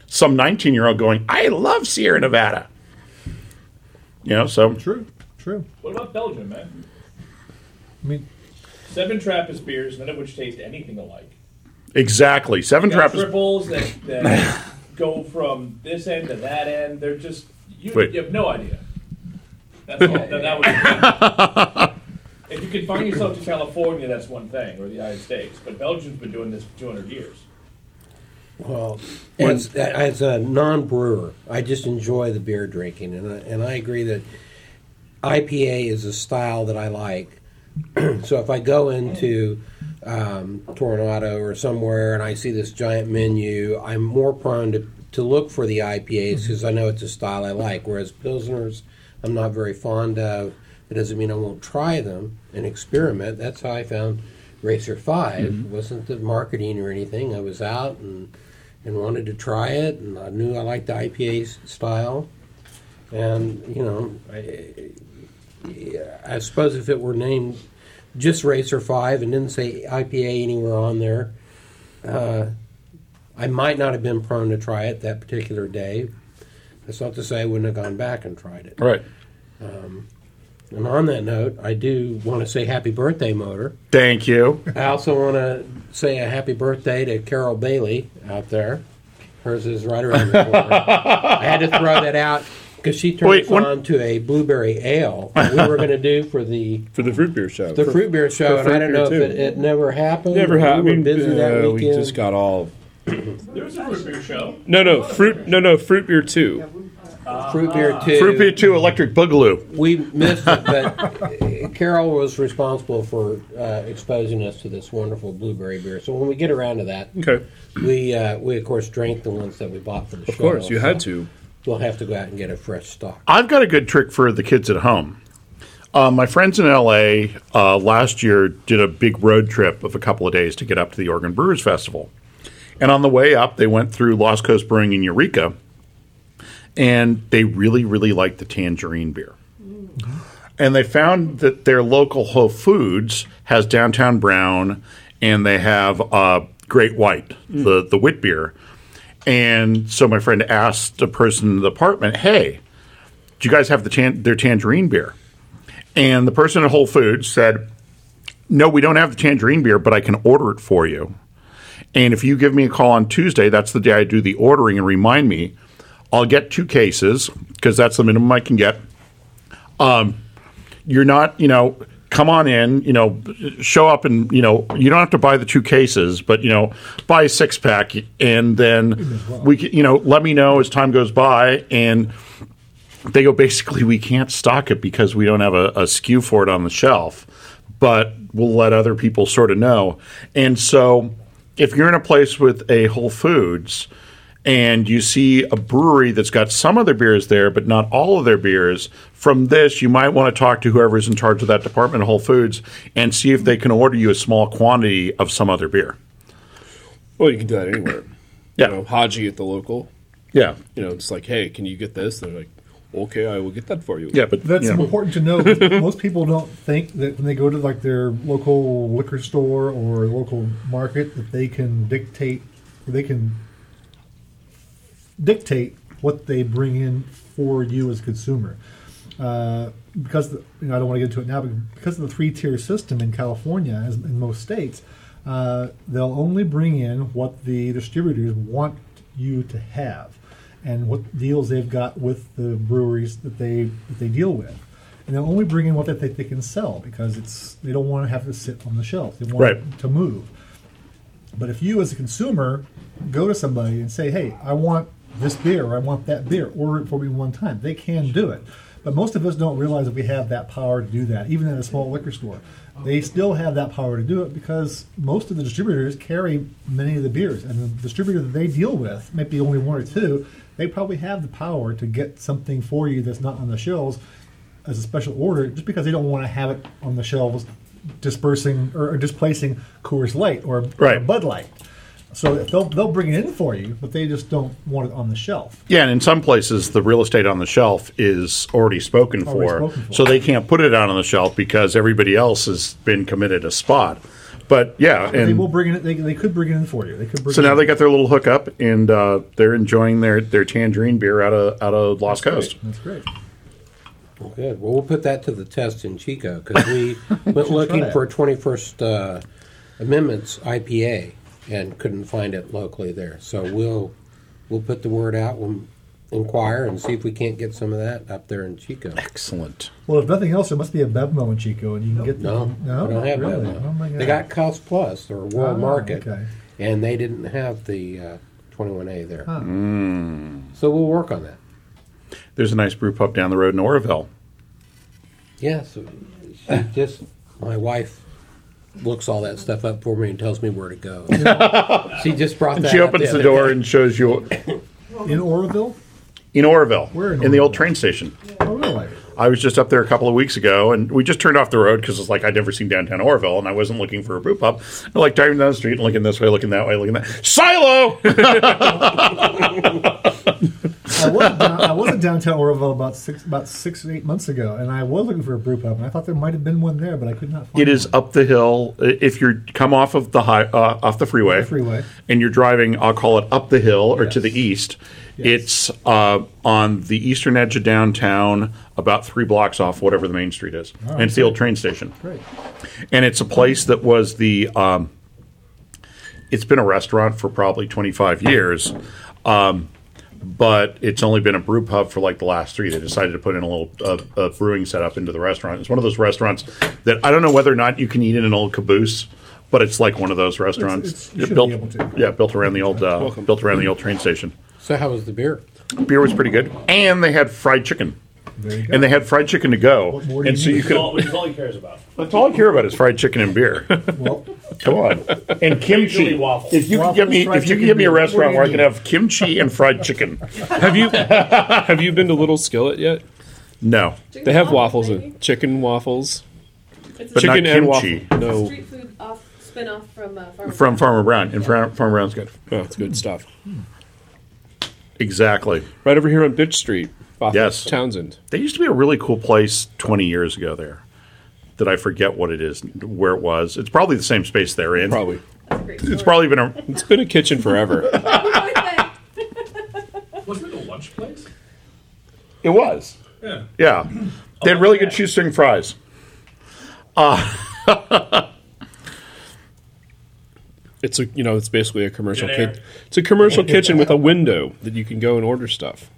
Speaker 2: some 19 year old going, "I love Sierra Nevada." You know, so
Speaker 4: True. True.
Speaker 6: What about Belgium, man?
Speaker 4: I mean,
Speaker 6: Seven Trappist beers, none of which taste anything alike.
Speaker 2: exactly seven
Speaker 6: You got
Speaker 2: trappers.
Speaker 6: triples that, that go from this end to that end. They're just you,
Speaker 2: Wait.
Speaker 6: you have no idea. That's all. that, that was. if you can find yourself to California, that's one thing, or the United States. But Belgium's been doing this for 200 years.
Speaker 9: Well, Uh, as, as a non-brewer, I just enjoy the beer drinking, and I, and I agree that IPA is a style that I like. so if I go into um, Tornado or somewhere and I see this giant menu, I'm more prone to, to look for the IPAs because I know it's a style I like. Whereas Pilsners, I'm not very fond of. It doesn't mean I won't try them and experiment. That's how I found Racer 5 It wasn't the marketing or anything. I was out and and wanted to try it, and I knew I liked the IPA style. And you know, I, I suppose if it were named just Racer Five and didn't say IPA anywhere on there, uh, I might not have been prone to try it that particular day. That's not to say I wouldn't have gone back and tried it.
Speaker 2: Right.
Speaker 9: And on that note, I do want to say happy birthday, Motor.
Speaker 2: Thank you.
Speaker 9: I also want to say a happy birthday to Carol Bailey out there. Hers is right around the corner. I had to throw that out Because she turned
Speaker 2: Wait,
Speaker 9: us
Speaker 2: one-
Speaker 9: on to a blueberry ale that we were going to do for the
Speaker 1: for the fruit beer show.
Speaker 9: the fruit beer show, and I
Speaker 1: fruit
Speaker 9: don't
Speaker 1: beer
Speaker 9: know if
Speaker 1: too.
Speaker 9: it, it never happened.
Speaker 1: Never
Speaker 9: or
Speaker 1: happened.
Speaker 9: We were busy that weekend.
Speaker 1: we just got all
Speaker 6: There was a root beer show.
Speaker 1: no, no fruit, no, no fruit beer too.
Speaker 9: fruit beer too.
Speaker 2: Fruit Beer 2 Electric Boogaloo.
Speaker 9: We missed it, but uh, Carol was responsible for uh, exposing us to this wonderful blueberry beer. So when we get around to that,
Speaker 1: Okay,
Speaker 9: we uh, we of course drank the ones that we bought for the show.
Speaker 1: of course you had
Speaker 9: so
Speaker 1: to.
Speaker 9: We'll have to go out and get a fresh stock.
Speaker 2: I've got a good trick for the kids at home. Uh, my friends in LA uh, last year did a big road trip of a couple of days to get up to the Oregon Brewers Festival. And on the way up, they went through Lost Coast Brewing in Eureka, and they really, really liked the tangerine beer. And they found that their local Whole Foods has Downtown Brown, and they have uh, Great White, the the wit beer. And so my friend asked a person in the apartment, "Hey, do you guys have the tan- their tangerine beer?" And the person at Whole Foods said, "No, we don't have the tangerine beer, but I can order it for you." And if you give me a call on Tuesday, that's the day I do the ordering and remind me, I'll get two cases because that's the minimum I can get. Um, you're not, you know, come on in, you know, show up and, you know, you don't have to buy the two cases, but, you know, buy a six pack and then we, can- you know, let me know as time goes by. And they go, basically, we can't stock it because we don't have a, a SKU for it on the shelf, but we'll let other people sort of know. And so if you're in a place with a Whole Foods and you see a brewery that's got some of their beers there, but not all of their beers, from this, you might want to talk to whoever's in charge of that department at Whole Foods and see if they can order you a small quantity of some other beer.
Speaker 1: Well, you can do that anywhere.
Speaker 2: Yeah.
Speaker 1: you know, Haji at the local.
Speaker 2: Yeah.
Speaker 1: You know, it's like, hey, can you get this? They're like, okay, I will get that for you.
Speaker 2: Yeah, but
Speaker 4: That's
Speaker 2: you know.
Speaker 4: important to know. 'cause most people don't think that when they go to like their local liquor store or local market that they can dictate they can dictate what they bring in for you as consumer. Uh, because the, you know, I don't want to get into it now, but because of the three tier system in California, as in most states, uh, they'll only bring in what the distributors want you to have, and what deals they've got with the breweries that they that they deal with, and they'll only bring in what they think they can sell because it's they don't want to have to sit on the shelf. They want
Speaker 2: Right.
Speaker 4: it to move. But if you, as a consumer, go to somebody and say, "Hey, I want this beer, or I want that beer," order it for me one time, they can do it. But most of us don't realize that we have that power to do that, even at a small liquor store. They still have that power to do it because most of the distributors carry many of the beers, and the distributor that they deal with, maybe only one or two, they probably have the power to get something for you that's not on the shelves as a special order just because they don't want to have it on the shelves dispersing or, or displacing Coors Light or, or
Speaker 2: Right.
Speaker 4: Bud Light. So if they'll, they'll bring it in for you, but they just don't want it on the shelf.
Speaker 2: Yeah, and in some places, the real estate on the shelf is already spoken,
Speaker 4: Already
Speaker 2: for,
Speaker 4: spoken for.
Speaker 2: so they can't put it out on the shelf because everybody else has been committed a spot. But yeah, and
Speaker 4: they will bring it. They, they could bring it in for you. They could bring.
Speaker 2: so
Speaker 4: it
Speaker 2: now
Speaker 4: in.
Speaker 2: they got their little hookup, and uh, they're enjoying their, their tangerine beer out of out of Lost Coast.
Speaker 4: That's great.
Speaker 9: Well, Good. Well, we'll put that to the test in Chico because we went looking
Speaker 4: that.
Speaker 9: for 21st uh, Amendments IPA and couldn't find it locally there. So we'll we'll put the word out. We'll inquire and see if we can't get some of that up there in Chico.
Speaker 2: Excellent.
Speaker 4: Well, if nothing else, there must be a Bevmo in Chico, and you can get
Speaker 9: No,
Speaker 4: no,
Speaker 9: they don't have
Speaker 4: really.
Speaker 9: that. now.
Speaker 4: Oh my god,
Speaker 9: They got Cost Plus or World
Speaker 4: Ah,
Speaker 9: Market,
Speaker 4: okay.
Speaker 9: and they didn't have the uh, 21A there. So we'll work on that.
Speaker 2: There's a nice brew pub down the road in Oroville.
Speaker 9: Yes, she just my wife looks all that stuff up for me and tells me where to go. she just brought that.
Speaker 2: She
Speaker 9: up
Speaker 2: opens the
Speaker 9: other
Speaker 2: door
Speaker 9: day.
Speaker 2: and shows you
Speaker 4: in Oroville.
Speaker 2: in Oroville,
Speaker 4: Where in
Speaker 2: in the
Speaker 4: Oroville?
Speaker 2: old train station.
Speaker 4: Oh really?
Speaker 2: I was just up there a couple of weeks ago, and we just turned off the road because it's like I'd never seen downtown Oroville, and I wasn't looking for a brew pub. I'm like driving down the street, and looking this way, looking that way, looking that silo.
Speaker 4: I was, down, I was in downtown Oroville about six about six or eight months ago, and I was looking for a brew pub, and I thought there might have been one there, but I could not find
Speaker 2: it is up the hill. I- If you come off of the high, uh, off the freeway,
Speaker 4: The freeway.
Speaker 2: and you're driving, I'll call it up the hill or to the east. It's uh, on the eastern edge of downtown, about three blocks off whatever the main street is,
Speaker 4: Oh,
Speaker 2: and it's the old train station.
Speaker 4: Great.
Speaker 2: and it's a place that was the um, it's been a restaurant for probably 25 years um, but it's only been a brew pub for like the last three. They decided to put in a little uh, a brewing setup into the restaurant. It's one of those restaurants that I don't know whether or not you can eat in an old caboose, but it's like one of those restaurants
Speaker 4: it's- you should
Speaker 2: built,
Speaker 4: be able to.
Speaker 2: yeah, built around the old uh, built around the old train station.
Speaker 9: So how was the beer?
Speaker 2: Beer was pretty good, and they had fried chicken,
Speaker 4: There you go.
Speaker 2: and they had fried chicken to go,
Speaker 4: What more do
Speaker 2: and
Speaker 4: you
Speaker 2: so
Speaker 4: need?
Speaker 2: you
Speaker 6: Which is
Speaker 2: could.
Speaker 6: all- Which is all he cares about.
Speaker 2: That's all I care about is fried chicken and beer.
Speaker 4: well,
Speaker 2: Come on, and kimchi.
Speaker 6: waffles.
Speaker 2: If you could give me,
Speaker 4: Waffles, fried
Speaker 2: if you could
Speaker 4: chicken,
Speaker 2: give me a
Speaker 4: beer.
Speaker 2: restaurant where
Speaker 4: What
Speaker 2: I
Speaker 4: do you
Speaker 2: can have kimchi and fried chicken,
Speaker 1: Have you have you been to Little Skillet yet?
Speaker 2: no,
Speaker 1: They have waffles and chicken waffles,
Speaker 5: It's
Speaker 2: But
Speaker 5: a
Speaker 2: not
Speaker 1: chicken and waffle.
Speaker 2: kimchi.
Speaker 1: No,
Speaker 5: street food off spin off from uh, Farmer
Speaker 2: from Farmer Brown, and Fra- Farmer Brown's good.
Speaker 1: oh, it's good stuff.
Speaker 2: Exactly.
Speaker 1: Right over here on Bitch Street, off
Speaker 2: Yes.
Speaker 1: yes. Townsend.
Speaker 2: There used to be a really cool place 20 years ago there that I forget what it is, where it was. It's probably the same space they're in.
Speaker 1: Probably,
Speaker 5: That's a great
Speaker 2: It's
Speaker 5: story.
Speaker 2: probably been a.
Speaker 1: it's been a kitchen forever.
Speaker 7: Oh,
Speaker 6: Wasn't it a lunch place?
Speaker 2: It was.
Speaker 6: Yeah.
Speaker 2: Yeah. They had really good shoestring fries.
Speaker 1: It's a you know it's basically a commercial
Speaker 6: Good air.
Speaker 1: kitchen. It's a commercial kitchen with a window that you can go and order stuff.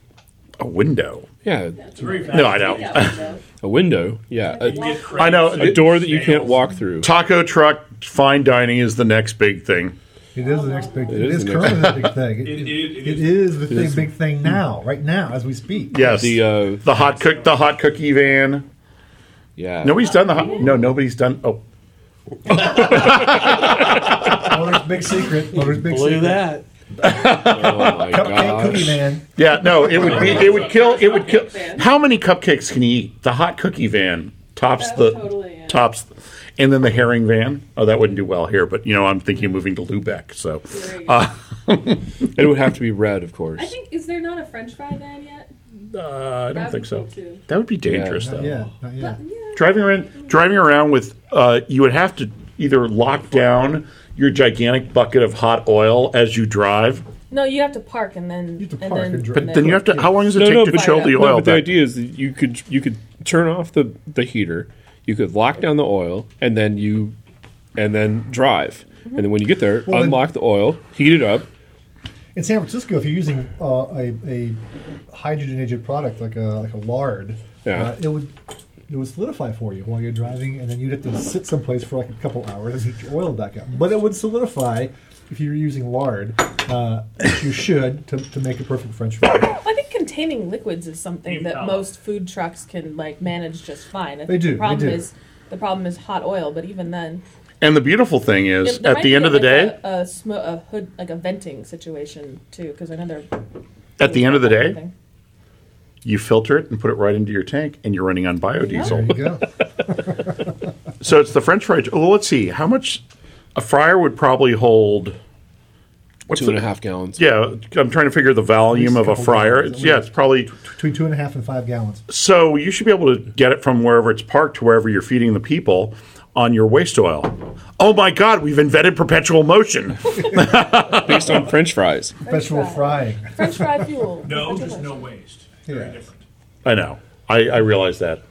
Speaker 2: A window.
Speaker 1: Yeah,
Speaker 6: It's very fast.
Speaker 2: No, I know.
Speaker 1: a window. Yeah, a,
Speaker 2: I know.
Speaker 1: a door that you can't walk through.
Speaker 2: Taco truck, fine dining is the next big thing.
Speaker 4: it is the next big. It,
Speaker 1: It
Speaker 4: it
Speaker 1: is
Speaker 4: is
Speaker 1: the
Speaker 4: currently the big thing. It,
Speaker 6: It- it- it
Speaker 4: it
Speaker 6: is-
Speaker 4: is the thing, big thing now, right now, as we speak.
Speaker 2: Yes.
Speaker 1: The
Speaker 2: The,
Speaker 1: uh,
Speaker 2: hot cook, the hot cookie van.
Speaker 1: yeah.
Speaker 2: Nobody's done the hot. No, nobody's done. Oh,
Speaker 4: Mother's big secret. Mother's big
Speaker 9: Believe
Speaker 4: secret.
Speaker 9: that.
Speaker 1: oh my
Speaker 4: Cupcake cookie
Speaker 1: gosh.
Speaker 4: man.
Speaker 2: yeah. No, it would be. It would kill. It would kill. How many cupcakes can you eat? The hot cookie van tops
Speaker 5: That's
Speaker 2: the
Speaker 5: totally it.
Speaker 2: tops, and then the herring van. Oh, that wouldn't do well here, but you know I'm thinking of moving to Lubeck. So
Speaker 5: There you go.
Speaker 2: Uh,
Speaker 1: It would have to be red, of
Speaker 5: I
Speaker 1: course.
Speaker 5: think is there not a French fry van yet?
Speaker 2: uh, I don't
Speaker 5: That'd
Speaker 2: think
Speaker 5: be
Speaker 2: so.
Speaker 5: cool, too.
Speaker 2: That would be dangerous
Speaker 4: Not
Speaker 2: though.
Speaker 4: yet. Not yet.
Speaker 5: Yeah.
Speaker 2: Driving around, driving around with uh, you would have to either lock down your gigantic bucket of hot oil as you drive,
Speaker 7: No, you have to park and then.
Speaker 4: You have to
Speaker 7: and
Speaker 4: park
Speaker 7: then,
Speaker 4: and drive.
Speaker 2: but then you have to. How long does it
Speaker 1: No,
Speaker 2: take
Speaker 1: no,
Speaker 2: to
Speaker 1: but-
Speaker 2: chill the
Speaker 7: No,
Speaker 2: oil?
Speaker 1: no, but the
Speaker 2: back?
Speaker 1: idea is that you could you could turn off the the heater, you could lock down the oil, and then you, and then drive, and then when you get there,
Speaker 4: Well, then-
Speaker 1: unlock the oil, heat it up.
Speaker 4: In San Francisco, if you're using uh, a, a hydrogenated product like a like a lard,
Speaker 1: Yeah.
Speaker 4: uh, it would it would solidify for you while you're driving, and then you'd have to sit someplace for like a couple hours and get your oil back up. But it would solidify if you're using lard, uh, which you should to, to make a perfect French fry.
Speaker 7: I think containing liquids is something that
Speaker 6: power.
Speaker 7: most food trucks can like manage just fine. I
Speaker 4: They
Speaker 7: think
Speaker 4: do,
Speaker 7: The
Speaker 4: they
Speaker 7: problem
Speaker 4: do.
Speaker 7: is the problem is hot oil, but even then,
Speaker 2: And the beautiful thing is,
Speaker 7: there
Speaker 2: at
Speaker 7: might
Speaker 2: the
Speaker 7: be,
Speaker 2: end of the
Speaker 7: like,
Speaker 2: day,
Speaker 7: a, a, smo- a hood like a venting situation too, because I know they're
Speaker 2: at the end of the day,
Speaker 7: Venting.
Speaker 2: you filter it and put it right into your tank, and you're running on
Speaker 4: There
Speaker 2: biodiesel.
Speaker 4: you go.
Speaker 2: So it's the French fry. Well, let's see. How much a fryer would probably hold? What's
Speaker 1: Two and a
Speaker 2: the-
Speaker 1: half gallons.
Speaker 2: Yeah, I'm trying to figure the volume of a
Speaker 4: couple
Speaker 2: fryer.
Speaker 4: gallons,
Speaker 2: It's,
Speaker 4: at
Speaker 2: yeah, it's probably
Speaker 4: Between two and a half and five gallons.
Speaker 2: so you should be able to get it from wherever it's parked to wherever you're feeding the people on your waste oil. Oh my God, we've invented perpetual motion.
Speaker 1: based on French fries.
Speaker 4: Vegetable frying.
Speaker 7: French fry fuel.
Speaker 6: No,
Speaker 7: That's a
Speaker 6: there's
Speaker 7: good
Speaker 6: no
Speaker 7: one.
Speaker 6: waste.
Speaker 4: Yeah.
Speaker 6: Very different.
Speaker 2: I know. I, I realize that.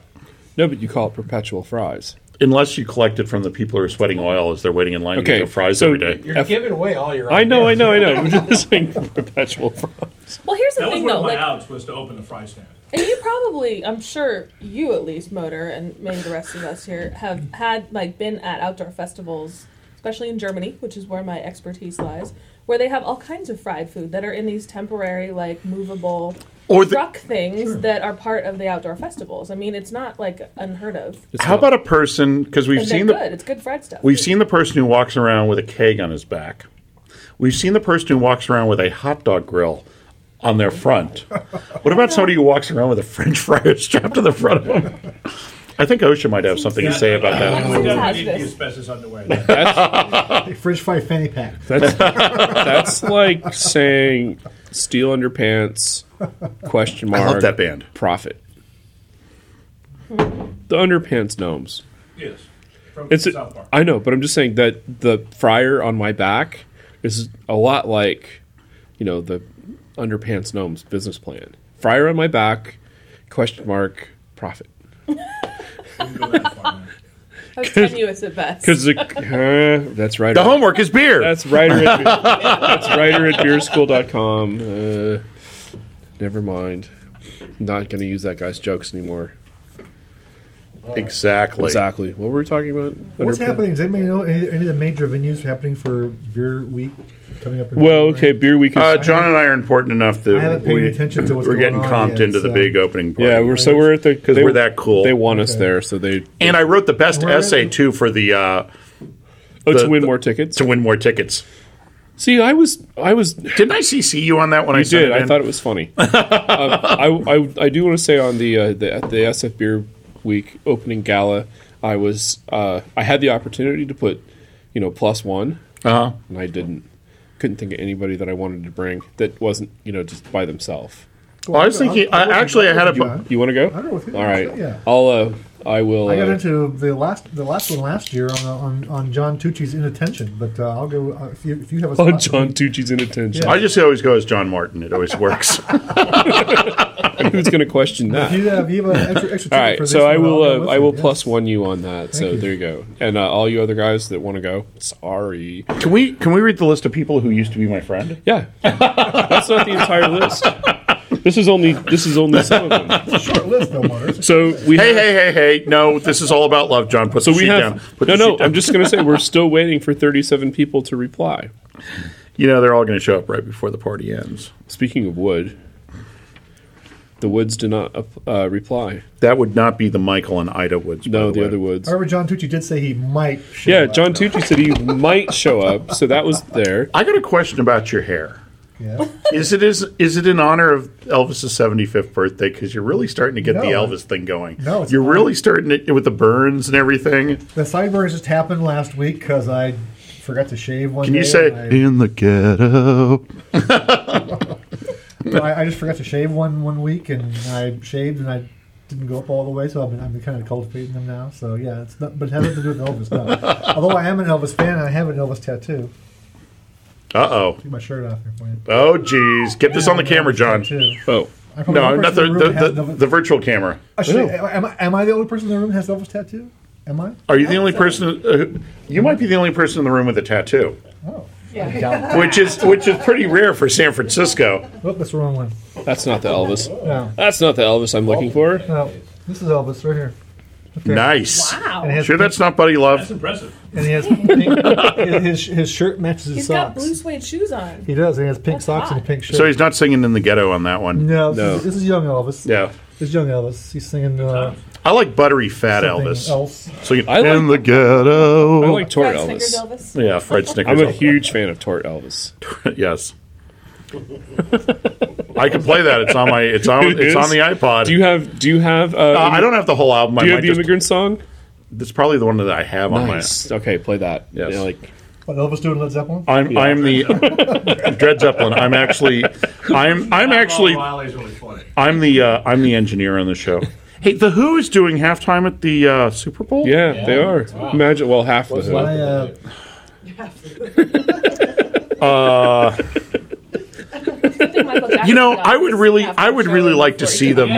Speaker 1: No, but you call it perpetual fries.
Speaker 2: Unless you collect it from the people who are sweating oil as they're waiting in line to get
Speaker 1: Okay,
Speaker 2: their fries
Speaker 1: so-
Speaker 2: every day.
Speaker 9: You're giving away all your.
Speaker 1: I know, I know, I know. I'm just saying perpetual fries.
Speaker 7: Well, here's the
Speaker 6: That was
Speaker 7: thing
Speaker 6: one
Speaker 7: though,
Speaker 6: of my
Speaker 7: like,
Speaker 6: outs was to open the fry stand.
Speaker 7: and you probably, I'm sure you at least, Motor, and maybe the rest of us here have had like been at outdoor festivals, especially in Germany, which is where my expertise lies, where they have all kinds of fried food that are in these temporary, like movable
Speaker 2: Or the,
Speaker 7: truck things that are part of the outdoor festivals. I mean, it's not like unheard of.
Speaker 2: how about a person? Because we've
Speaker 7: And they're
Speaker 2: seen the
Speaker 7: good. it's good fried stuff.
Speaker 2: We've seen the person who walks around with a keg on his back. We've seen the person who walks around with a hot dog grill on their front. What about somebody who walks around with a french fryer strapped to the front of them? I think OSHA might have something to say about that.
Speaker 6: We
Speaker 7: It's
Speaker 6: definitely need the
Speaker 7: hazardous.
Speaker 6: asbestos underwear.
Speaker 4: French fry fanny pack.
Speaker 1: That's that's like saying steel underpants question
Speaker 2: I
Speaker 1: mark.
Speaker 2: love that band.
Speaker 1: Profit. The underpants gnomes.
Speaker 6: Yes. From
Speaker 1: It's a-
Speaker 6: South Park.
Speaker 1: I know, but I'm just saying that the fryer on my back is a lot like, you know, the underpants gnomes business plan. Fryer on my back, question mark, profit.
Speaker 6: Didn't go that far, man.
Speaker 7: That's tenuous at best.
Speaker 1: Because that's right.
Speaker 2: The homework is beer.
Speaker 1: That's writer. At, that's writer at beerschool.com. Uh, Never mind. Not going to use that guy's jokes anymore.
Speaker 2: Exactly.
Speaker 1: Exactly. What were we talking about?
Speaker 4: What's
Speaker 1: Underpin-
Speaker 4: happening? Does anybody know any, any of the major venues happening for Beer Week coming up? In
Speaker 1: Well,
Speaker 4: February?
Speaker 1: okay, beer week is.
Speaker 2: Uh, John and I are important enough that
Speaker 4: I haven't paid
Speaker 2: we,
Speaker 4: attention to what's
Speaker 2: are
Speaker 4: going
Speaker 2: getting
Speaker 4: on
Speaker 2: comped
Speaker 4: yet,
Speaker 2: into the
Speaker 4: so-
Speaker 2: big opening party.
Speaker 1: yeah, we're so we're at the
Speaker 2: 'Cause
Speaker 1: they-
Speaker 2: we're that cool.
Speaker 1: They want us
Speaker 4: Okay.
Speaker 1: there, so they
Speaker 2: and I wrote the best
Speaker 4: Where is
Speaker 2: essay
Speaker 4: it?
Speaker 2: too for the uh,
Speaker 1: oh,
Speaker 2: the-
Speaker 1: to win
Speaker 2: the-
Speaker 1: more tickets.
Speaker 2: to win more tickets.
Speaker 1: See, I was I was
Speaker 2: Didn't I CC you on that when I
Speaker 1: You
Speaker 2: sent
Speaker 1: did.
Speaker 2: It
Speaker 1: I
Speaker 2: in?
Speaker 1: thought it was funny. um, I, I, I do want to say on the uh, the at the SF Beer Week opening gala, I was uh, I had the opportunity to put you know plus one,
Speaker 2: Uh-huh.
Speaker 1: and I didn't. Couldn't think of anybody that I wanted to bring that wasn't you know just by themselves.
Speaker 2: Well, I was thinking. I, actually, I had a. bu-
Speaker 4: John.
Speaker 1: You want to go?
Speaker 4: don't know if you-
Speaker 1: All right.
Speaker 4: yeah.
Speaker 1: I'll. Uh, I will.
Speaker 4: I got
Speaker 1: uh,
Speaker 4: into the last the last one last year on on, on John Tucci's inattention, but uh, I'll go uh, if you if you have a
Speaker 1: Oh,
Speaker 4: spot-
Speaker 1: John Tucci's in attention.
Speaker 2: I just always go as John Martin. It always works.
Speaker 1: Who's going to question that?
Speaker 4: If you have, if you have an extra, extra
Speaker 1: All
Speaker 4: ticket for
Speaker 1: right,
Speaker 4: this
Speaker 1: so I
Speaker 4: one, I'll
Speaker 1: will
Speaker 4: go
Speaker 1: uh,
Speaker 4: with
Speaker 1: I
Speaker 4: you,
Speaker 1: will
Speaker 4: yeah.
Speaker 1: plus one you on that. So
Speaker 4: you.
Speaker 1: there you go, and uh, all you other guys that want to go, sorry.
Speaker 2: can we can we read the list of people who used to be my friend?
Speaker 1: Yeah, that's not the entire list. This is only this is only some of them.
Speaker 4: short list, no more.
Speaker 1: So we
Speaker 2: Hey,
Speaker 1: have,
Speaker 2: hey, hey, hey! No, this is all about love, John. Put
Speaker 1: so
Speaker 2: the
Speaker 1: we
Speaker 2: sheet
Speaker 1: have
Speaker 2: down. Put
Speaker 1: no
Speaker 2: the
Speaker 1: no.
Speaker 2: sheet down.
Speaker 1: I'm just gonna say we're still waiting for 37 people to reply.
Speaker 2: You know they're all going to show up right before the party ends.
Speaker 1: Speaking of wood, the woods did not up- uh, reply.
Speaker 2: That would not be the Michael and Ida Woods. by
Speaker 1: No, the
Speaker 2: way.
Speaker 1: other woods.
Speaker 4: However, John Tucci did say he might. show
Speaker 1: Yeah,
Speaker 4: up.
Speaker 1: John Tucci said he might show up, so that was there.
Speaker 2: I got a question about your hair.
Speaker 4: Yeah.
Speaker 2: Is it is is it in honor of Elvis's seventy fifth birthday? Because you're really starting to get the
Speaker 4: No.
Speaker 2: Elvis thing going.
Speaker 4: No, it's
Speaker 2: you're
Speaker 4: not.
Speaker 2: really starting it with the burns and everything.
Speaker 4: The sideburns just happened last week because I forgot to shave one
Speaker 2: Can
Speaker 4: day.
Speaker 2: you say
Speaker 4: and
Speaker 2: in the ghetto?
Speaker 4: I, I, I just forgot to shave one one week, and I shaved and I didn't go up all the way, so I've been, I've been kind of cultivating them now. So yeah, it's not, but it has nothing to do with Elvis. No. Although I am an Elvis fan, and I have an Elvis tattoo.
Speaker 2: Uh oh.
Speaker 4: Take my shirt off here for you.
Speaker 2: Oh geez, get this on the camera, John.
Speaker 4: Tattoo.
Speaker 1: Oh,
Speaker 4: I'm probably
Speaker 2: No,
Speaker 4: only
Speaker 2: not the
Speaker 4: person in the
Speaker 2: the,
Speaker 4: room that has
Speaker 2: the,
Speaker 4: an Elvis-
Speaker 2: the virtual camera.
Speaker 4: Actually, Oh, am, I, am I the only person in the room that has Elvis tattoo? Am I?
Speaker 2: Are you the only person? Uh, who- you might be the only person in the room with a tattoo,
Speaker 4: Oh,
Speaker 2: which is which is pretty rare for San Francisco.
Speaker 4: oh that's the wrong one.
Speaker 1: that's not the Elvis.
Speaker 4: No,
Speaker 1: That's not the Elvis I'm looking for.
Speaker 4: no, this is Elvis right here.
Speaker 2: Nice.
Speaker 4: And he
Speaker 7: Wow.
Speaker 4: has
Speaker 2: Sure, that's not Buddy Love.
Speaker 6: impressive.
Speaker 4: and he has pink, his his shirt matches his
Speaker 7: He's got
Speaker 4: socks.
Speaker 7: blue suede shoes on.
Speaker 4: He does. He has pink
Speaker 7: That's
Speaker 4: socks and a
Speaker 7: hot.
Speaker 4: pink shirt.
Speaker 2: So he's not singing in the ghetto on that one.
Speaker 4: no,
Speaker 1: No.
Speaker 4: This, is, this is young Elvis.
Speaker 2: Yeah.
Speaker 4: This is young Elvis. He's singing uh,
Speaker 2: I like buttery fat
Speaker 4: something
Speaker 2: Elvis.
Speaker 4: else.
Speaker 2: So you
Speaker 1: I like-
Speaker 2: the ghetto.
Speaker 1: I like Tori
Speaker 7: Fred Snickers
Speaker 1: Elvis.
Speaker 7: Elvis.
Speaker 2: yeah, fried Snickers.
Speaker 1: I'm a
Speaker 2: Elvis.
Speaker 1: huge fan of Tort Elvis.
Speaker 2: yes. I can play that. It's on my. It's on.
Speaker 1: It
Speaker 2: it's
Speaker 1: is?
Speaker 2: on the iPod.
Speaker 1: Do you have? Do you have? Uh,
Speaker 2: uh, I don't have the whole album.
Speaker 1: Do you
Speaker 2: I
Speaker 1: have
Speaker 2: might
Speaker 1: the
Speaker 2: just.
Speaker 1: immigrant song?
Speaker 2: It's probably the one that I have on my.
Speaker 1: Nice. Okay, play that.
Speaker 2: Yes.
Speaker 1: Yeah, like
Speaker 4: What Elvis doing Led Zeppelin?
Speaker 2: I'm I'm the Dred Zeppelin. I'm actually I'm I'm actually
Speaker 8: Wiley's really funny.
Speaker 2: I'm the uh, I'm the engineer on the show. Hey, the Who is doing halftime at the uh, Super Bowl.
Speaker 1: yeah, they are. Imagine well half the
Speaker 4: I,
Speaker 1: hood.
Speaker 4: uh,
Speaker 2: You know, I would really I would really like to see them.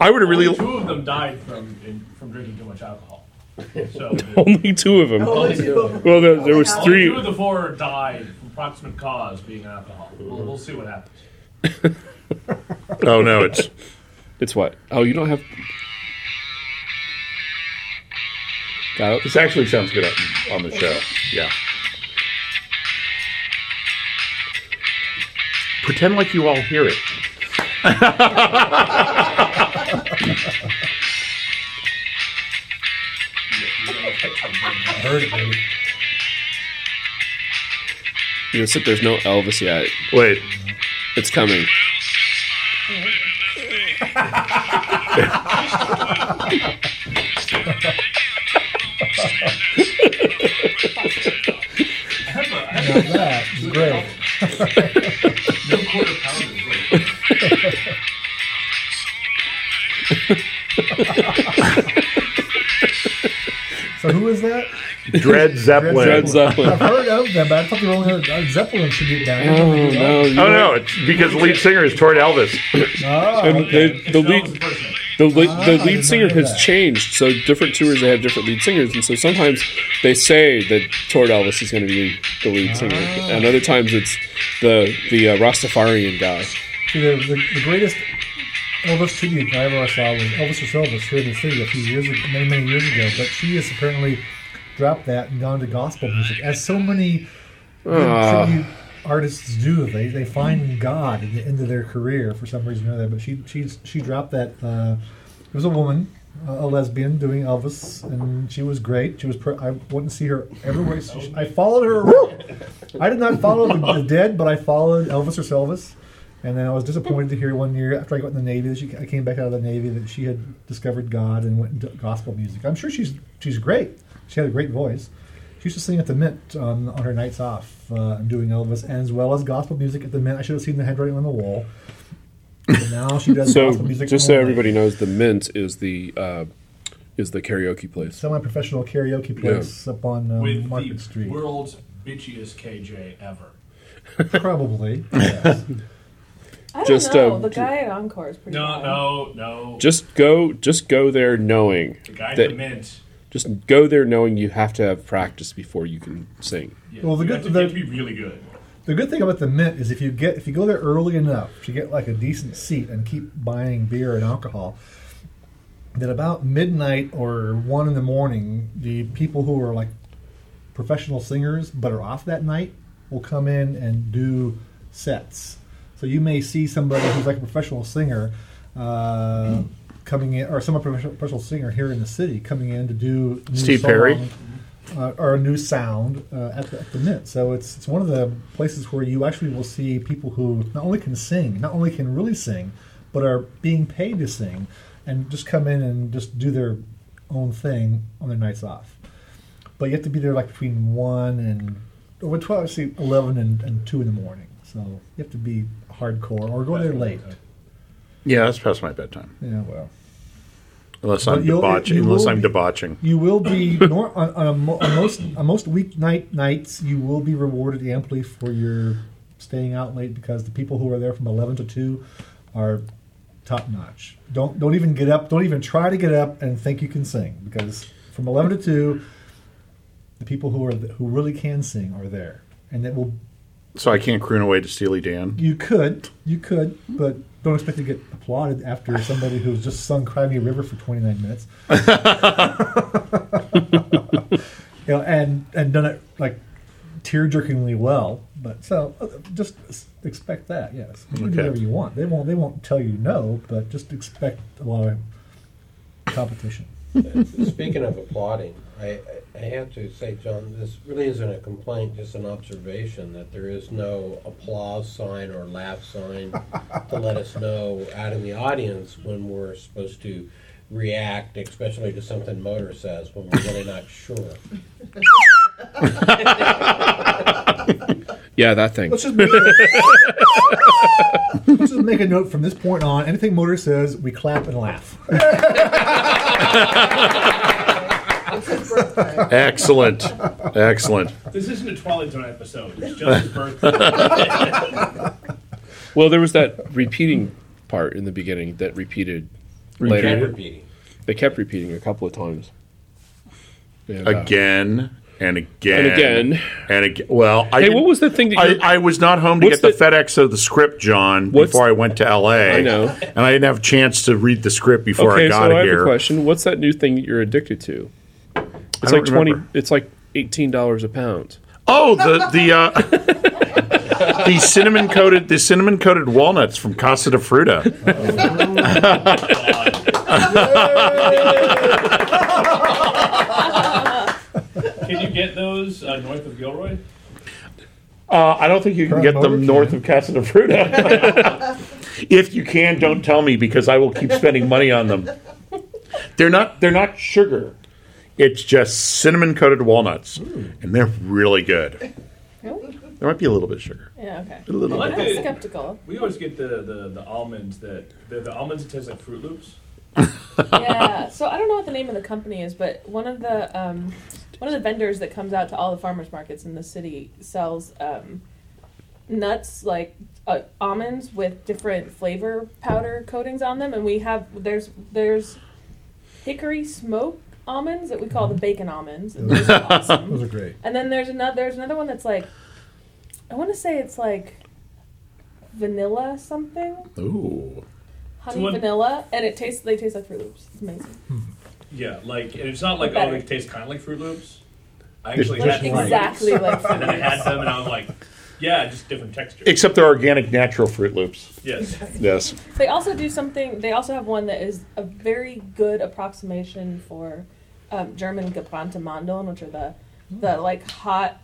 Speaker 2: I would really.
Speaker 8: Two of them died from in, from drinking too much alcohol. So
Speaker 1: Only two Oh, of them. Well, there, there was
Speaker 8: only two
Speaker 1: three.
Speaker 8: of the four died from proximate cause being alcohol. We'll, we'll see what happens.
Speaker 2: Oh no, it's
Speaker 1: It's what? Oh, you don't have. Got it.
Speaker 2: this actually sounds good on- on the show. Yeah. Pretend like you all hear it.
Speaker 1: You know, sit, there's no Elvis yet.
Speaker 2: Wait,
Speaker 1: It's coming.
Speaker 4: now that is great. so who is that?
Speaker 2: Dred Zeppelin.
Speaker 1: Dreads up.
Speaker 4: I've heard of them, but I thought they were only heard uh, Zeppelin should be down
Speaker 1: Oh
Speaker 4: here.
Speaker 1: no! you
Speaker 2: Oh
Speaker 1: know-
Speaker 2: no, it's because the lead singer is Tori Elvis.
Speaker 4: Oh,
Speaker 1: And they, the lead, the, lead,
Speaker 4: Ah, I
Speaker 1: the
Speaker 4: did
Speaker 1: lead
Speaker 4: not
Speaker 1: singer
Speaker 4: know
Speaker 1: has
Speaker 4: that.
Speaker 1: changed. So different tours they have different lead singers, and so sometimes they say that Tord Elvis
Speaker 4: Ah.
Speaker 1: is going to be the lead singer, and other times it's the the uh, Rastafarian guy.
Speaker 4: See, the, the, the greatest Elvis tribute I ever saw was Elvis Silvis here in the city a few years ago, many, many years ago. But she has apparently dropped that and gone to gospel music, as so many good
Speaker 1: Ah.
Speaker 4: tribute artists do. They, they find God at the end of their career for some reason or another. But she she's, she dropped that. Uh, it was a woman, uh, a lesbian, doing Elvis, and she was great. She was. Per- I wouldn't see her everywhere. She, I followed her. around. I did not follow the, the dead, but I followed Elvis or Elvis. And then I was disappointed to hear one year after I got in the Navy that she, I came back out of the Navy that she had discovered God and went into gospel music. I'm sure she's she's great. She had a great voice. She used to sing at the Mint on, on her nights off, uh, doing Elvis as well as gospel music at the Mint. I should have seen the handwriting on the wall. But now she does
Speaker 1: So
Speaker 4: gospel music.
Speaker 1: just so
Speaker 4: only.
Speaker 1: everybody knows, the Mint is the uh, is the karaoke place.
Speaker 4: semi-professional karaoke place up on
Speaker 8: With
Speaker 4: um, Market
Speaker 8: the
Speaker 4: Street,
Speaker 8: world's bitchiest KJ ever.
Speaker 4: probably. yes.
Speaker 7: I don't
Speaker 1: Just,
Speaker 7: know.
Speaker 2: uh,
Speaker 1: um,
Speaker 7: the guy at Encore is pretty.
Speaker 8: No,
Speaker 7: high.
Speaker 8: no, no.
Speaker 1: Just go, just go there knowing.
Speaker 8: The guy
Speaker 1: that-
Speaker 8: that meant.
Speaker 1: Just go there knowing you have to have practice before you can sing.
Speaker 8: Yeah,
Speaker 4: Well, the
Speaker 8: you
Speaker 4: good-
Speaker 8: have to,
Speaker 4: the-
Speaker 8: you have to be really good.
Speaker 4: The good thing about the Mint is if you get if you go there early enough to get like a decent seat and keep buying beer and alcohol, that about midnight or one in the morning, the people who are like professional singers but are off that night will come in and do sets. So you may see somebody who's like a professional singer uh, coming in, or some professional, professional singer here in the city coming in to do new
Speaker 2: Steve Perry?
Speaker 4: uh, or a new sound uh, at, the, at the Mint. So it's it's one of the places where you actually will see people who not only can sing, not only can really sing, but are being paid to sing, and just come in and just do their own thing on their nights off. But you have to be there like between one and or between twelve, see, eleven and, and two in the morning. So you have to be hardcore or go there late.
Speaker 2: Yeah, that's past my bedtime.
Speaker 4: Yeah, well.
Speaker 2: Unless
Speaker 4: But
Speaker 2: I'm
Speaker 4: you'll-
Speaker 2: debauching.
Speaker 4: you
Speaker 2: unless
Speaker 4: will
Speaker 2: I'm
Speaker 4: be-
Speaker 2: debauching.
Speaker 4: You will be nor, on, on, a mo- on most on most weeknight nights. You will be rewarded amply for your staying out late because the people who are there from eleven to two are top notch. Don't don't even get up. Don't even try to get up and think you can sing because from eleven to two, the people who are who really can sing are there, and that will
Speaker 2: So I can't croon away to Steely Dan.
Speaker 4: you could you could, but don't expect to get applauded after somebody who's just sung "Cry Me a River" for twenty nine minutes. you know, and and done it like tear jerkingly well. But so uh, just s- expect that. Yes, you can do
Speaker 2: Okay.
Speaker 4: whatever you want. They won't they won't tell you no, but just expect a lot of competition.
Speaker 9: Speaking of applauding, I, I I have to say, John, this really isn't a complaint, just an observation that there is no applause sign or laugh sign to let us know out in the audience when we're supposed to react, especially to something Motor says when we're really not sure.
Speaker 1: Yeah, that thing.
Speaker 4: Let's just make a, let's just make a note from this point on. Anything Motor says, we clap and laugh.
Speaker 2: Excellent. Excellent.
Speaker 8: This isn't a Twilight Zone episode. It's just his birthday.
Speaker 1: Well, there was that repeating part in the beginning that repeated
Speaker 9: Kept
Speaker 1: later.
Speaker 9: repeating.
Speaker 1: They kept repeating a couple of times. And, uh,
Speaker 2: Again and again
Speaker 1: And again.
Speaker 2: and again. Well, I
Speaker 1: Hey,
Speaker 2: didn't-
Speaker 1: what was the thing that you?
Speaker 2: I, I was not home to
Speaker 1: What's
Speaker 2: get the,
Speaker 1: the-
Speaker 2: FedEx of the script, John,
Speaker 1: What's-
Speaker 2: before I went to LA. I
Speaker 1: know.
Speaker 2: And I didn't have a chance to read the script before I
Speaker 1: okay,
Speaker 2: got
Speaker 1: so I have
Speaker 2: here.
Speaker 1: a question. What's that new thing that you're addicted to? It's
Speaker 2: don't
Speaker 1: like twenty.
Speaker 2: remember.
Speaker 1: It's like eighteen dollars a pound.
Speaker 2: Oh, the the uh, the cinnamon coated the cinnamon coated walnuts from Casa de Fruta.
Speaker 8: Can you get those uh, north of Gilroy?
Speaker 2: Uh, I don't think you can
Speaker 4: Current
Speaker 2: get them
Speaker 4: motor
Speaker 2: north
Speaker 4: can.
Speaker 2: of Casa de Fruta. if you can, don't tell me because I will keep spending money on them. They're not they're not sugar. It's just cinnamon coated walnuts, and they're really good. There might be a little bit of sugar.
Speaker 7: Yeah. Okay.
Speaker 2: A little
Speaker 8: What?
Speaker 2: bit.
Speaker 7: I'm skeptical.
Speaker 8: We always get the, the, the almonds that they're the almonds that taste like Fruit Loops.
Speaker 7: yeah. So I don't know what the name of the company is, but one of the um, one of the vendors that comes out to all the farmers markets in the city sells um, nuts like uh, almonds with different flavor powder coatings on them, and we have there's there's hickory smoke almonds that we call the bacon almonds. And those are awesome.
Speaker 4: Those are great.
Speaker 7: And then there's another there's another one that's like I want to say it's like vanilla something,
Speaker 2: Ooh.
Speaker 7: honey
Speaker 6: one-
Speaker 7: vanilla, and it tastes. They taste like Fruit Loops. It's amazing.
Speaker 6: Yeah, like and it's not like oh, it tastes kind of like Fruit Loops. I
Speaker 2: It's
Speaker 6: actually
Speaker 7: Like
Speaker 6: had Fruit
Speaker 7: exactly like Fruit
Speaker 6: And then I
Speaker 7: Loops.
Speaker 6: had them, and I was like, yeah, just different texture.
Speaker 2: Except they're organic, natural Fruit Loops.
Speaker 6: yes.
Speaker 2: Yes.
Speaker 7: They also do something. They also have one that is a very good approximation for um, German gebrannte Mandeln, which are the the like hot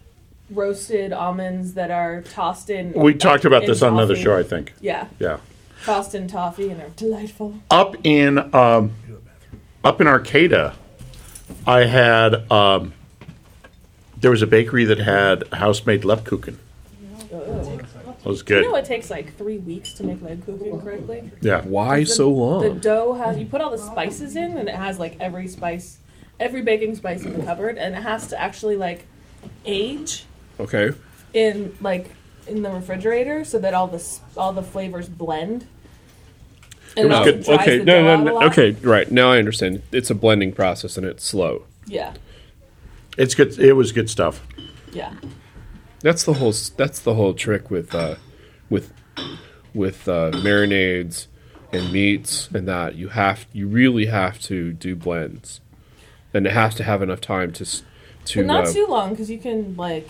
Speaker 7: roasted almonds that are tossed in.
Speaker 2: We talked about
Speaker 7: in
Speaker 2: this on another
Speaker 7: toffee.
Speaker 2: show, I think.
Speaker 7: Yeah,
Speaker 2: Yeah.
Speaker 7: tossed in toffee and are delightful.
Speaker 2: Up in um, up in Arcata, I had um, there was a bakery that had house-made Lebkuchen. That was
Speaker 7: You know
Speaker 2: good.
Speaker 7: it takes like three weeks to make Leibkuchen correctly.
Speaker 2: Yeah.
Speaker 1: Why so
Speaker 7: The
Speaker 1: long?
Speaker 7: dough has you put all the spices in, and it has like every spice, every baking spice in the cupboard, and it has to actually like age
Speaker 1: Okay.
Speaker 7: in like in the refrigerator so that all the s- all the flavors blend. And
Speaker 2: was
Speaker 7: also
Speaker 2: good.
Speaker 7: dries
Speaker 1: Oh, Okay.
Speaker 7: the
Speaker 1: No,
Speaker 7: dough
Speaker 1: no,
Speaker 7: out a
Speaker 1: no.
Speaker 7: lot.
Speaker 1: Okay. Right. Now I understand. It's a blending process and it's slow.
Speaker 7: Yeah,
Speaker 2: It's good. It was good stuff.
Speaker 7: yeah.
Speaker 1: That's the whole. s- That's the whole trick with, uh, with, with uh, marinades and meats and that. You have. You really have to do blends, and it has to have enough time to, s- to.
Speaker 7: But not
Speaker 1: uh,
Speaker 7: too long because you can like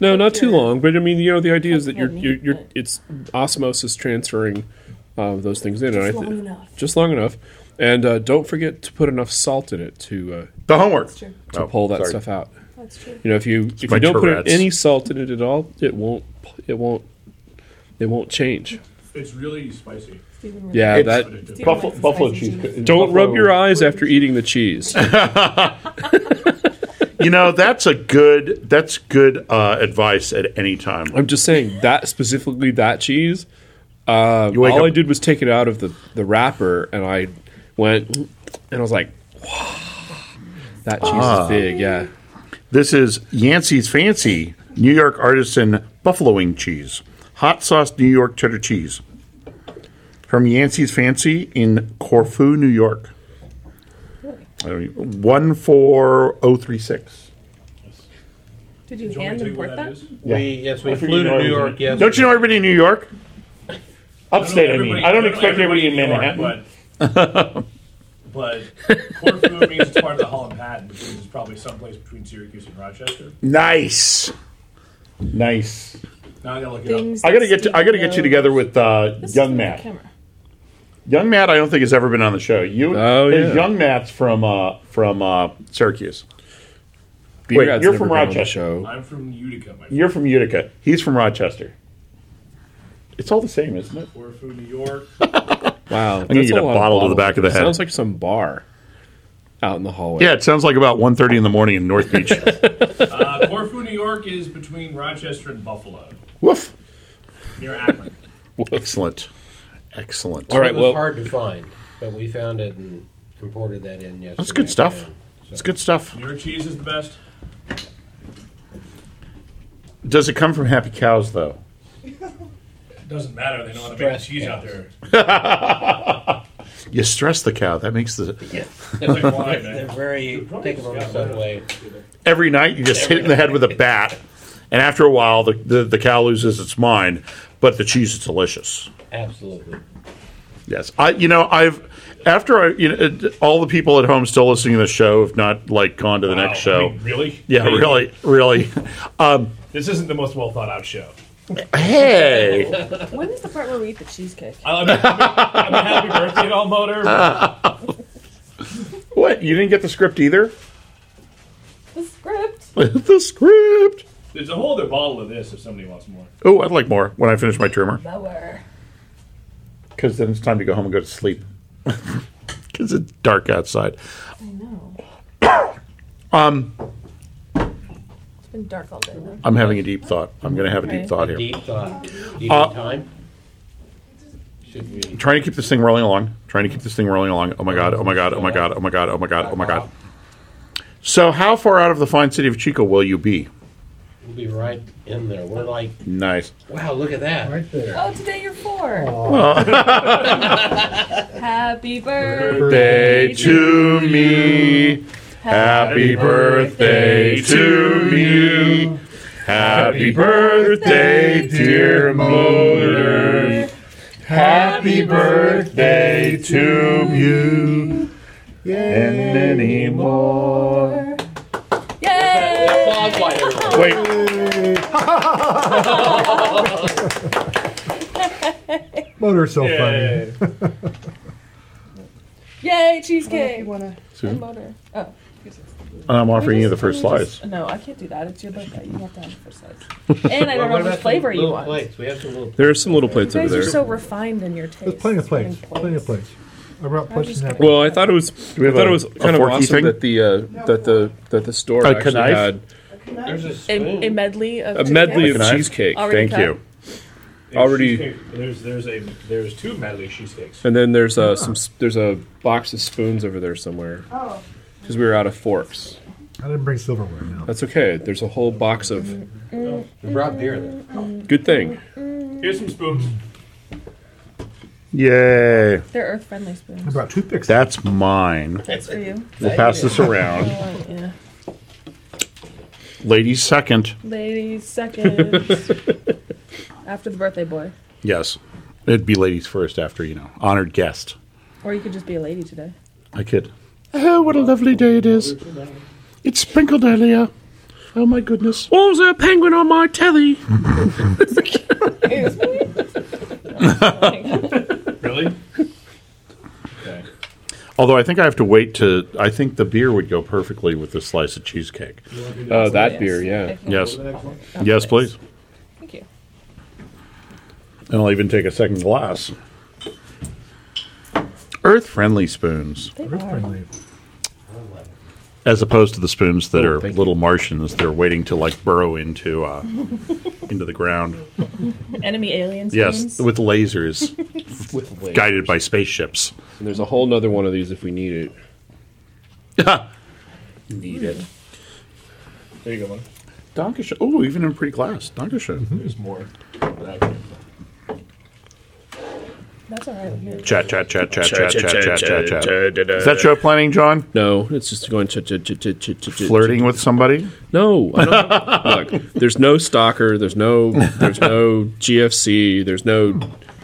Speaker 1: No, not
Speaker 7: Like
Speaker 1: too
Speaker 7: your-
Speaker 1: long. But I mean, you know, the idea is that you're
Speaker 7: Like
Speaker 1: you're, you're
Speaker 7: meat, but-
Speaker 1: it's osmosis transferring uh, those things in, and
Speaker 7: Just
Speaker 1: I thi-
Speaker 7: long enough.
Speaker 1: just long enough. And uh, don't forget to put enough salt in it to uh,
Speaker 2: The homework.
Speaker 7: Sure.
Speaker 1: to
Speaker 2: Oh,
Speaker 1: pull that
Speaker 2: sorry.
Speaker 1: stuff out.
Speaker 7: that's true.
Speaker 1: You know, if you if
Speaker 2: my
Speaker 1: you don't put
Speaker 2: Tourette's.
Speaker 1: any salt in it at all, it won't it won't it won't change.
Speaker 8: It's really spicy.
Speaker 7: Stephen really-
Speaker 1: Yeah,
Speaker 2: It's-
Speaker 1: that.
Speaker 7: Stephen
Speaker 2: Buffalo,
Speaker 7: likes the
Speaker 2: buffalo
Speaker 7: spicy
Speaker 2: cheese.
Speaker 1: Don't rub your
Speaker 2: eyes.
Speaker 1: eyes after eating the cheese.
Speaker 2: You know that's a good that's good uh, advice at any time.
Speaker 1: I'm just saying that specifically that cheese.
Speaker 2: You wake
Speaker 1: all I
Speaker 2: up,
Speaker 1: did was take it out of the, the wrapper, and I went and I was like, "Wow, that cheese
Speaker 2: Ah.
Speaker 1: is big." Yeah,
Speaker 2: This is Yancey's Fancy New York Artisan Buffalo Wing Cheese, hot sauce New York cheddar cheese from Yancey's Fancy in Corfu, New York. One four zero three six.
Speaker 7: Did you hand import that?
Speaker 9: We yes, we flew to New York. Yes,
Speaker 2: Don't you know everybody in New York? Upstate, I mean.
Speaker 6: Everybody-
Speaker 2: I don't expect everybody in
Speaker 6: New York,
Speaker 2: Manhattan.
Speaker 8: But Corfu means it's part of the Holland Patent, which is probably someplace between Syracuse and Rochester.
Speaker 2: Nice, nice.
Speaker 8: Now I gotta look it up.
Speaker 7: Things
Speaker 2: I gotta
Speaker 7: that
Speaker 2: get to, I gotta
Speaker 7: Stephen
Speaker 2: get you
Speaker 7: knows.
Speaker 2: together with uh,
Speaker 7: This is
Speaker 2: young
Speaker 7: not
Speaker 2: Matt.
Speaker 7: camera.
Speaker 2: Young Matt, I don't think has ever been on the show. You,
Speaker 1: Oh,
Speaker 2: is
Speaker 1: yeah.
Speaker 2: Young Matt's from uh, from uh, Syracuse.
Speaker 1: Beer
Speaker 2: Wait,
Speaker 1: Rat's
Speaker 2: you're
Speaker 1: never
Speaker 2: from
Speaker 1: been on the
Speaker 2: Rochester.
Speaker 1: show.
Speaker 8: I'm from Utica, my friend.
Speaker 2: You're from Utica. He's from Rochester. It's all the same, isn't it?
Speaker 8: Corfu, New York.
Speaker 1: Wow, I'm
Speaker 2: gonna get a bottle to the back of the head.
Speaker 1: Sounds like some bar out in the hallway.
Speaker 2: Yeah, it sounds like about 1.30 in the morning in North Beach.
Speaker 8: Uh, Corfu, New York is between Rochester and Buffalo,
Speaker 2: Woof.
Speaker 8: near Akron.
Speaker 2: Excellent. Excellent.
Speaker 1: All
Speaker 9: it
Speaker 1: right.
Speaker 9: was
Speaker 1: Well,
Speaker 9: hard to find, but we found it and imported that in. Yesterday
Speaker 2: That's good stuff.
Speaker 9: afternoon.
Speaker 2: It's good stuff.
Speaker 8: New York cheese is the best.
Speaker 2: Does it come from Happy Cows though?
Speaker 8: Doesn't matter. They know how to make
Speaker 9: Stress
Speaker 8: cheese out
Speaker 9: test.
Speaker 8: there.
Speaker 2: You stress the cow. That makes the
Speaker 8: It's like wine,
Speaker 9: They're
Speaker 8: man.
Speaker 9: very take them on the subway.
Speaker 2: every night you just hit it in the head with a bat, and after a while the, the, the cow loses its mind, but the cheese is delicious.
Speaker 9: Absolutely.
Speaker 2: Yes, I. You know, I've after I. You know, it- all the people at home still listening to the show have not like gone to the
Speaker 8: Wow,
Speaker 2: next show.
Speaker 8: I mean, really?
Speaker 2: yeah, really, really.
Speaker 8: This isn't the most well thought out show.
Speaker 2: Hey,
Speaker 7: When is the part where we eat the cheesecake?
Speaker 8: I love you. I'm a happy birthday at all motor.
Speaker 2: Ah. what? You didn't get the script either?
Speaker 7: The script.
Speaker 2: the script.
Speaker 8: There's a whole other bottle of this if somebody wants more.
Speaker 2: Oh, I'd like more when I finish my trimmer,
Speaker 7: Lower.
Speaker 2: because then it's time to go home and go to sleep. Because it's dark outside.
Speaker 7: I know.
Speaker 2: Um,
Speaker 7: It's been dark all day. Though.
Speaker 2: I'm having a deep thought. I'm going to have a
Speaker 7: Okay.
Speaker 2: deep thought here.
Speaker 9: Deep thought. Deep
Speaker 2: Uh,
Speaker 9: in time. Should we?
Speaker 2: Trying to keep this thing rolling along. Trying to keep this thing rolling along. Oh my god! Oh my god! Oh my god! Oh my god! Oh my god! Oh my god! So, how far out of the fine city of Chico will you be?
Speaker 9: We'll be right in there. We're like,
Speaker 2: Nice.
Speaker 9: wow, look at that.
Speaker 4: Right there.
Speaker 7: Oh, today you're four. Happy birthday.
Speaker 2: birthday to me. Happy birthday to me. Happy birthday, dear motor. Happy birthday to you and many more.
Speaker 7: Yay!
Speaker 6: Applause by everyone.
Speaker 2: Wait,
Speaker 4: Motor is so funny.
Speaker 7: Yay, cheesecake!
Speaker 2: Sue,
Speaker 7: Motor. Oh.
Speaker 2: I'm offering you the first slice.
Speaker 7: No, I can't do that. It's your birthday. You have to have the first slice. And I don't know which flavor you want. You
Speaker 8: We have some little.
Speaker 1: There are some little plates over
Speaker 7: guys are
Speaker 1: there.
Speaker 7: so refined in your taste.
Speaker 4: There's plenty of plates.
Speaker 7: Plates.
Speaker 4: Plenty of plates. I'm not pushing that.
Speaker 1: Well, I thought it was. I
Speaker 2: have
Speaker 1: thought
Speaker 2: a-
Speaker 1: it was
Speaker 2: a
Speaker 1: kind of
Speaker 2: forky
Speaker 1: awesome
Speaker 2: thing?
Speaker 1: that the uh, that the that the store
Speaker 2: A
Speaker 1: actually
Speaker 2: knife?
Speaker 1: had
Speaker 8: There's a spoon.
Speaker 7: A, a medley of
Speaker 1: a medley
Speaker 7: cheesecake.
Speaker 1: of
Speaker 2: knife?
Speaker 1: cheesecake,
Speaker 7: Already
Speaker 2: Thank
Speaker 7: cut.
Speaker 2: you.
Speaker 8: There's
Speaker 1: already-
Speaker 8: cheesecake- There's there's a there's two medley cheesecakes.
Speaker 1: and then there's a some s- there's a box of spoons over there somewhere
Speaker 5: Oh.
Speaker 1: because we were out of forks.
Speaker 4: I didn't bring silverware now.
Speaker 1: That's okay. There's a whole box of
Speaker 9: We brought beer then.
Speaker 1: good thing.
Speaker 8: Here's some spoons.
Speaker 2: Yay.
Speaker 7: They're earth friendly
Speaker 4: I
Speaker 7: spoons.
Speaker 4: brought toothpicks.
Speaker 2: That's mine.
Speaker 7: That's for you.
Speaker 2: We'll pass this around.
Speaker 7: Oh, yeah.
Speaker 2: Ladies second.
Speaker 7: Ladies second. After the birthday boy.
Speaker 2: Yes. It'd be ladies first after, you know, honored guest.
Speaker 7: Or you could just be a lady today.
Speaker 2: I kid. Oh, what a lovely day it is. It's sprinkled earlier. Oh my goodness.
Speaker 1: Oh, there's a penguin on my telly.
Speaker 8: Really?
Speaker 2: Although I think I have to wait to. I think the beer would go perfectly with this slice of cheesecake.
Speaker 1: Oh, that beer, yeah.
Speaker 2: Yes. Yes, please.
Speaker 7: Thank you.
Speaker 2: And I'll even take a second glass. Earth friendly spoons,
Speaker 4: Roof friendly.
Speaker 2: as opposed to the spoons that are
Speaker 1: thank you.
Speaker 2: little Martians. They're waiting to like burrow into uh, into the ground.
Speaker 7: Enemy aliens.
Speaker 2: Yes, with lasers
Speaker 1: With wings.
Speaker 2: guided by spaceships.
Speaker 1: And there's a whole nother one of these if we need it.
Speaker 2: Need it.
Speaker 8: There you go, man.
Speaker 2: Dankeschön. Oh, even in pretty glass. Dankeschön.
Speaker 8: There's more.
Speaker 7: That's all right with me.
Speaker 2: Chat, chat, chat, chat, chat, chat, chat, chat, chat. Is that show planning, John?
Speaker 1: No, it's just going ch- ch- ch- ch- ch- ch- ch-
Speaker 2: Flirting with somebody?
Speaker 1: No, I don't, look, there's no stalker. There's no. There's no GFC. There's no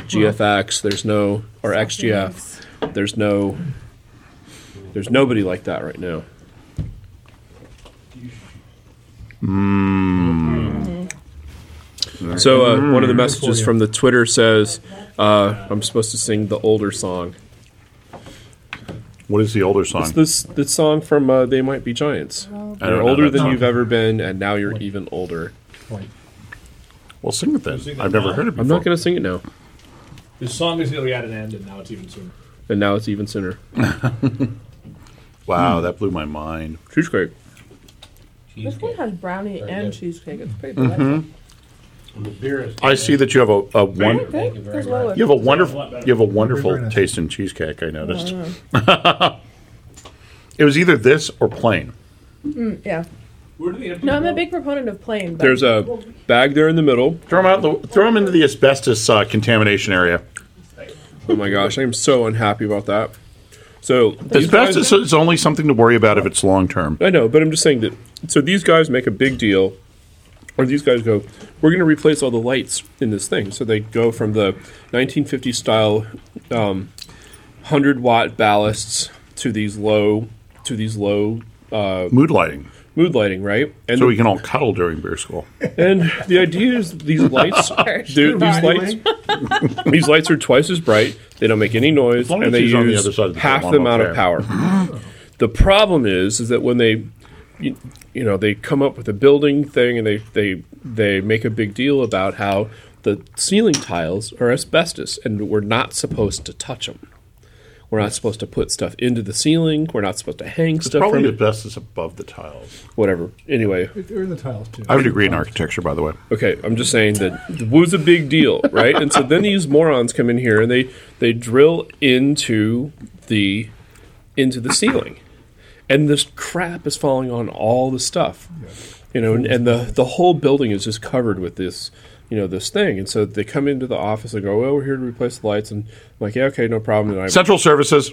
Speaker 1: GFX. There's no or XGF. There's no. There's nobody like that right now. So uh, one of the messages from the Twitter says, uh, "I'm supposed to sing the older song.
Speaker 2: What is the older song?
Speaker 1: It's this the song from uh, They Might Be Giants.
Speaker 2: I don't
Speaker 1: You're
Speaker 2: know
Speaker 1: older
Speaker 2: that
Speaker 1: than
Speaker 2: song.
Speaker 1: you've ever been, and now you're even older."
Speaker 2: Well, sing it then. I've never heard it before.
Speaker 1: I'm not going to sing it now.
Speaker 8: The song is nearly at an end, and now it's even sooner.
Speaker 1: And now it's even sooner.
Speaker 2: Wow, that blew my mind.
Speaker 1: Cheesecake.
Speaker 7: This one has brownie and cheesecake. It's pretty
Speaker 1: Mm-hmm.
Speaker 7: delightful.
Speaker 9: And the beer is.
Speaker 2: I see that you have a, a one.
Speaker 7: Okay, goes well with-
Speaker 2: You have a wonderful. You have a
Speaker 4: Very
Speaker 2: wonderful
Speaker 4: nice.
Speaker 2: taste in cheesecake. I noticed. it was either this or plain.
Speaker 7: yeah.
Speaker 8: Where do they empty
Speaker 7: No, I'm a
Speaker 8: the-
Speaker 7: big proponent of plain. But
Speaker 1: There's a bag there in the middle.
Speaker 2: Throw them out. The, throw them into the asbestos uh, contamination area.
Speaker 1: Oh my gosh, I am so unhappy about that. So these guys-
Speaker 2: Asbestos is only something to worry about if it's long term.
Speaker 1: I know, but I'm just saying that. So these guys make a big deal, or these guys go, "We're going to replace all the lights in this thing." So they go from the 1950 style um, 100 watt ballasts to these low to these low
Speaker 2: Mood lighting,
Speaker 1: mood lighting, right? And
Speaker 2: so
Speaker 1: the-
Speaker 2: we can all cuddle during beer school.
Speaker 1: And the idea is these lights, these lights, these lights are twice as bright. They don't make any noise,
Speaker 2: long as
Speaker 1: and they
Speaker 2: he's on the
Speaker 1: use
Speaker 2: other side of the
Speaker 1: half
Speaker 2: table,
Speaker 1: the
Speaker 2: I'm
Speaker 1: amount of
Speaker 2: okay.
Speaker 1: power. the problem is, is that when they, you, you know, they come up with a building thing, and they they they make a big deal about how the ceiling tiles are asbestos, and we're not supposed to touch them. We're not supposed to put stuff into the ceiling. We're not supposed to hang
Speaker 2: It's
Speaker 1: stuff from
Speaker 2: probably
Speaker 1: it.
Speaker 2: asbestos above the tiles.
Speaker 1: Whatever. Anyway,
Speaker 4: They're in the tiles too.
Speaker 2: I would agree in architecture, by the way.
Speaker 1: Okay, I'm just saying that the woo's a big deal, right? and so then these morons come in here and they they drill into the into the ceiling, and this crap is falling on all the stuff, you know, and, and the the whole building is just covered with this. You know this thing, and so they come into the office and go, "Well, we're here to replace the lights." And I'm like, "Yeah, okay, no problem." And I'm
Speaker 2: Central services.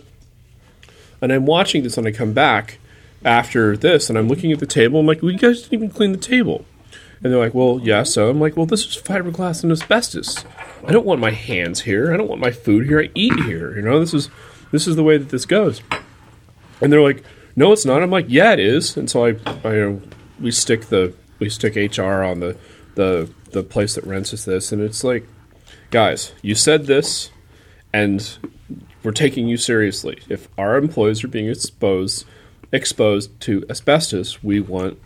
Speaker 1: and I'm watching this, and I come back after this, and I'm looking at the table. I'm like, "We guys didn't even clean the table." And they're like, well, yeah, so I'm like, well, this is fiberglass and asbestos. I don't want my hands here. I don't want my food here. I eat here. You know, this is this is the way that this goes. And they're like, no, it's not. I'm like, yeah, it is. And so I, I uh, we stick the we stick HR on the the the place that rents us this, and it's like, guys, you said this, and we're taking you seriously. If our employees are being exposed exposed to asbestos, we want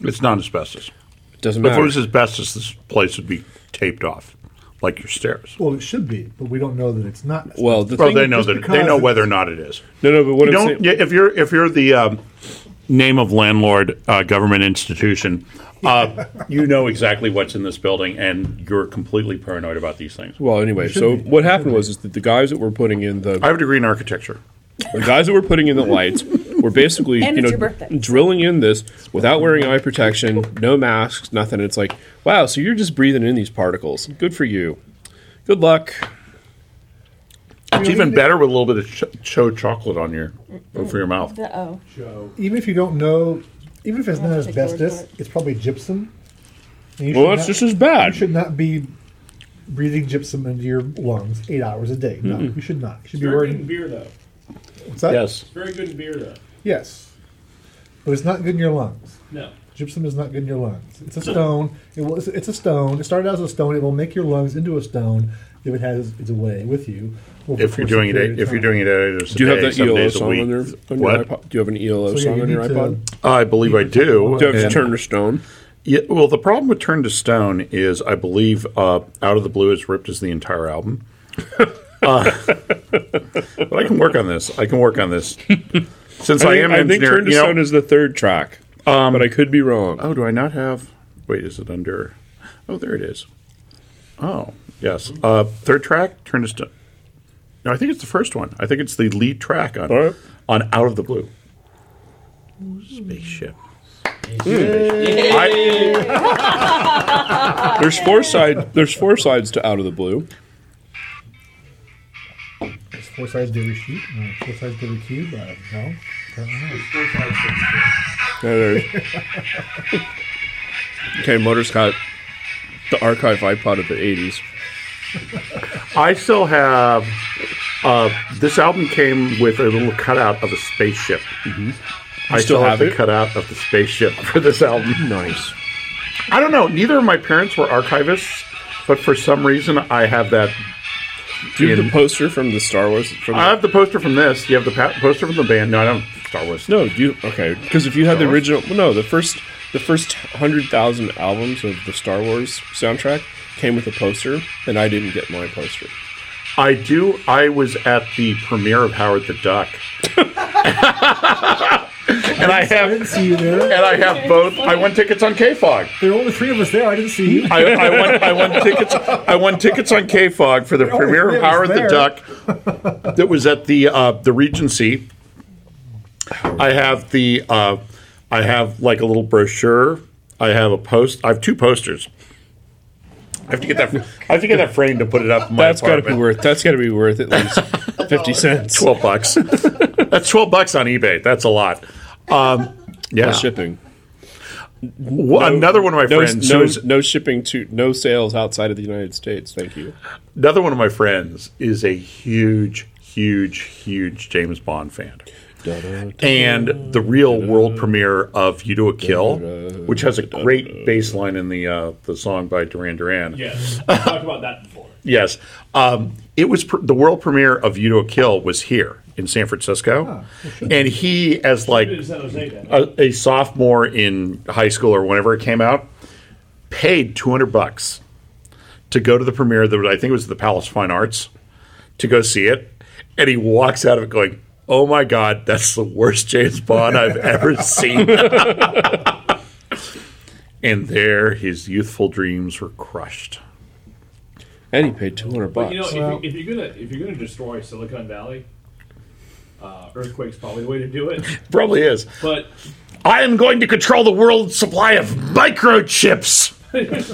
Speaker 2: It's not asbestos.
Speaker 1: it doesn't
Speaker 2: If it
Speaker 1: matter.
Speaker 2: was asbestos, this place would be taped off, like your stairs.
Speaker 4: Well, it should be, but we don't know that it's not.
Speaker 1: Well, the
Speaker 2: Well,
Speaker 1: thing,
Speaker 2: they know
Speaker 4: just
Speaker 2: that
Speaker 4: because
Speaker 2: they know
Speaker 4: it's-
Speaker 2: whether or not it is.
Speaker 1: no, no, but what
Speaker 2: You
Speaker 1: I'm
Speaker 2: don't.
Speaker 1: saying,
Speaker 2: yeah, If you're if you're the um, name of landlord uh, government institution, uh, you know exactly what's in this building, and you're completely paranoid about these things.
Speaker 1: well, anyway, so what happened was is that the guys that were putting in the
Speaker 2: I have a degree in architecture.
Speaker 1: The guys that were putting in the lights were basically
Speaker 7: And
Speaker 1: you
Speaker 7: it's
Speaker 1: know
Speaker 7: your birthday.
Speaker 1: drilling in this without wearing eye protection, no masks, nothing. It's like, wow, so you're just breathing in these particles. Good for you. Good luck.
Speaker 2: It's even better with a little bit of ch- cho chocolate on your over your mouth.
Speaker 7: The O.
Speaker 4: even if you don't know, even if it's
Speaker 7: I'll
Speaker 4: not
Speaker 7: take your word
Speaker 4: asbestos,
Speaker 7: for it.
Speaker 4: it's probably gypsum. And you
Speaker 1: Well,
Speaker 4: should
Speaker 1: that's
Speaker 4: not-
Speaker 1: just as
Speaker 4: You
Speaker 1: bad.
Speaker 4: should not be breathing gypsum into your lungs eight hours a day. No, you should not. You should be
Speaker 6: Very good in
Speaker 4: worried.
Speaker 6: beer, though.
Speaker 4: What's that?
Speaker 2: Yes,
Speaker 6: It's very good in beer, though.
Speaker 4: Yes. But it's not good in your lungs.
Speaker 6: No.
Speaker 4: Gypsum is not good in your lungs. It's a stone. It was. It's a stone. It started out as a stone. It will make your lungs into a stone if it has its way with you. over
Speaker 2: if
Speaker 4: the
Speaker 2: you're
Speaker 4: course
Speaker 2: doing
Speaker 4: of a
Speaker 2: it,
Speaker 4: period of
Speaker 2: if you're
Speaker 4: time.
Speaker 2: doing it, eight hours a
Speaker 1: Do you have
Speaker 2: day,
Speaker 1: that
Speaker 2: seven
Speaker 1: ELO
Speaker 2: days a
Speaker 1: song on,
Speaker 2: week.
Speaker 1: your, on your
Speaker 2: What?
Speaker 1: iPod? Do you have an ELO
Speaker 4: So, yeah,
Speaker 1: song
Speaker 4: you
Speaker 1: on your
Speaker 4: need to-
Speaker 1: iPod?
Speaker 2: I believe I do.
Speaker 1: Do you have
Speaker 2: and-
Speaker 1: Turner Stone?
Speaker 2: Yeah, well, the problem with Turn to Stone is I believe uh, Out of the Blue is ripped as the entire album. uh, but I can work on this. I can work on this. Since I,
Speaker 1: I,
Speaker 2: am
Speaker 1: think,
Speaker 2: an
Speaker 1: I think
Speaker 2: engineer,
Speaker 1: Turn to
Speaker 2: you know- um,
Speaker 1: Stone is the third track, but I could be wrong.
Speaker 2: oh, do I not have? Wait, is it under? Oh, there it is. Oh, yes. Uh, third track, Turn to Stone. No, I think it's the first one. I think it's the lead track on
Speaker 1: All right.
Speaker 2: on Out of the Blue. Spaceship. I-
Speaker 1: There's four side. There's four sides to Out of the Blue.
Speaker 4: It's four sides to every sheet, uh, four sides to every cube. Uh, no,
Speaker 1: There it is. okay, Motor's got the archive iPod of the 80s.
Speaker 2: I still have. Uh, this album came with a little cutout of a spaceship. I
Speaker 1: Mm-hmm. still
Speaker 2: still have
Speaker 1: have
Speaker 2: the
Speaker 1: it?
Speaker 2: cutout of the spaceship for this album.
Speaker 1: Nice.
Speaker 2: I don't know. Neither of my parents were archivists, but for some reason, I have that.
Speaker 1: Do you have
Speaker 2: In-
Speaker 1: the poster from the Star Wars? From the,
Speaker 2: I have the poster from this. You have the pa- poster from the band. No, I don't. Star Wars.
Speaker 1: no, do you? Okay, because if you had the
Speaker 2: Star Wars?
Speaker 1: original, well, no, the first, the first hundred thousand albums of the Star Wars soundtrack came with a poster, and I didn't get my poster.
Speaker 2: I do. I was at the premiere of Howard the Duck. and I
Speaker 4: I didn't
Speaker 2: have.
Speaker 4: see you there.
Speaker 2: And I have both. I won tickets on K Fog.
Speaker 4: There were only three of us there. I didn't see you.
Speaker 2: I, I, won, I won tickets. I won tickets on K Fog for the premiere
Speaker 4: it
Speaker 2: of
Speaker 4: Oh, was
Speaker 2: Howard
Speaker 4: there.
Speaker 2: the Duck. That was at the uh, the Regency. I have the uh, I have like a little brochure. I have a post. I have two posters. I have to get that. I have to get that framed and put it up. In my
Speaker 1: That's got to be
Speaker 2: apartment.
Speaker 1: worth. That's got to be worth at least fifty cents.
Speaker 2: twelve bucks. That's twelve bucks on eBay. That's a lot. Um, yeah.
Speaker 1: Plus shipping.
Speaker 2: Wha- another one of my
Speaker 1: No,
Speaker 2: friends.
Speaker 1: no,
Speaker 2: who's-
Speaker 1: no shipping to no sales outside of the United States. Thank you.
Speaker 2: another one of my friends is a huge, huge, huge James Bond fan. And the real world premiere of "You Do a Kill," which has a great bass line in the uh, the song by Duran Duran.
Speaker 6: Yes. We talked about that before.
Speaker 2: Yes, um, it was pr- the world premiere of "You Do a Kill" was here in San Francisco, and he as like
Speaker 6: In San Jose, then.
Speaker 4: Uh,
Speaker 2: a, a sophomore in high school or whenever it came out paid 200 bucks to go to the premiere that was- I think it was the Palace Fine Arts to go see it and he walks out of it going oh my god that's the worst James Bond I've ever seen and there his youthful dreams were crushed
Speaker 1: And he paid two hundred bucks.
Speaker 6: You know,
Speaker 4: Well-
Speaker 6: if, you, if you're gonna if you're gonna destroy Silicon Valley, uh, earthquake's probably the way to do it.
Speaker 2: probably is
Speaker 6: But
Speaker 2: I am going to control the world's supply of microchips.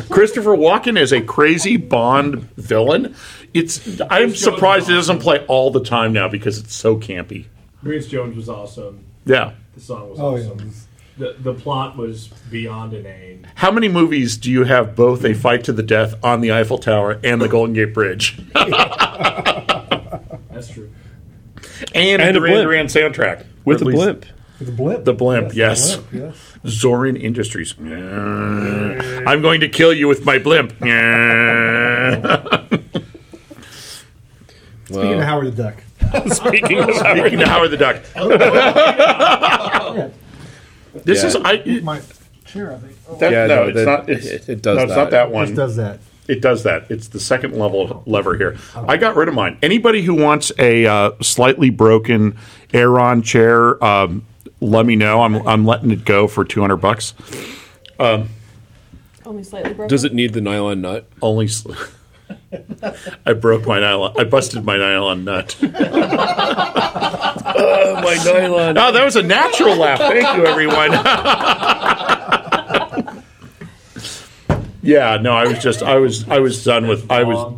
Speaker 2: Christopher Walken is a crazy Bond villain. It's I'm surprised it doesn't play all the time now because it's so campy.
Speaker 6: Grace Jones was awesome.
Speaker 2: Yeah.
Speaker 6: The song was
Speaker 4: Oh yeah,
Speaker 6: awesome.
Speaker 8: the, the plot was beyond inane.
Speaker 2: How many movies do you have both a fight to the death on the Eiffel Tower and the Golden Gate Bridge?
Speaker 8: That's true.
Speaker 1: And
Speaker 2: And, a
Speaker 1: a
Speaker 2: Duran
Speaker 1: blimp.
Speaker 2: Duran soundtrack. Or
Speaker 1: with a
Speaker 2: at least
Speaker 1: blimp.
Speaker 4: The blimp.
Speaker 2: The blimp, yes.
Speaker 4: the blimp, yes.
Speaker 2: Zorin Industries. I'm going to kill you with my blimp.
Speaker 4: Speaking
Speaker 2: Oh.
Speaker 4: of Howard the Duck.
Speaker 1: Speaking of
Speaker 2: Speaking to Howard the Duck. This
Speaker 1: Yeah.
Speaker 2: is I.
Speaker 4: My chair, I think. Oh,
Speaker 2: that-
Speaker 1: Yeah,
Speaker 2: no,
Speaker 1: no,
Speaker 2: it's
Speaker 1: that-
Speaker 2: not. It's,
Speaker 1: it- it does
Speaker 2: no, it's
Speaker 1: that.
Speaker 2: not that
Speaker 4: just
Speaker 2: one.
Speaker 4: does that.
Speaker 2: It does that. It's the second level lever here. I got rid of mine. Anybody who wants a uh, slightly broken Aeron chair, um, let me know. I'm I'm letting it go for 200 bucks.
Speaker 7: Only slightly broken.
Speaker 1: Does it need the nylon nut?
Speaker 2: Only. Sl- I broke my nylon. I busted my nylon nut.
Speaker 1: Oh my nylon!
Speaker 2: Oh, that was a natural laugh. Thank you, everyone. yeah, no, I was just, I was, I was done with, I was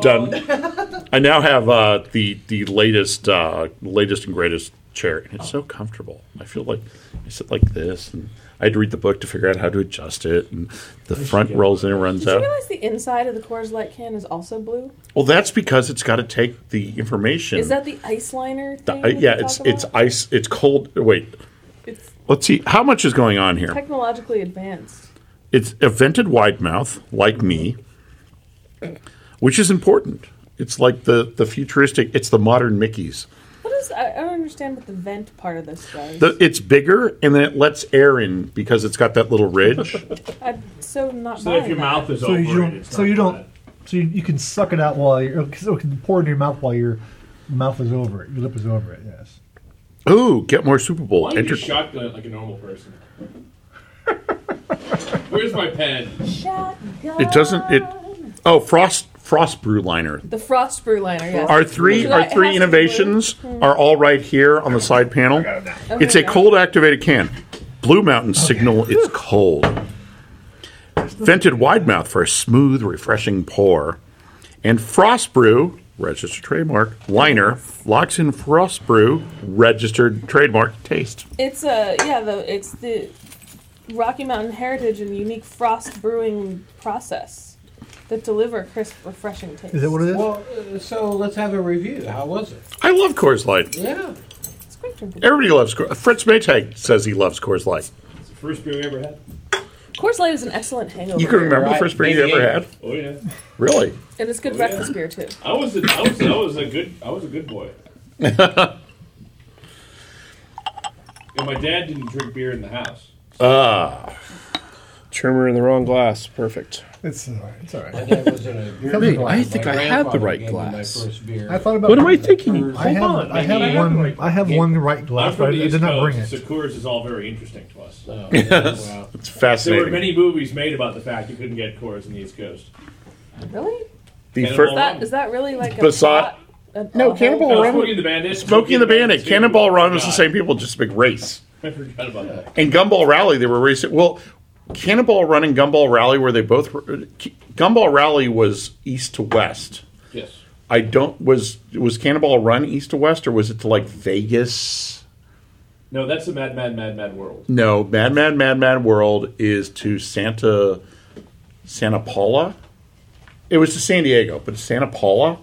Speaker 2: done. I now have uh, the the latest, uh, latest and greatest chair, and it's so comfortable. I feel like I sit like this, and I had to read the book to figure out how to adjust it, and the front rolls in and runs
Speaker 7: Did you
Speaker 2: out.
Speaker 7: realize the inside of the Coors Light can is also blue?
Speaker 2: Well, that's because it's got to take the information.
Speaker 7: Is that the ice liner
Speaker 2: The-
Speaker 7: thing?
Speaker 2: I- yeah, it's it's
Speaker 7: ice.
Speaker 2: ice. It's cold. Wait,
Speaker 7: it's
Speaker 2: let's see. How much is going on here?
Speaker 7: technologically advanced.
Speaker 2: It's a vented wide mouth, like me, which is important. It's like the, the futuristic, it's the modern Mickey's.
Speaker 7: What is? I, I don't understand what the vent part of this does.
Speaker 2: The, it's bigger and then it lets air in because it's got that little ridge.
Speaker 7: I'm so not.
Speaker 8: So if
Speaker 7: buying
Speaker 8: your
Speaker 7: that.
Speaker 8: mouth is
Speaker 4: So
Speaker 8: over
Speaker 4: you
Speaker 8: it,
Speaker 4: don't.
Speaker 8: it's
Speaker 4: So
Speaker 8: not
Speaker 4: you don't.
Speaker 8: bad.
Speaker 4: So you, you can suck it out while you're. Cause it can pour into your mouth while your mouth is over it. Your lip is over it. Yes.
Speaker 2: Ooh, get more Super Bowl.
Speaker 6: Why don't you
Speaker 2: Enter-
Speaker 6: shotgun it like a normal person? Where's my pen?
Speaker 7: Shotgun.
Speaker 2: it doesn't, it, oh, Frost, Frost Brew Liner.
Speaker 7: The frost brew liner. Yes.
Speaker 2: Our three,
Speaker 7: Which
Speaker 2: our
Speaker 7: has to
Speaker 2: three
Speaker 7: be
Speaker 2: innovations are all right here on the side panel. It's a
Speaker 7: Okay.
Speaker 2: cold activated can. Blue Mountain signal it's cold. Vented wide mouth for a smooth, refreshing pour. And Frost Brew, registered trademark, liner, locks in Frost Brew, registered trademark taste.
Speaker 7: It's a yeah. The it's the Rocky Mountain heritage and unique frost brewing process that deliver crisp, refreshing taste.
Speaker 4: Is that what it is?
Speaker 9: Well, uh, so let's have a review. How was it?
Speaker 2: I love Coors Light.
Speaker 9: Yeah.
Speaker 7: It's great drinking.
Speaker 2: Everybody loves Coors Fritz Maytag says he loves Coors Light.
Speaker 6: It's the first beer we ever had.
Speaker 7: Coors Light is an excellent hangover.
Speaker 2: You can
Speaker 7: beer,
Speaker 2: remember the
Speaker 9: Right,
Speaker 2: first beer you
Speaker 9: maybe
Speaker 2: ever
Speaker 9: eight.
Speaker 2: had?
Speaker 6: Oh yeah.
Speaker 2: Really?
Speaker 7: and it's good breakfast beer too.
Speaker 6: I was a, I was I was a good I was a good boy. and my dad didn't drink beer in the house.
Speaker 1: Trimmer in the wrong glass. Perfect.
Speaker 4: It's all right. It's all right.
Speaker 9: And that was in a beer
Speaker 4: Wait,
Speaker 9: glass.
Speaker 1: I
Speaker 9: My
Speaker 1: think I had the
Speaker 9: grandfather
Speaker 1: right
Speaker 9: gave me my
Speaker 1: glass.
Speaker 9: first beer.
Speaker 4: I thought about.
Speaker 1: What am I thinking?
Speaker 4: I have,
Speaker 8: on,
Speaker 4: I have
Speaker 8: maybe-
Speaker 4: one. I have one right
Speaker 6: I'm
Speaker 4: glass,
Speaker 6: from
Speaker 4: but I
Speaker 6: the
Speaker 4: I
Speaker 6: East
Speaker 4: did not bring
Speaker 6: Coast,
Speaker 4: it.
Speaker 6: So Coors is all very interesting to us.
Speaker 9: Oh, yeah, wow.
Speaker 2: It's
Speaker 6: There were
Speaker 2: fascinating.
Speaker 6: many movies made about the fact you couldn't get Coors in the East Coast.
Speaker 7: Really?
Speaker 2: The
Speaker 6: Cannonball
Speaker 2: fir-
Speaker 7: Is that is that really like a
Speaker 2: Besot-
Speaker 7: plot? A- a
Speaker 2: no,
Speaker 7: whole-
Speaker 2: Cannonball
Speaker 6: No,
Speaker 2: Run.
Speaker 6: Smokey and the Bandit.
Speaker 2: Smokey and the Bandit,
Speaker 6: too.
Speaker 2: Cannonball Run was the
Speaker 6: God,
Speaker 2: same people, just a big race.
Speaker 6: I forgot about that.
Speaker 2: And Gumball Rally, they were racing. Well, Cannonball Run and Gumball Rally were they both? Gumball Rally was east to west.
Speaker 6: Yes.
Speaker 2: I don't was was Cannonball Run east to west or was it to like Vegas?
Speaker 6: No, that's a mad, mad, mad, mad world.
Speaker 2: No, Mad Mad Mad Mad World is to Santa Santa Paula. It was to San Diego, but it's Santa Paula.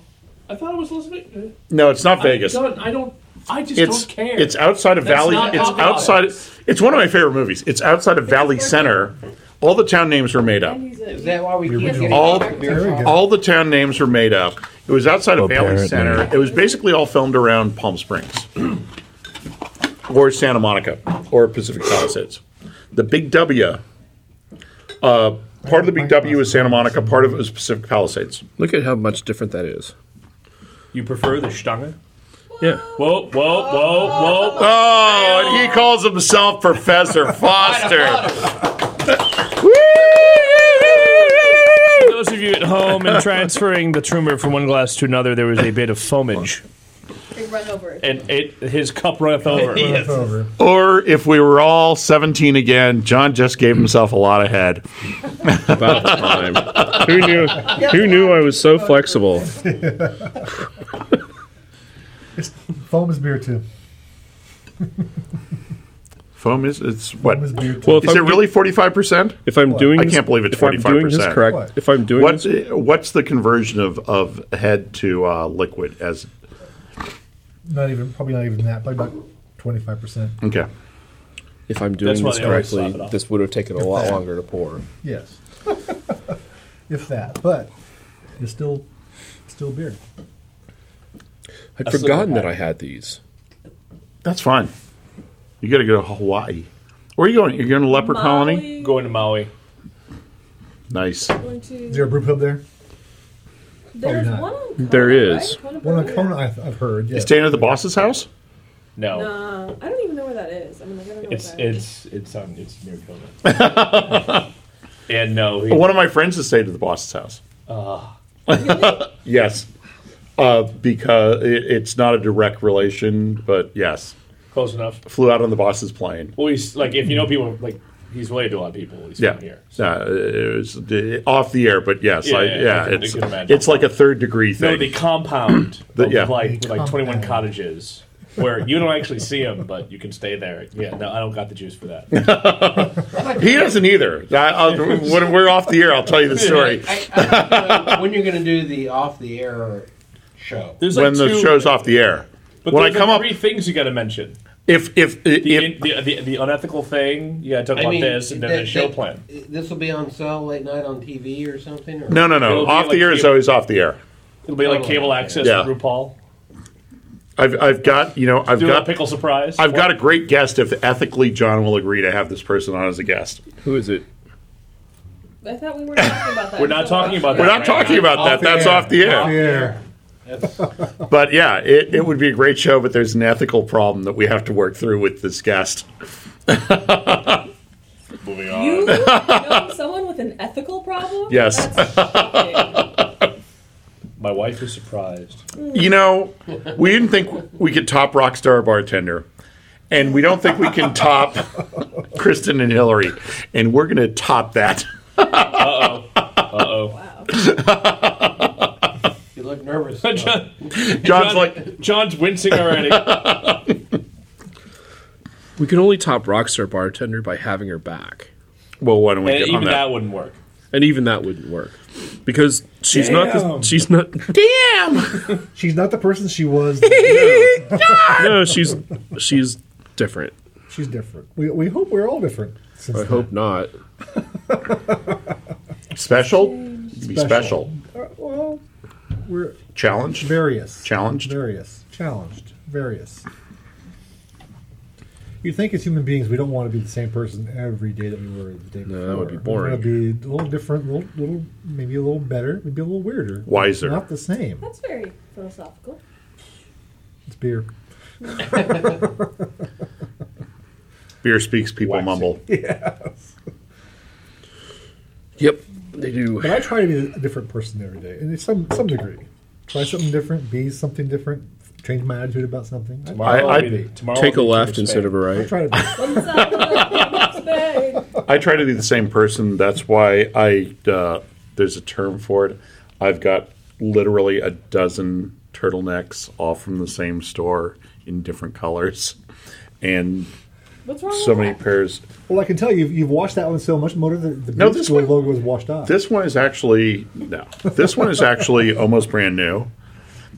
Speaker 6: I thought it was Las Vegas.
Speaker 2: No, it's not
Speaker 6: I'm
Speaker 2: Vegas.
Speaker 6: done. I don't. I just
Speaker 2: It's
Speaker 6: don't care.
Speaker 2: it's outside of
Speaker 6: That's
Speaker 2: Valley.
Speaker 6: not
Speaker 2: It's
Speaker 6: how it
Speaker 2: outside.
Speaker 6: is.
Speaker 2: It's one of my favorite movies. It's outside of Valley Center. All the town names were made up.
Speaker 7: He's a-
Speaker 9: Is that why we keep getting
Speaker 2: All-
Speaker 9: beer
Speaker 4: There we
Speaker 9: from-
Speaker 4: go.
Speaker 2: All the town names were made up. It was outside of Valley
Speaker 10: Apparently.
Speaker 2: Center. It was basically all filmed around Palm Springs or Santa Monica or Pacific Palisades. The Big W. Uh, part of the Big W is Santa Monica. Part of it was Pacific Palisades.
Speaker 1: Look at how much different that is.
Speaker 3: You prefer the Stange?
Speaker 1: Yeah.
Speaker 3: Whoa, whoa, whoa, whoa.
Speaker 2: Oh, and he calls himself Professor Foster. Woo!
Speaker 3: For those of you at home and transferring the troomer from one glass to another, there was a bit of foamage.
Speaker 5: They run over it.
Speaker 3: And it his cup runneth over.
Speaker 4: It's over.
Speaker 2: Or if we were all 17 again, John just gave himself a lot of head.
Speaker 1: About time. who knew? Who knew I was so flexible?
Speaker 4: Foam is beer too.
Speaker 2: Foam is it's what?
Speaker 4: Foam is beer
Speaker 1: Well, if
Speaker 2: is it
Speaker 1: I'm-
Speaker 2: really forty five percent?
Speaker 1: If I'm doing,
Speaker 2: I
Speaker 1: this-
Speaker 2: can't believe it's
Speaker 1: if I'm doing this
Speaker 2: 45%.
Speaker 1: correct,
Speaker 4: What?
Speaker 1: if I'm doing
Speaker 2: What's
Speaker 1: this,
Speaker 2: what's the conversion of of head to uh, liquid as?
Speaker 4: Not even, probably not even that. Probably about twenty-five percent.
Speaker 2: Okay,
Speaker 1: if I'm doing
Speaker 3: That's why
Speaker 1: this
Speaker 3: they always slap
Speaker 1: correctly,
Speaker 3: it off.
Speaker 1: this would have taken a lot longer to pour.
Speaker 4: Yes, if that. But it's still, still beer.
Speaker 1: I'd
Speaker 3: slippery
Speaker 1: forgotten that
Speaker 3: pack.
Speaker 1: I had these.
Speaker 2: that's fine. You got to go to Hawaii. Where are you going? You're going to leopard colony.
Speaker 7: Molly-
Speaker 3: Going to Maui.
Speaker 2: Nice.
Speaker 7: going to-
Speaker 4: Is there a brew pub there?
Speaker 7: There's
Speaker 4: not.
Speaker 7: one on Kona,
Speaker 1: There is.
Speaker 7: Right? Kona
Speaker 4: One on
Speaker 7: Brewery?
Speaker 4: Kona, I've, I've heard.
Speaker 2: You
Speaker 4: Yes.
Speaker 2: staying at the boss's house?
Speaker 3: No.
Speaker 7: Uh,
Speaker 11: No, I don't even know where that is. I mean, like, I don't know
Speaker 3: It's
Speaker 11: where that is.
Speaker 3: it's it's on it's near Kona. and no, he,
Speaker 2: One of my friends has stayed at the boss's house.
Speaker 3: Ah.
Speaker 2: yes, uh, because it, it's not a direct relation, but yes,
Speaker 3: close enough.
Speaker 2: flew out on the boss's plane.
Speaker 3: Well, he's like if you know people like he's related to a lot of people. He's
Speaker 2: Yeah,
Speaker 3: from here. So.
Speaker 2: uh, it was uh, off the air, but yes,
Speaker 3: Yeah,
Speaker 2: I,
Speaker 3: yeah,
Speaker 2: yeah,
Speaker 3: I can- I
Speaker 2: it's
Speaker 3: can imagine.
Speaker 2: it's like a third degree
Speaker 3: No,
Speaker 2: thing.
Speaker 3: the compound
Speaker 2: The-
Speaker 3: of,
Speaker 2: yeah.
Speaker 3: like with, like
Speaker 4: Compound.
Speaker 3: 21 cottages where you don't actually see them, but you can stay there. Yeah, no, I don't got the juice for that.
Speaker 2: he doesn't either. I, I'll, when we're off the air, I'll tell you the story.
Speaker 9: I, I, when you're going to do the off the air show?
Speaker 3: There's
Speaker 2: when
Speaker 3: like
Speaker 2: the
Speaker 3: two,
Speaker 2: show's off the air,
Speaker 3: but
Speaker 2: when I
Speaker 3: there's
Speaker 2: come
Speaker 3: like
Speaker 2: up,
Speaker 3: three things you got to mention.
Speaker 2: if if
Speaker 3: The,
Speaker 2: if,
Speaker 3: in, the, the the unethical thing, you got to talk about this, and then the show plan.
Speaker 9: This will be on sale late night on TV or something. Or?
Speaker 2: no no
Speaker 3: It'll
Speaker 2: no
Speaker 3: be
Speaker 2: off
Speaker 3: like
Speaker 2: the air is
Speaker 3: cable-
Speaker 2: always off the air.
Speaker 3: It'll be like
Speaker 9: Totally.
Speaker 3: cable access
Speaker 2: Yeah.
Speaker 3: with RuPaul.
Speaker 2: I've I've got you know I've
Speaker 3: Do a
Speaker 2: got
Speaker 3: pickle surprise.
Speaker 2: I've got a great guest if ethically John will agree to have this person on as a guest.
Speaker 1: Who is it?
Speaker 7: I thought we were talking about that.
Speaker 3: We're not talking about that.
Speaker 2: We're not
Speaker 3: right
Speaker 2: talking
Speaker 3: now.
Speaker 2: about that. That's off the air.
Speaker 4: Beer.
Speaker 2: But yeah, it, it would be a great show, but there's an ethical problem that we have to work through with this guest.
Speaker 3: Moving
Speaker 7: that.
Speaker 3: on.
Speaker 7: You know someone with an ethical problem?
Speaker 2: Yes.
Speaker 7: That's shocking.
Speaker 3: My wife is surprised.
Speaker 2: You know, we didn't think we could top Rockstar Bartender. And we don't think we can top Kristen and Hillary. And we're going to top that.
Speaker 7: wow.
Speaker 9: You look nervous.
Speaker 3: John,
Speaker 2: John's
Speaker 3: John-
Speaker 2: like,
Speaker 3: John's wincing already.
Speaker 1: We can only top Rockstar Bartender by having her back.
Speaker 2: well, why don't we
Speaker 3: And
Speaker 2: get on
Speaker 3: even
Speaker 2: that?
Speaker 3: that wouldn't work.
Speaker 1: And even that wouldn't work. Because she's not the,
Speaker 4: Damn.
Speaker 1: she's not
Speaker 2: Damn!
Speaker 4: She's not the person she was.
Speaker 1: no, she's she's different.
Speaker 4: She's different. We, we hope we're all different. Since
Speaker 1: I hope not.
Speaker 2: Special? Be special.
Speaker 4: Uh, well, we're
Speaker 2: Challenge?
Speaker 4: various.
Speaker 2: Challenged?
Speaker 4: Various. Challenged. Various. You'd think as human beings we don't want to be the same person every day that we were the day before.
Speaker 1: No, that would be
Speaker 4: We want to be a little different, a little, little, maybe a little better, maybe a little weirder.
Speaker 2: Wiser.
Speaker 4: Not the same.
Speaker 7: That's very philosophical.
Speaker 4: It's beer.
Speaker 2: Beer speaks, people
Speaker 3: Waxing.
Speaker 2: mumble.
Speaker 1: Yep, they do.
Speaker 4: But I try to be a different person every day, and it's some some degree. Try something different, be something different, change my attitude about something. I,
Speaker 2: I-
Speaker 3: Tomorrow I'll
Speaker 2: I-
Speaker 3: be the- tomorrow
Speaker 1: Take a
Speaker 3: I'll be
Speaker 1: left
Speaker 3: Peter
Speaker 1: instead
Speaker 3: Spain.
Speaker 1: of a
Speaker 4: I
Speaker 1: right.
Speaker 4: try to be.
Speaker 7: What's up with that thing?
Speaker 2: I try to be the same person. That's why I uh, there's a term for it. I've got literally a dozen turtlenecks, all from the same store in different colors, and
Speaker 7: What's wrong
Speaker 2: so
Speaker 7: with
Speaker 2: many
Speaker 7: that?
Speaker 2: pairs.
Speaker 4: well, I can tell you, you've washed that one so much, Motor. The, the
Speaker 2: No,
Speaker 4: Beach
Speaker 2: this
Speaker 4: Boy
Speaker 2: one-
Speaker 4: logo is washed off.
Speaker 2: This one is actually no. This one is actually almost brand new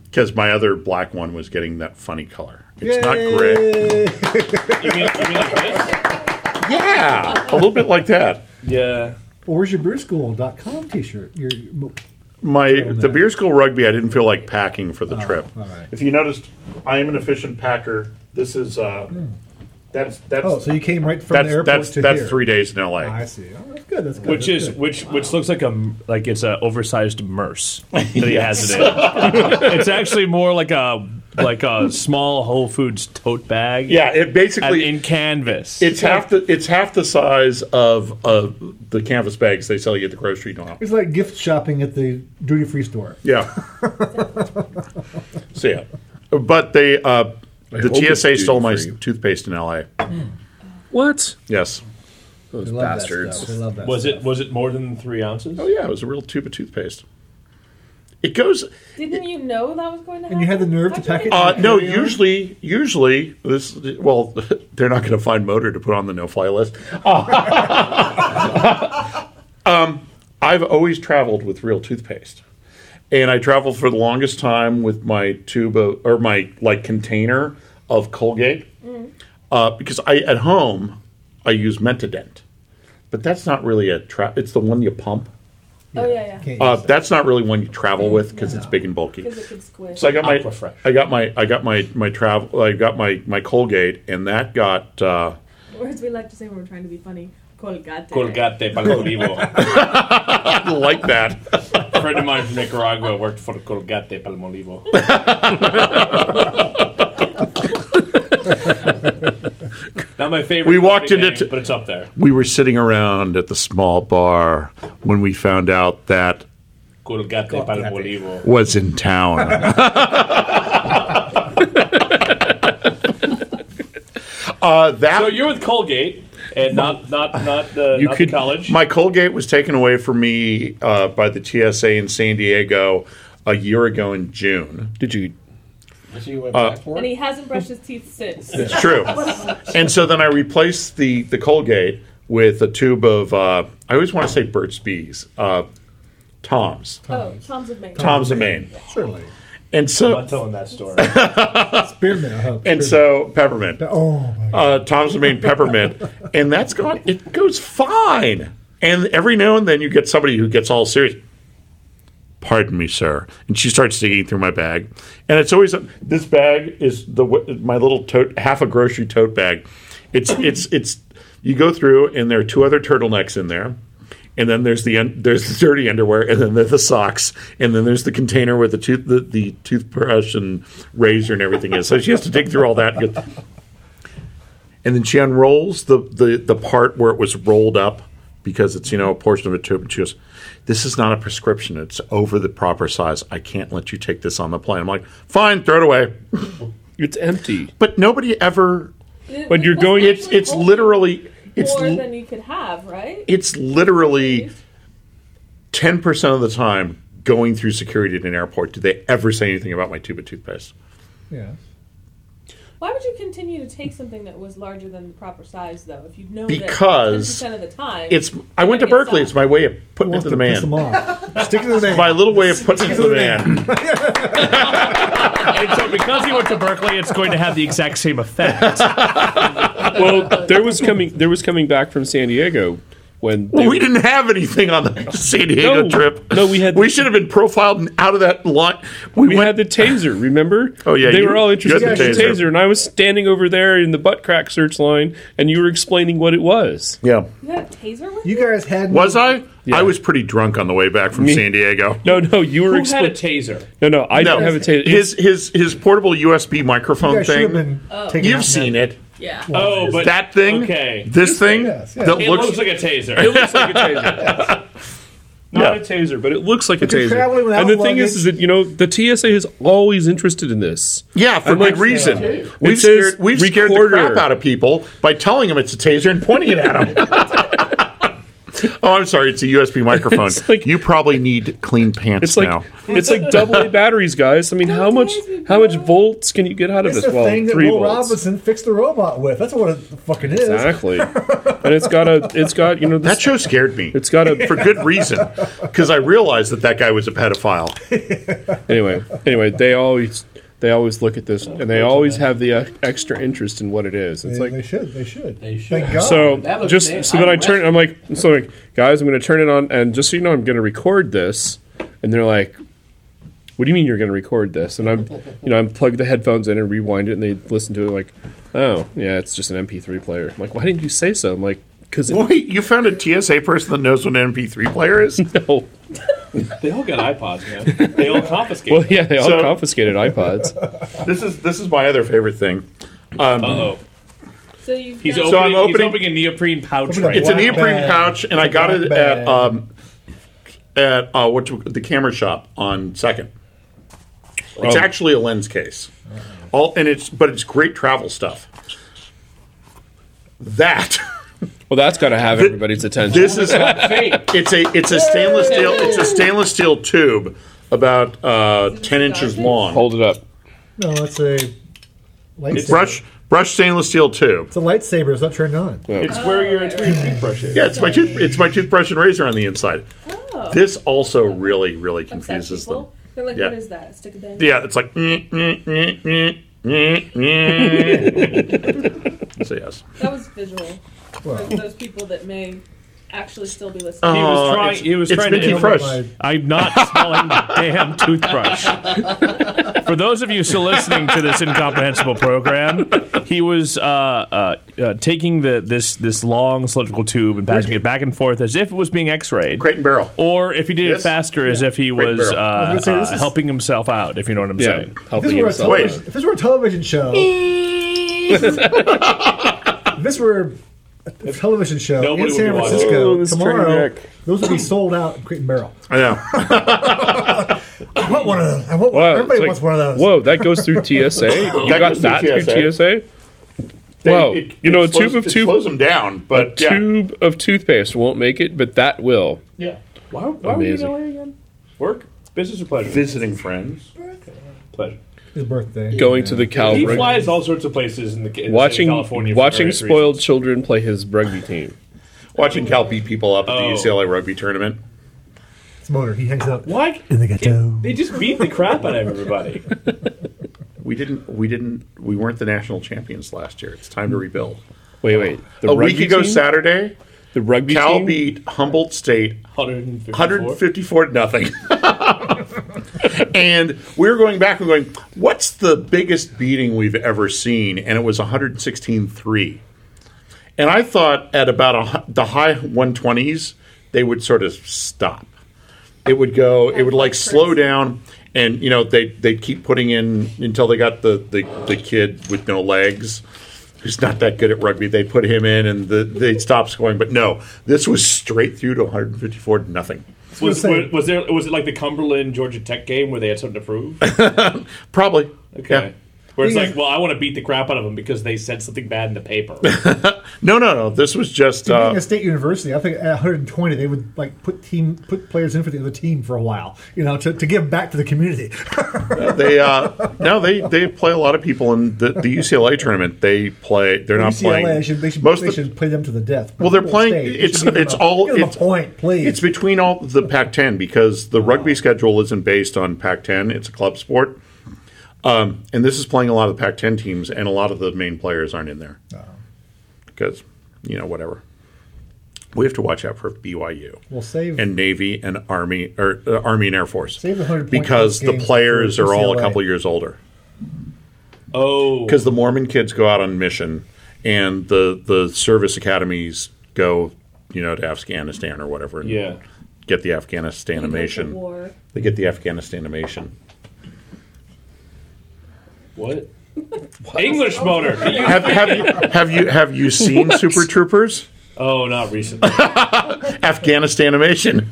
Speaker 2: because my other black one was getting that funny color. It's not gray.
Speaker 3: You mean, you mean like this?
Speaker 2: Yeah, a little bit like that.
Speaker 3: Yeah.
Speaker 4: Well, where's your brewschool.com t-shirt? Your mo-
Speaker 2: My the
Speaker 4: Turtleneck.
Speaker 2: beer school rugby, I didn't feel like packing for the trip.
Speaker 4: Oh, all right.
Speaker 2: If you noticed, I am an efficient packer. This is uh, that's that's
Speaker 4: Hmm. oh, so you came right from the
Speaker 2: that's
Speaker 4: airport
Speaker 2: that's
Speaker 4: to
Speaker 2: that's
Speaker 4: here.
Speaker 2: three days in L.A.
Speaker 4: I see. Oh, that's good. That's good.
Speaker 3: Which
Speaker 4: that's
Speaker 3: is
Speaker 4: good.
Speaker 3: which which looks like a m- like it's a oversized merce that he has it in. it's actually more like a like a small Whole Foods tote bag.
Speaker 2: yeah, it
Speaker 3: and
Speaker 2: basically
Speaker 3: in canvas.
Speaker 2: it's half the it's half the size of uh, the canvas bags they sell you at the grocery now.
Speaker 4: it's like gift shopping at the duty-free store.
Speaker 2: Yeah, so yeah, but they uh, the
Speaker 1: hope it's
Speaker 2: TSA stole my
Speaker 1: duty-free.
Speaker 2: toothpaste in L.A.
Speaker 1: What?
Speaker 2: Yes.
Speaker 1: Those
Speaker 4: I love that
Speaker 1: bastards.
Speaker 4: stuff. I love that
Speaker 3: was
Speaker 4: stuff.
Speaker 3: Oh, it was it more than three ounces?
Speaker 2: Oh yeah, it was a real tube of toothpaste. It goes.
Speaker 7: Didn't you know that was going to happen?
Speaker 4: And you had the nerve to pack it?
Speaker 2: Uh, no, usually, usually this. Well, they're not going to find motor to put on the no-fly list. Uh, um, I've always traveled with real toothpaste, and I traveled for the longest time with my tube of, or my like container of Colgate, uh, because I at home I use Mentadent, but that's not really a trap. It's the one you pump.
Speaker 7: Oh yeah, yeah.
Speaker 2: Uh, that's not really one you travel with because it's big and bulky.
Speaker 7: Because it could squish.
Speaker 2: So I got my
Speaker 9: Aquafresh.
Speaker 2: I got my I got my my travel I got my my Colgate and that got uh,
Speaker 7: or as we like to say when we're trying to be funny, colgate.
Speaker 10: Colgate Palmolivo.
Speaker 2: I like that.
Speaker 10: A friend of mine from Nicaragua worked for Colgate Palmolivo. Not my favorite.
Speaker 2: We walked
Speaker 10: company
Speaker 2: into
Speaker 10: name,
Speaker 2: t-
Speaker 10: but it's up there.
Speaker 2: We were sitting around at the small bar when we found out that
Speaker 10: Colgate Palmolivo.
Speaker 2: was in town. uh, that
Speaker 10: So you're with Colgate and not not not the,
Speaker 2: You
Speaker 10: not
Speaker 2: could-
Speaker 10: the college.
Speaker 2: My Colgate was taken away from me uh, by the TSA in San Diego a year ago in June.
Speaker 1: Did you?
Speaker 9: So you went back for
Speaker 7: And
Speaker 9: it?
Speaker 7: he hasn't brushed his teeth since.
Speaker 2: It's true. and so then I replaced the the Colgate with a tube of uh, I always want to say Burt's Bees, uh, Tom's,
Speaker 7: Oh, Tom's of Maine.
Speaker 2: Tom's of Maine,
Speaker 4: Certainly.
Speaker 2: and so
Speaker 10: not telling that story.
Speaker 4: Spearmint, I hope.
Speaker 2: and
Speaker 4: Spearmint.
Speaker 2: so peppermint,
Speaker 4: Oh, my God.
Speaker 2: uh, Tom's of Maine peppermint, and that's gone. It goes fine. And every now and then you get somebody who gets all serious. Pardon me, sir. And she starts digging through my bag, and it's always this bag is the my little tote, half a grocery tote bag. It's it's it's. You go through, and there are two other turtlenecks in there, and then there's the un- there's the dirty underwear, and then there's the socks, and then there's the container with the tooth the, the toothbrush and razor and everything is. So she has to dig through all that. And go, and then she unrolls the, the, the part where it was rolled up because it's you know a portion of a tube and she goes this is not a prescription it's over the proper size i can't let you take this on the plane i'm like fine throw it away
Speaker 1: It's empty.
Speaker 2: but nobody ever
Speaker 1: When you're going-
Speaker 2: it's it's literally it's
Speaker 7: more
Speaker 2: li-
Speaker 7: than you could have, right?
Speaker 2: it's literally 10% of the time going through security at an airport do they ever say anything about my tube of toothpaste
Speaker 4: Yes.
Speaker 7: Why would you continue to take something that was larger than the proper size, though, if you know
Speaker 2: Because
Speaker 7: that 10% of the time
Speaker 2: it's i went to
Speaker 7: It's, uh,
Speaker 2: berkeley it's my way of putting it
Speaker 4: Wants
Speaker 2: to
Speaker 4: to
Speaker 2: the man
Speaker 4: piss him off. Stick it to the man.
Speaker 2: my little way of putting it to the man
Speaker 3: And so because he went to Berkeley, it's going to have the exact same effect.
Speaker 1: Well, there was coming. There was coming back from San Diego when they
Speaker 2: Well,
Speaker 1: were-
Speaker 2: we didn't have anything on the San Diego
Speaker 1: No.
Speaker 2: trip.
Speaker 1: No, we had-
Speaker 2: We should have been profiled and out of that lot. We,
Speaker 1: we
Speaker 2: went.
Speaker 1: had the taser. Remember?
Speaker 2: Oh, yeah,
Speaker 1: They
Speaker 2: you-
Speaker 1: were all
Speaker 2: you
Speaker 1: interested in
Speaker 2: had
Speaker 1: the
Speaker 2: the
Speaker 1: taser.
Speaker 2: taser.
Speaker 1: and I was standing over there in the butt crack search line, and you were explaining what it was.
Speaker 2: yeah.
Speaker 7: you had a taser with
Speaker 4: You guys had
Speaker 2: Was I?
Speaker 1: Yeah.
Speaker 2: I was pretty drunk on the way back from San Diego.
Speaker 1: No, no, you were
Speaker 10: Who had a
Speaker 1: explaining.
Speaker 10: taser?
Speaker 1: No, no, I
Speaker 2: No,
Speaker 1: don't have a taser.
Speaker 2: his his his portable USB
Speaker 4: You
Speaker 2: microphone
Speaker 4: guys should have
Speaker 2: thing.
Speaker 4: been taken out
Speaker 2: You've
Speaker 4: in
Speaker 2: seen
Speaker 4: that-
Speaker 2: it.
Speaker 7: Yeah.
Speaker 10: Oh, but
Speaker 2: That thing.
Speaker 10: Okay.
Speaker 2: This thing
Speaker 4: Yes, yes.
Speaker 2: that
Speaker 10: it
Speaker 2: looks.
Speaker 10: looks, like a taser.
Speaker 1: looks like a taser. Not a taser, but it looks like a
Speaker 4: you're traveling
Speaker 1: taser.
Speaker 4: without
Speaker 1: And the thing is,
Speaker 4: luggage-
Speaker 1: is that you know the TSA is always interested in this.
Speaker 2: yeah, for
Speaker 1: like-
Speaker 2: good reason.
Speaker 1: It
Speaker 2: We've
Speaker 1: says
Speaker 2: scared we've scared the
Speaker 1: recorder.
Speaker 2: crap out of people by telling them it's a taser and pointing it at them. oh, I'm sorry. It's a USB microphone.
Speaker 1: like-
Speaker 2: you probably need clean pants
Speaker 1: It's like
Speaker 2: now.
Speaker 1: it's like double A batteries, guys. I mean, how much
Speaker 7: taser,
Speaker 1: how much
Speaker 7: bro.
Speaker 1: volts can you get out of
Speaker 4: It's
Speaker 1: this?
Speaker 4: the
Speaker 1: Well,
Speaker 4: thing that
Speaker 1: three
Speaker 4: Will
Speaker 1: volts.
Speaker 4: Robinson fixed the robot with. That's what it fucking is.
Speaker 1: Exactly. and it's got a it's got you know
Speaker 2: That
Speaker 1: this,
Speaker 2: show scared me.
Speaker 1: it's got a
Speaker 2: for good reason because I realized that that guy was a pedophile.
Speaker 1: anyway anyway they always they always look at this and they always have the uh, extra interest in what it is it's
Speaker 4: They,
Speaker 1: like
Speaker 4: they should. They should. They
Speaker 9: should.
Speaker 4: Thank God.
Speaker 1: so
Speaker 9: Oh, That looks
Speaker 1: just
Speaker 9: damn-
Speaker 1: so then i
Speaker 9: I'm
Speaker 1: turn i'm like so like guys i'm going to turn it on and just so you know i'm going to record this and they're like what do you mean you're going to record this and i'm you know i'm plug the headphones in and rewind it and they listen to it like oh yeah it's just an mp3 player i'm like why didn't you say so i'm like because it
Speaker 2: Wait, you found a TSA person that knows what an MP3 player is?
Speaker 1: no
Speaker 10: they all got iPods, man. They all confiscate.
Speaker 1: well yeah they all
Speaker 2: So-
Speaker 1: confiscated ipods
Speaker 2: This is this is my other favorite thing.
Speaker 10: oh.
Speaker 7: So you've
Speaker 10: He's,
Speaker 7: got-
Speaker 10: opening,
Speaker 2: So I'm
Speaker 10: he's
Speaker 2: opening-
Speaker 10: opening a neoprene pouch
Speaker 4: Open up
Speaker 10: right
Speaker 2: It's
Speaker 10: now.
Speaker 2: an
Speaker 4: Black
Speaker 2: neoprene
Speaker 4: bag.
Speaker 2: pouch, and I got
Speaker 4: Black
Speaker 2: it
Speaker 4: bag.
Speaker 2: at um, at uh, what you- the camera shop on Second. It's
Speaker 1: Oh.
Speaker 2: actually a lens case, all and it's but it's great travel stuff. That
Speaker 1: well that's got to have everybody's attention
Speaker 2: this is it's a it's a stainless steel it's a stainless steel tube about uh, ten inches long.
Speaker 1: Hold it up.
Speaker 4: No, it's a lightsaber.
Speaker 2: brush brush stainless steel too.
Speaker 4: It's a lightsaber. It's not turned on.
Speaker 2: It's
Speaker 6: where your, it's where your toothbrush is.
Speaker 2: Yeah, it's my tooth, it's my toothbrush and razor on the inside.
Speaker 7: Oh.
Speaker 2: This also really really confuses them.
Speaker 5: They're like,
Speaker 2: Yeah.
Speaker 5: what is that? A stick of dynamite?
Speaker 2: Yeah, it's like. "Mm, mm, mm, mm, mm, mm." so yes.
Speaker 5: That was visual for
Speaker 2: Well. Um,
Speaker 5: those people that may actually still be listening.
Speaker 3: He was trying. he was trying to. I'm not smelling the damn toothbrush. For those of you still listening to this incomprehensible program, he was uh, uh, uh, taking the this this long cylindrical tube and passing it back and forth as if it was being X-rayed,
Speaker 2: crate and barrel,
Speaker 3: or if he did it
Speaker 2: Yes.
Speaker 3: faster, as if he
Speaker 2: Crate and
Speaker 3: was uh,
Speaker 2: barrel. I was gonna
Speaker 4: say, this
Speaker 3: uh,
Speaker 4: is-
Speaker 3: helping himself out. If you know what I'm saying,
Speaker 4: If this, were a television, if this were a television show, if this were a television show in
Speaker 2: Nobody
Speaker 4: San
Speaker 2: would watch it.
Speaker 4: Francisco
Speaker 2: Oh, this train
Speaker 4: tomorrow,
Speaker 2: wreck.
Speaker 4: those would be sold out in Crate and Barrel.
Speaker 2: I know.
Speaker 4: I want one of those. I want one.
Speaker 1: Wow, it's
Speaker 4: Everybody
Speaker 1: like-
Speaker 4: wants one of those.
Speaker 1: Whoa, that goes through TSA. You got
Speaker 2: That goes through
Speaker 1: that through
Speaker 2: TSA?
Speaker 1: TSA?
Speaker 2: They-
Speaker 1: Wow,
Speaker 2: it-
Speaker 1: you know
Speaker 2: it
Speaker 1: a tube
Speaker 2: slows-
Speaker 1: of
Speaker 2: it
Speaker 1: tooth
Speaker 2: slows 'em down, but,
Speaker 1: a
Speaker 2: yeah.
Speaker 1: tube of toothpaste won't make it, but that will.
Speaker 2: Yeah.
Speaker 10: Why, why were you
Speaker 1: Amazing.
Speaker 10: going again? Work, business, or pleasure?
Speaker 2: Visiting friends.
Speaker 10: Pleasure.
Speaker 4: His birthday.
Speaker 1: Going to the Cal
Speaker 10: He
Speaker 1: rugby.
Speaker 10: flies all sorts of places in the in the state of
Speaker 1: watching
Speaker 10: California. for
Speaker 1: watching
Speaker 10: various
Speaker 1: spoiled children play his rugby team.
Speaker 2: Watching Cal beat people up at the
Speaker 10: Oh.
Speaker 2: UCLA rugby tournament.
Speaker 4: It's motor. He hangs out
Speaker 10: Why?
Speaker 4: in the ghetto.
Speaker 10: reasons. They just beat the crap out of everybody.
Speaker 2: We didn't. We didn't. We weren't the national champions last year. It's time to rebuild.
Speaker 1: Wait, wait. The
Speaker 2: a week
Speaker 1: rugby
Speaker 2: ago
Speaker 1: team?
Speaker 2: Saturday,
Speaker 1: the rugby
Speaker 2: Cal
Speaker 1: team?
Speaker 2: beat Humboldt State
Speaker 10: 154.
Speaker 2: 154 to nothing. and we were going back and going, what's the biggest beating we've ever seen? And it was 116 3. And I thought at about a, hu- the high 120s, they would sort of stop. It would go, it would like slow down. And, you know, they, they'd keep putting in until they got the, the, the kid with no legs who's not that good at rugby. They put him in and the, they'd stop scoring. But no, this was straight through to 154 to nothing.
Speaker 10: Was,
Speaker 4: That's what I'm
Speaker 10: was, was there? Was it like the Cumberland Georgia Tech game where they had something to prove?
Speaker 2: Probably.
Speaker 10: Okay. Where it's
Speaker 4: Thing
Speaker 10: like, well, I want to beat the crap out of them because they said something bad in the paper.
Speaker 2: No, no, no. This was just.
Speaker 4: Being
Speaker 2: Uh,
Speaker 4: a state university, I think at 120 they would like put team put players in for the other team for a while, you know, to, to give back to the community.
Speaker 2: they uh, no, they they play a lot of people in the, the UCLA tournament. They play. They're not
Speaker 4: UCLA
Speaker 2: playing.
Speaker 4: should, they should,
Speaker 2: most
Speaker 4: they
Speaker 2: of the-
Speaker 4: should play them to the death.
Speaker 2: Well, they're
Speaker 4: They
Speaker 2: playing-
Speaker 4: stayed. They
Speaker 2: it's-
Speaker 4: should give them
Speaker 2: it's
Speaker 4: a-
Speaker 2: all-
Speaker 4: give them a
Speaker 2: it's-
Speaker 4: point, please.
Speaker 2: It's between all the Pac-10 because the rugby schedule isn't based on Pac-10. It's a club sport, um, and this is playing a lot of the Pac-10 teams, and a lot of the main players aren't in there
Speaker 4: Oh.
Speaker 2: because you know whatever. We have to watch out for BYU
Speaker 4: we'll save
Speaker 2: and Navy and Army or uh, Army and Air Force
Speaker 4: Save the 100 point
Speaker 2: because the
Speaker 4: games
Speaker 2: players
Speaker 4: for
Speaker 2: are all a
Speaker 4: UCLA.
Speaker 2: couple years older.
Speaker 10: oh,
Speaker 2: because the Mormon kids go out on mission, and the the service academies go, you know, to Afghanistan or whatever. And
Speaker 10: Yeah.
Speaker 2: get the Afghanistan animation.
Speaker 5: War.
Speaker 2: They get the Afghanistan animation.
Speaker 10: what? English motor.
Speaker 2: Have, have you have you have you seen Super Troopers?
Speaker 10: Oh, not recently.
Speaker 2: Afghanistan animation.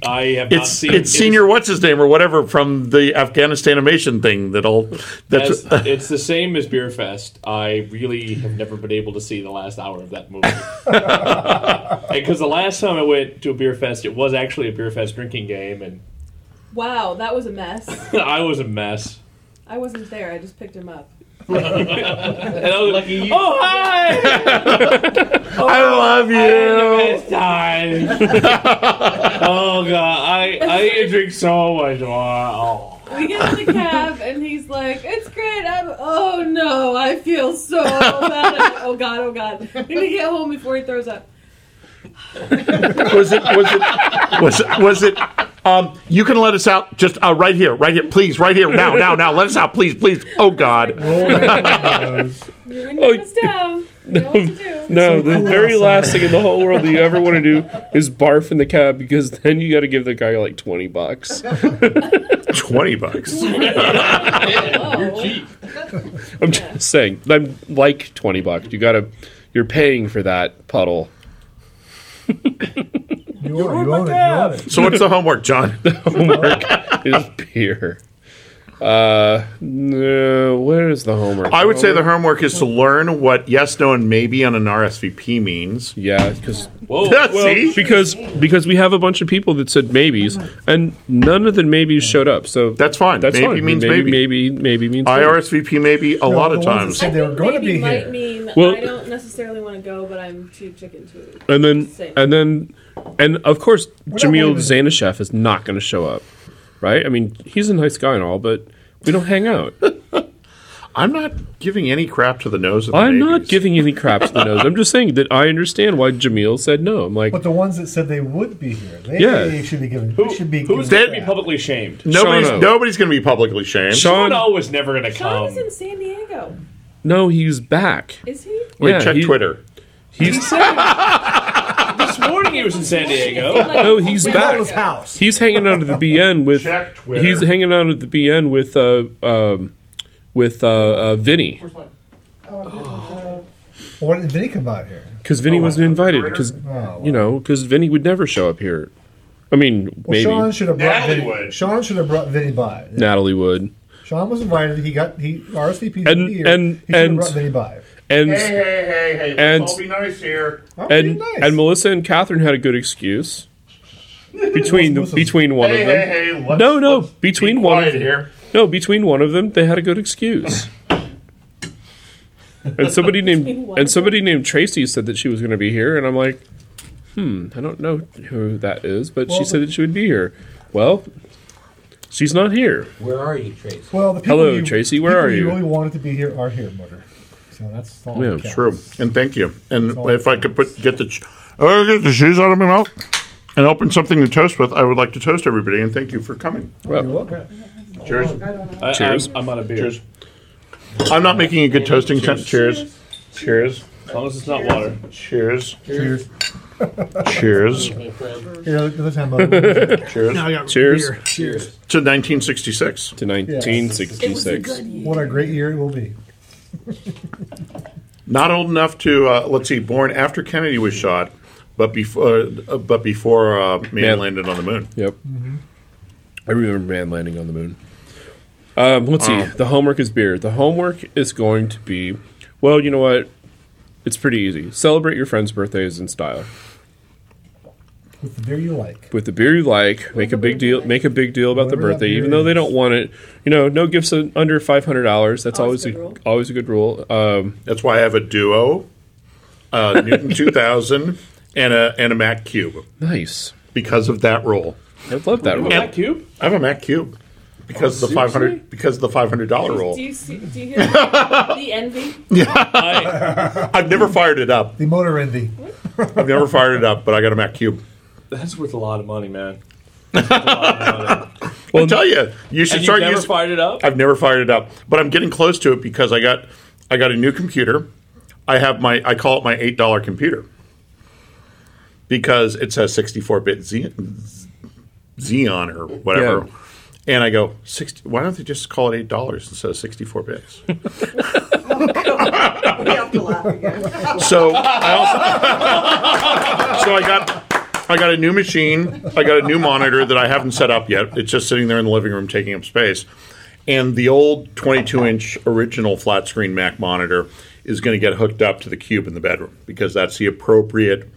Speaker 10: I have not
Speaker 2: It's
Speaker 10: seen.
Speaker 2: it's senior what's his name or whatever from the Afghanistan animation thing that all that's
Speaker 10: It's, as- it's the same as Beer Fest. I really have never been able to see the last hour of that movie. Because the last time I went to a beer fest, it was actually a beer fest drinking game, and
Speaker 5: Wow, that was a mess.
Speaker 10: I was a mess.
Speaker 5: I wasn't there. I just picked him up.
Speaker 10: And I was like, "Oh hi,
Speaker 2: I love you.
Speaker 10: it's time." oh god, I I drink so much. Wow.
Speaker 5: We get in the cab, and he's like, "It's great." I'm. Oh no, I feel so bad. Oh god, oh god. We need to get home before he throws up.
Speaker 2: Was it was it was it, was it um, you can let us out just uh, right here, right here, please, right here, now, now, now. Let us out, please, please. Oh God.
Speaker 5: You're going to us down. You know what to do.
Speaker 1: Oh, No,
Speaker 4: So
Speaker 1: the
Speaker 4: cool
Speaker 1: very
Speaker 4: outside.
Speaker 1: last thing in the whole world that you ever want to do is barf in the cab because then you got to give the guy like twenty bucks.
Speaker 2: 20 bucks.
Speaker 5: Oh.
Speaker 1: I'm just saying, I'm like twenty bucks. You got to, you're paying for that puddle.
Speaker 4: you own it, you own it, you own it.
Speaker 2: Uh. So what's the homework, John?
Speaker 1: Is beer. Uh, no, where is the homework?
Speaker 2: I would say the homework is to learn what yes, no, and maybe on an RSVP means.
Speaker 1: Yeah, because
Speaker 10: Whoa.
Speaker 2: see,
Speaker 1: because because we have a bunch of people that said maybes, and none of the maybes showed up. So
Speaker 2: that's fine.
Speaker 1: that's
Speaker 2: maybe
Speaker 1: fine.
Speaker 2: means
Speaker 1: maybe,
Speaker 2: maybe.
Speaker 1: maybe maybe means
Speaker 2: I
Speaker 1: no.
Speaker 2: RSVP maybe a
Speaker 4: No,
Speaker 2: lot
Speaker 4: the
Speaker 2: of
Speaker 4: ones that
Speaker 2: times.
Speaker 4: said they were going to
Speaker 5: maybe
Speaker 4: be
Speaker 5: might
Speaker 4: here.
Speaker 5: mean
Speaker 1: Well-
Speaker 5: I don't necessarily want to go, but I'm too chicken to it.
Speaker 1: and then
Speaker 5: Same.
Speaker 1: and then and of course
Speaker 4: not
Speaker 1: Jamil
Speaker 4: leaving.
Speaker 1: Zanishev is not going to show up, right? I mean, he's a nice guy and all, but we don't hang out.
Speaker 2: I'm not giving any crap to the nose of the
Speaker 1: I'm not
Speaker 2: maybes.
Speaker 1: giving any crap to the nose. I'm just saying that I understand why Jamil said no. I'm like,
Speaker 4: But the ones that said they would be here, they
Speaker 1: Yeah.
Speaker 4: should be given.
Speaker 10: Who,
Speaker 4: Who, should be
Speaker 10: who's
Speaker 4: given
Speaker 10: going to be
Speaker 4: crap.
Speaker 10: publicly shamed?
Speaker 2: Nobody's
Speaker 1: Shauno.
Speaker 2: nobody's going to be publicly shamed.
Speaker 1: Sean,
Speaker 10: Sean was never going to
Speaker 5: Sean
Speaker 10: come.
Speaker 1: um,
Speaker 5: is in San Diego.
Speaker 1: no, he's back.
Speaker 5: Is he?
Speaker 2: Wait,
Speaker 1: Yeah,
Speaker 2: check
Speaker 1: he-
Speaker 2: Twitter.
Speaker 10: He said this morning he was in San Diego.
Speaker 1: No, Oh, he's back.
Speaker 4: His house.
Speaker 1: He's hanging out at the BN with.
Speaker 2: Check Twitter.
Speaker 1: He's hanging out at the BN with uh um with uh, uh Vinny
Speaker 4: Why didn't Vinny come out here? Oh,
Speaker 1: because Vinny wasn't invited because
Speaker 4: wow.
Speaker 1: you know because Vinny would never show up here. I mean
Speaker 4: Well,
Speaker 1: maybe
Speaker 4: Sean should have brought
Speaker 2: Natalie
Speaker 4: Vinny.
Speaker 2: would.
Speaker 4: Sean should have brought Vinny by.
Speaker 1: Natalie would
Speaker 4: Sean was invited. He got he RSVP
Speaker 1: And-
Speaker 4: here.
Speaker 1: and-
Speaker 4: he should have
Speaker 1: and-
Speaker 4: brought Vinny by.
Speaker 1: and
Speaker 2: hey, hey!
Speaker 1: And- all be
Speaker 2: nice here.
Speaker 4: That would be
Speaker 1: and
Speaker 4: Oh, nice.
Speaker 1: and Melissa and Catherine had a good excuse between the,
Speaker 4: Melissa's-
Speaker 1: between one of them.
Speaker 2: hey! Let's,
Speaker 1: No, no, between one of them.
Speaker 2: here.
Speaker 1: No, between one of them, they had a good excuse. and somebody
Speaker 7: Between
Speaker 1: named
Speaker 7: one
Speaker 1: and
Speaker 7: of
Speaker 1: somebody named Tracy said that she was going to be here, and I'm like, hmm, I don't know who that is, but she said that she would be here. Well, she's not here.
Speaker 9: Where are you, Tracy?
Speaker 4: well, the people
Speaker 1: Hello,
Speaker 4: you,
Speaker 1: Tracy, where
Speaker 4: people
Speaker 1: are you?
Speaker 4: really wanted to be here are here, Murder. So that's all.
Speaker 1: Yeah,
Speaker 4: that counts.
Speaker 2: True, and thank you. And
Speaker 4: all
Speaker 2: if I could put get the, ch- oh, get the shoes out of my mouth, and open something to toast with, I would like to toast everybody and thank you for coming.
Speaker 4: You're welcome.
Speaker 2: Cheers.
Speaker 10: I,
Speaker 1: Cheers.
Speaker 10: I'm, I'm on a beer.
Speaker 2: Cheers. I'm not making a good toasting attempt. Cheers. Cheers.
Speaker 10: As long as it's not water.
Speaker 2: Cheers.
Speaker 4: Cheers.
Speaker 2: Cheers.
Speaker 4: Here, another time. Mother.
Speaker 2: Cheers.
Speaker 1: Cheers
Speaker 2: To 1966.
Speaker 1: to 1966.
Speaker 4: what a great year it will be.
Speaker 2: Not old enough to uh, let's see, born after Kennedy was shot, but before uh, but before uh, man,
Speaker 1: Man.
Speaker 2: landed on the moon.
Speaker 1: Yep. I remember man landing on the moon. Um, let's see. The homework is beer. The homework is going to be, well, you know what? It's pretty easy. Celebrate your friends' birthdays in style.
Speaker 4: With the beer you like.
Speaker 1: with the beer you like. Make a big deal. Make a big deal about the
Speaker 4: Whatever that
Speaker 1: birthday,
Speaker 4: beer
Speaker 1: even though they
Speaker 4: is.
Speaker 1: don't want it. You know, no gifts un- under five hundred dollars. That's always
Speaker 5: Always good
Speaker 1: a,
Speaker 5: rule.
Speaker 1: always a good rule. Um,
Speaker 2: That's why I have a duo, uh, Newton 2000, and a and a Mac Cube
Speaker 1: nice.
Speaker 2: because of that rule.
Speaker 1: I love that rule.
Speaker 10: That cube?
Speaker 2: I have a Mac Cube because
Speaker 10: Oh,
Speaker 2: of the 500 because of the 500 dollar
Speaker 5: Do
Speaker 2: rule.
Speaker 5: you see, do you hear the envy?
Speaker 2: I've never fired it up.
Speaker 4: The motor envy.
Speaker 2: I've never fired it up, but I got a Mac Cube.
Speaker 10: That's worth a lot of money, man.
Speaker 2: I tell you, you should
Speaker 10: And you
Speaker 2: start
Speaker 10: never
Speaker 2: using.
Speaker 10: fired it up?
Speaker 2: I've never fired it up, but I'm getting close to it because I got I got a new computer. I have my I call it my eight dollar computer because it says 64 bit Xeon, Xeon or whatever.
Speaker 1: Yeah.
Speaker 2: And I go, 60, why don't they just call it eight dollars instead of 64 bits?
Speaker 12: We have to laugh again.
Speaker 2: So I also, so I got I got a new machine. I got a new monitor that I haven't set up yet. It's just sitting there in the living room taking up space. And the old 22 inch original flat screen Mac monitor is going to get hooked up to the cube in the bedroom because that's the appropriate.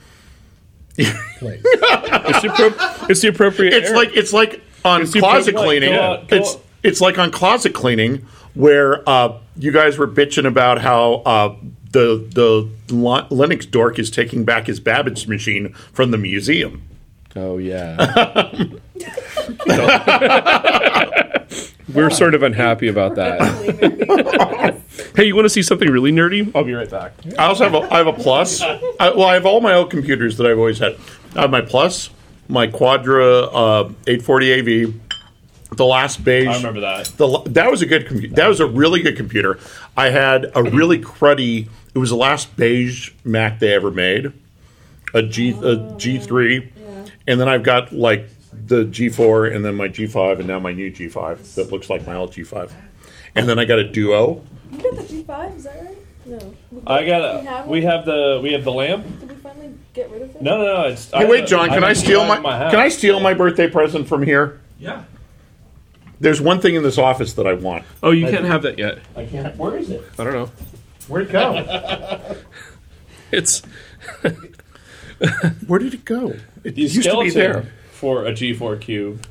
Speaker 4: Place.
Speaker 1: It's the, appro- it's the appropriate.
Speaker 2: It's
Speaker 1: era.
Speaker 2: like it's like on
Speaker 1: you
Speaker 2: closet
Speaker 10: put-
Speaker 2: cleaning.
Speaker 10: go out- go
Speaker 2: it's
Speaker 10: out-
Speaker 2: it's like on closet cleaning where uh, you guys were bitching about how uh, the the Lin- Linux dork is taking back his Babbage machine from the museum.
Speaker 1: oh yeah. We're sort of unhappy about that. hey, you want to see something really nerdy? I'll be right back.
Speaker 2: I also have a, I have a plus. I, well, I have all my old computers that I've always had. I have my plus, my Quadra uh, 840 AV, the last beige.
Speaker 10: I remember that.
Speaker 2: The, la- that was a good computer. That was a really good computer. I had a really cruddy. It was the last beige Mac they ever made, a G a G three, and then I've got like the G four, and then my G five, and now my new G five that looks like my old G five, and then I got a Duo.
Speaker 5: You got the G5, is that right? No.
Speaker 10: I got
Speaker 5: We have
Speaker 10: a,
Speaker 5: one?
Speaker 10: we have the we have the lamp.
Speaker 5: Did we finally get rid of it?
Speaker 10: No, no, no. It's,
Speaker 2: Hey, wait, John, can I steal my
Speaker 10: house.
Speaker 2: can I steal my birthday present from here?
Speaker 8: Yeah.
Speaker 2: There's one thing in this office that I want.
Speaker 1: Oh, you can't have that yet.
Speaker 3: I can't. Where is it?
Speaker 1: I don't know.
Speaker 13: Where'd it go?
Speaker 1: It's
Speaker 2: Where did it go? It
Speaker 3: The
Speaker 2: used to
Speaker 3: skeleton
Speaker 2: be there.
Speaker 3: for a G4 cube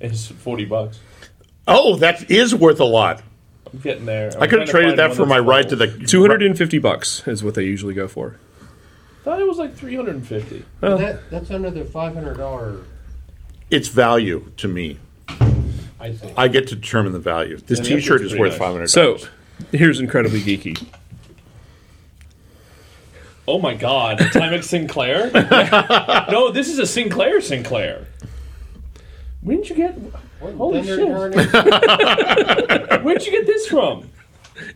Speaker 3: is forty bucks.
Speaker 2: Oh, that is worth a lot.
Speaker 3: I'm getting there. I'm
Speaker 2: I could have
Speaker 3: trying to
Speaker 2: traded
Speaker 3: find
Speaker 2: that
Speaker 3: one
Speaker 2: for
Speaker 3: that's
Speaker 2: my ride to
Speaker 3: full.
Speaker 2: the
Speaker 1: two hundred and fifty bucks is what they usually go for.
Speaker 3: Thought it was like three hundred and fifty.
Speaker 9: That, that's another five hundred dollar.
Speaker 2: It's value to me.
Speaker 9: I think.
Speaker 2: I get to determine the value. This
Speaker 3: Yeah,
Speaker 2: T-shirt
Speaker 3: that's
Speaker 2: is
Speaker 3: pretty
Speaker 2: worth
Speaker 3: nice.
Speaker 2: five hundred.
Speaker 1: So here's incredibly geeky.
Speaker 3: Oh my god, a Timex Sinclair? no, this is a Sinclair Sinclair. When did you get? Holy shit! Where'd you get this from?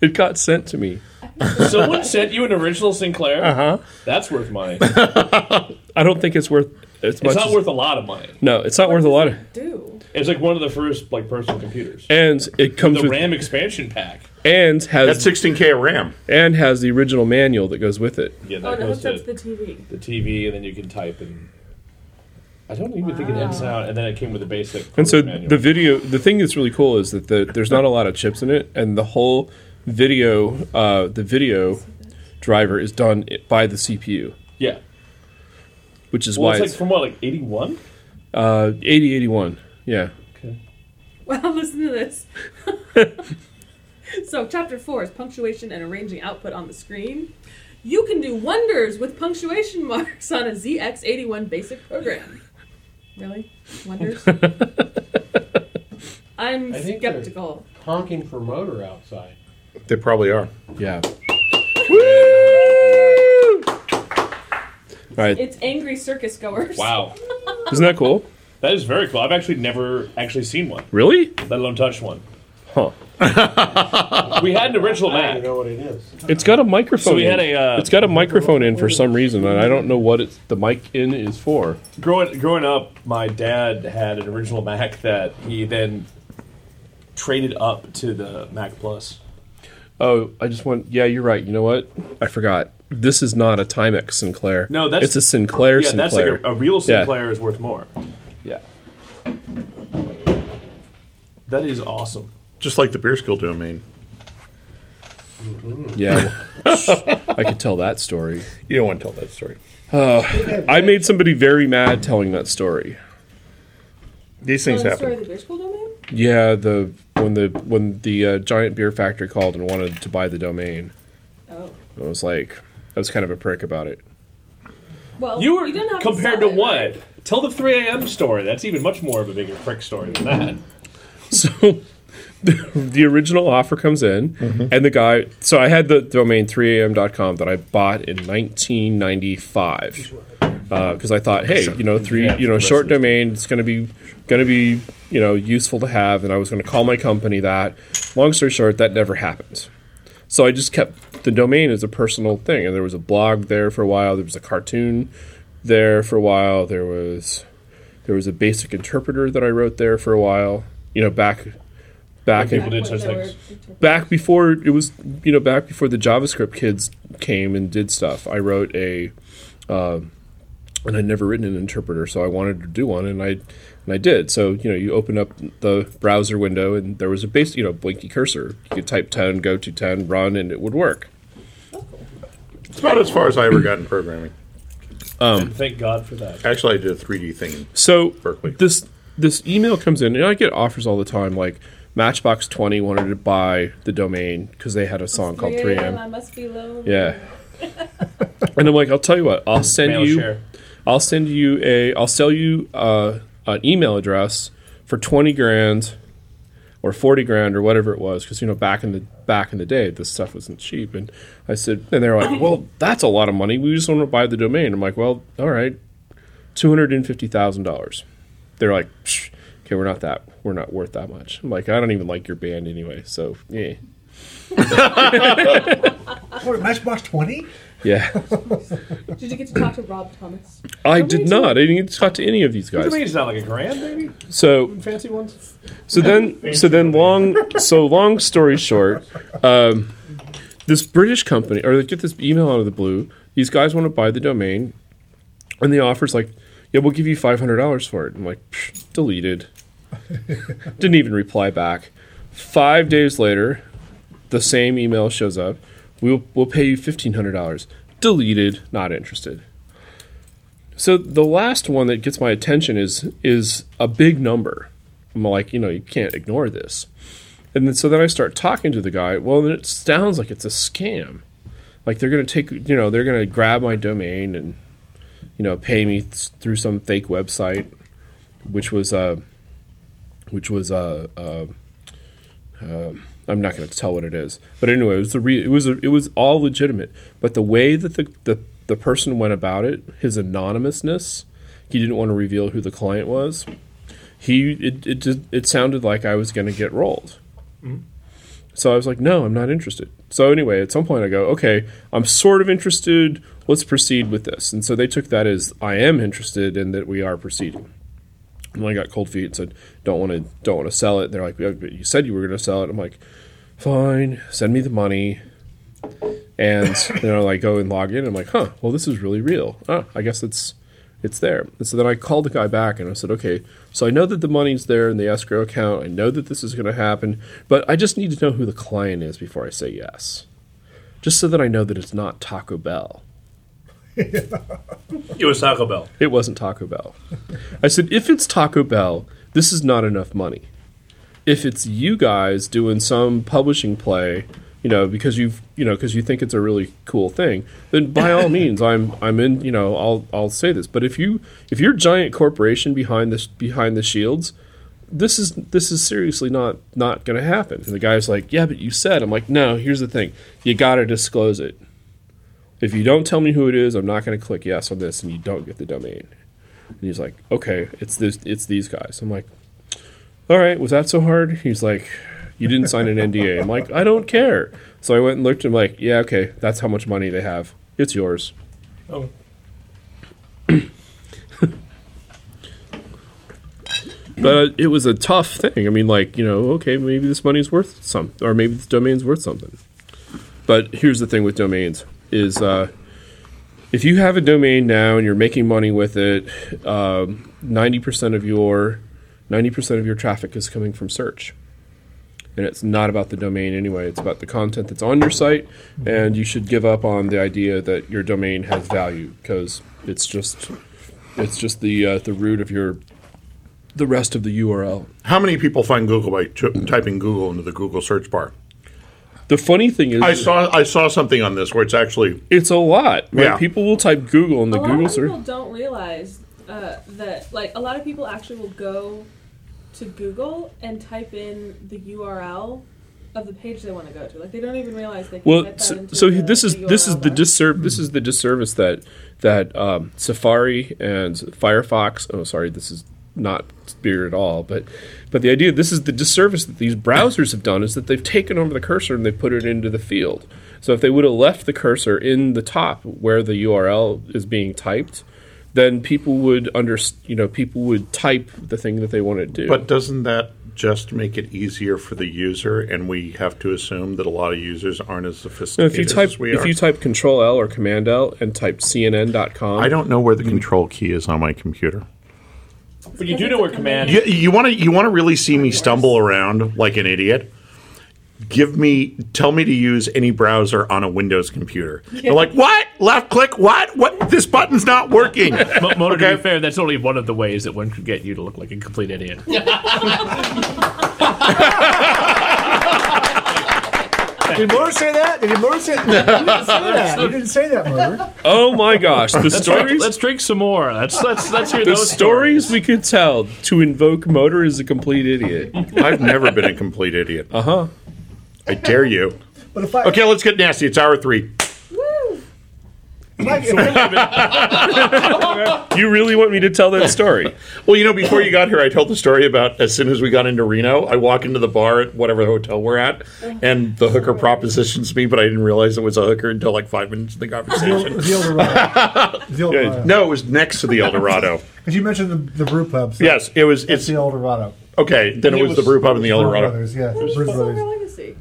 Speaker 1: It got sent to me.
Speaker 3: Someone sent you an original Sinclair. Uh
Speaker 1: Uh-huh.
Speaker 3: huh. That's worth money. It's
Speaker 1: I don't think it's worth as much.
Speaker 3: not
Speaker 1: as-
Speaker 3: worth a lot of money.
Speaker 1: No, it's not worth a lot. Of,
Speaker 7: Do
Speaker 3: It's like one of the first like personal computers.
Speaker 1: and it comes
Speaker 3: The
Speaker 1: with
Speaker 3: RAM expansion pack.
Speaker 1: and
Speaker 2: That's
Speaker 1: has
Speaker 2: sixteen K of RAM.
Speaker 1: and has the original manual that goes with it.
Speaker 3: Yeah, that
Speaker 7: oh no,
Speaker 3: goes to
Speaker 7: that's the TV.
Speaker 3: the TV, and then you can type and. I don't even think it ends out, and then it came with the basic.
Speaker 1: And so
Speaker 3: manual.
Speaker 1: the video, the thing that's really cool is that the, there's not a lot of chips in it, and the whole video, uh, the video driver is done i- by the CPU,
Speaker 3: yeah,
Speaker 1: which is
Speaker 3: well,
Speaker 1: why
Speaker 3: it's like
Speaker 1: it's
Speaker 3: from what like eighty one.
Speaker 1: uh, 8081. Yeah,
Speaker 7: Wow, listen to this. so, chapter four is punctuation and arranging output on the screen. You can do wonders with punctuation marks on a ZX81 basic program. Really? Wonders? I'm
Speaker 9: I think they're-
Speaker 7: skeptical.
Speaker 9: Honking for motor outside.
Speaker 2: They probably are.
Speaker 1: yeah. All right,
Speaker 7: It's angry circus goers.
Speaker 3: Wow,
Speaker 1: isn't that cool?
Speaker 3: that is very cool. I've actually never actually seen one,
Speaker 1: Really?
Speaker 3: let alone touched one.
Speaker 1: Huh.
Speaker 3: We had an original Mac.
Speaker 9: know what it is.
Speaker 1: It's got a microphone.
Speaker 3: So we had
Speaker 1: in.
Speaker 3: a, uh,
Speaker 1: it's got a microphone in for some reason, and I don't know what it's, the mic in is for.
Speaker 3: Growing growing up, my dad had an original Mac that he then traded up to the Mac Plus.
Speaker 1: Oh, I just want. Yeah, you're right. You know what? I forgot. This is not a Timex Sinclair.
Speaker 3: No, that's-
Speaker 1: it's a Sinclair
Speaker 3: Yeah, that's
Speaker 1: Sinclair.
Speaker 3: like a, oh. a real
Speaker 1: Yeah.
Speaker 3: Sinclair is worth more.
Speaker 1: yeah.
Speaker 3: That is awesome.
Speaker 2: Just like the beer skill domain.
Speaker 1: Yeah. I could tell that story.
Speaker 2: You don't want to tell that story.
Speaker 1: I made somebody very mad telling that story.
Speaker 2: These
Speaker 7: Oh,
Speaker 2: things
Speaker 7: the story
Speaker 2: happen.
Speaker 7: of the beer school domain?
Speaker 1: Yeah, the when the when the uh, giant beer factory called and wanted to buy the domain.
Speaker 7: Oh.
Speaker 1: I was like I was kind of a prick about it.
Speaker 7: Well,
Speaker 3: You were
Speaker 7: didn't have
Speaker 3: compared to
Speaker 7: sell it,
Speaker 3: what?
Speaker 7: right?
Speaker 3: Tell the 3 a.m. story. That's even much more of a bigger prick story than that.
Speaker 1: So the original offer comes in, and the guy. So I had the domain 3am.com that I bought in 1995 because I thought, hey, you know, three, you know, short domain, it's going to be going to be you know useful to have, and I was going to call my company that. Long story short, that never happened. So I just kept the domain as a personal thing, and there was a blog there for a while. There was a cartoon there for a while. There was there was a basic interpreter that I wrote there for a while. You know, back back in,
Speaker 3: People did such
Speaker 7: When there
Speaker 3: things.
Speaker 7: were-
Speaker 1: back before it was you know back before the JavaScript kids came and did stuff. I wrote a, um, and I'd never written an interpreter, so I wanted to do one, and I and I did. So you know, you open up the browser window, and there was a base you know blinky cursor. You could type ten, go to ten, run, and it would work.
Speaker 2: It's about as far as I ever got in programming.
Speaker 3: And thank God for that.
Speaker 2: Actually, I did a 3D thing.
Speaker 1: So
Speaker 2: Berkeley.
Speaker 1: this this email comes in, and I get offers all the time, like Matchbox Twenty wanted to buy the domain because they had a song called
Speaker 7: 3
Speaker 1: Three
Speaker 7: a.m.
Speaker 1: M.
Speaker 7: I must be lonely.
Speaker 1: Yeah. and I'm like, I'll tell you what, I'll send
Speaker 3: Mail
Speaker 1: you,
Speaker 3: share.
Speaker 1: I'll send you a, I'll sell you uh, an email address for twenty grand, or forty grand, or whatever it was, because you know back in the back in the day, this stuff wasn't cheap. And I said, and they're like, well, that's a lot of money. We just want to buy the domain. I'm like, well, all right, two hundred and fifty thousand dollars. They're like, Psh, okay, we're not that, we're not worth that much. I'm like, I don't even like your band anyway, so yeah,
Speaker 4: What, Matchbox 20?
Speaker 1: yeah.
Speaker 7: Did you get to talk to Rob Thomas?
Speaker 1: I did not. I didn't get to talk to any of these guys.
Speaker 3: I mean, it's not like a grand, maybe?
Speaker 1: So
Speaker 3: Fancy ones?
Speaker 1: so then so then long so long story short, um, this British company or they get this email out of the blue. These guys want to buy the domain, and the offer's like, "Yeah, we'll give you five hundred dollars for it." I'm like, Psh, deleted. Didn't even reply back. Five days later, the same email shows up. We'll, we'll pay you $1,500. Deleted, not interested. So the last one that gets my attention is is a big number. I'm like, you know, you can't ignore this. And then so then I start talking to the guy. Well, then it sounds like it's a scam. Like they're going to take, you know, they're going to grab my domain and you know, pay me th- through some fake website which was uh which was uh, uh, uh I'm not going to tell what it is. But anyway, it was the re- it was it was all legitimate, but the way that the, the the person went about it, his anonymousness, he didn't want to reveal who the client was. He it it did, it sounded like I was going to get rolled. So I was like, no, I'm not interested. So anyway, at some point I go, okay, I'm sort of interested. Let's proceed with this. And so they took that as I am interested and that we are proceeding. And I got cold feet and said, don't want to, don't want to sell it. They're like, "Yeah, but you said you were going to sell it. I'm like, fine, send me the money. And then I like go and log in. I'm like, huh, well, this is really real. Ah, I guess it's, it's there. And so then I called the guy back and I said, okay, so I know that the money's there in the escrow account. I know that this is going to happen, but I just need to know who the client is before I say yes. Just so that I know that it's not Taco Bell.
Speaker 8: It was Taco Bell.
Speaker 1: It wasn't Taco Bell. I said, if it's Taco Bell, this is not enough money. If it's you guys doing some publishing play, you know, because you've you know because you think it's a really cool thing, then by all means, I'm I'm in. You know, I'll I'll say this. But if you if you're a giant corporation behind this behind the shields, this is this is seriously not not going to happen. And the guy's like, yeah, but you said. I'm like, no. Here's the thing. You got to disclose it. If you don't tell me who it is, I'm not going to click yes on this, and you don't get the domain. And he's like, okay, it's this, it's these guys. I'm like, all right, was that so hard? He's like, you didn't sign an NDA. I'm like, I don't care. So I went and looked, and I'm like, yeah, okay, that's how much money they have. It's yours.
Speaker 8: Oh.
Speaker 1: But it was a tough thing. I mean, like, you know, okay, maybe this money's worth some, or maybe this domain's worth something. But here's the thing with domains is uh, if you have a domain now and you're making money with it, um, ninety percent of your ninety percent of your traffic is coming from search, and it's not about the domain anyway. It's about the content that's on your site, and you should give up on the idea that your domain has value because it's just it's just the uh, the root of your the rest of the URL.
Speaker 2: How many people find Google by t- typing Google into the Google search bar?
Speaker 1: The funny thing is,
Speaker 2: I saw I saw something on this where it's actually
Speaker 1: it's a lot. Right?
Speaker 2: Yeah.
Speaker 1: People will type Google in the
Speaker 5: a lot
Speaker 1: Google
Speaker 5: of
Speaker 1: search.
Speaker 5: people don't realize uh, that like a lot of people actually will go to Google and type in the URL of the page they want to go to. Like they don't even realize they can
Speaker 1: Well,
Speaker 5: type that
Speaker 1: so,
Speaker 5: into
Speaker 1: so
Speaker 5: the,
Speaker 7: uh,
Speaker 1: this is
Speaker 5: the
Speaker 1: this is
Speaker 5: URL
Speaker 1: the
Speaker 5: bar.
Speaker 1: disserv- this is the disservice that that um, Safari and Firefox. Oh, sorry, this is not beer at all. But but the idea this is the disservice that these browsers have done is that they've taken over the cursor and they put it into the field. So if they would have left the cursor in the top where the URL is being typed, then people would under you know people would type the thing that they want to do.
Speaker 2: But doesn't that just make it easier for the user? And we have to assume that a lot of users aren't as
Speaker 1: Now,
Speaker 2: sophisticated
Speaker 1: if you type
Speaker 2: as we
Speaker 1: if
Speaker 2: are.
Speaker 1: you type Control L or Command L and type CNN.com,
Speaker 2: I don't know where the
Speaker 1: Mm.
Speaker 2: control key is on my computer.
Speaker 10: But you do know where command.
Speaker 2: You, you want to you want to really see me stumble around like an idiot? Give me tell me to use any browser on a Windows computer. You're like what? Left click? What? What? This button's not working.
Speaker 3: Mo- Mona, to
Speaker 2: Okay.
Speaker 3: be fair, that's only one of the ways that one could get you to look like a complete idiot.
Speaker 4: Did Motor say that? Did Motor say that? You didn't say that. You didn't say that, Motor.
Speaker 1: oh my gosh, the
Speaker 3: Let's drink,
Speaker 1: stories
Speaker 3: let's drink some more. Let's let's let's hear
Speaker 1: the
Speaker 3: those
Speaker 1: stories we could tell to invoke motor is a complete idiot.
Speaker 2: I've never been a complete idiot. Uh huh. I dare you.
Speaker 4: But if I,
Speaker 2: Okay, let's get nasty. It's hour three.
Speaker 5: Woo!
Speaker 4: if I, if I-
Speaker 1: You really want me to tell that story?
Speaker 2: Well, you know, before you got here, I told the story about as soon as we got into Reno, I walk into the bar at whatever hotel we're at, and the hooker propositions me, but I didn't realize it was a hooker until like five minutes in the conversation.
Speaker 4: the Eldorado. The Eldorado.
Speaker 2: No, it was next to the Eldorado.
Speaker 4: 'Cause you mentioned the, the brew pub. So
Speaker 2: Yes, it was.
Speaker 4: It's
Speaker 2: It's
Speaker 4: the Eldorado.
Speaker 2: okay. Then it was the brew pub and the
Speaker 4: Brew
Speaker 2: Eldorado.
Speaker 4: Brothers, yeah. Brew
Speaker 5: Silver
Speaker 4: Brothers.
Speaker 5: Legacy.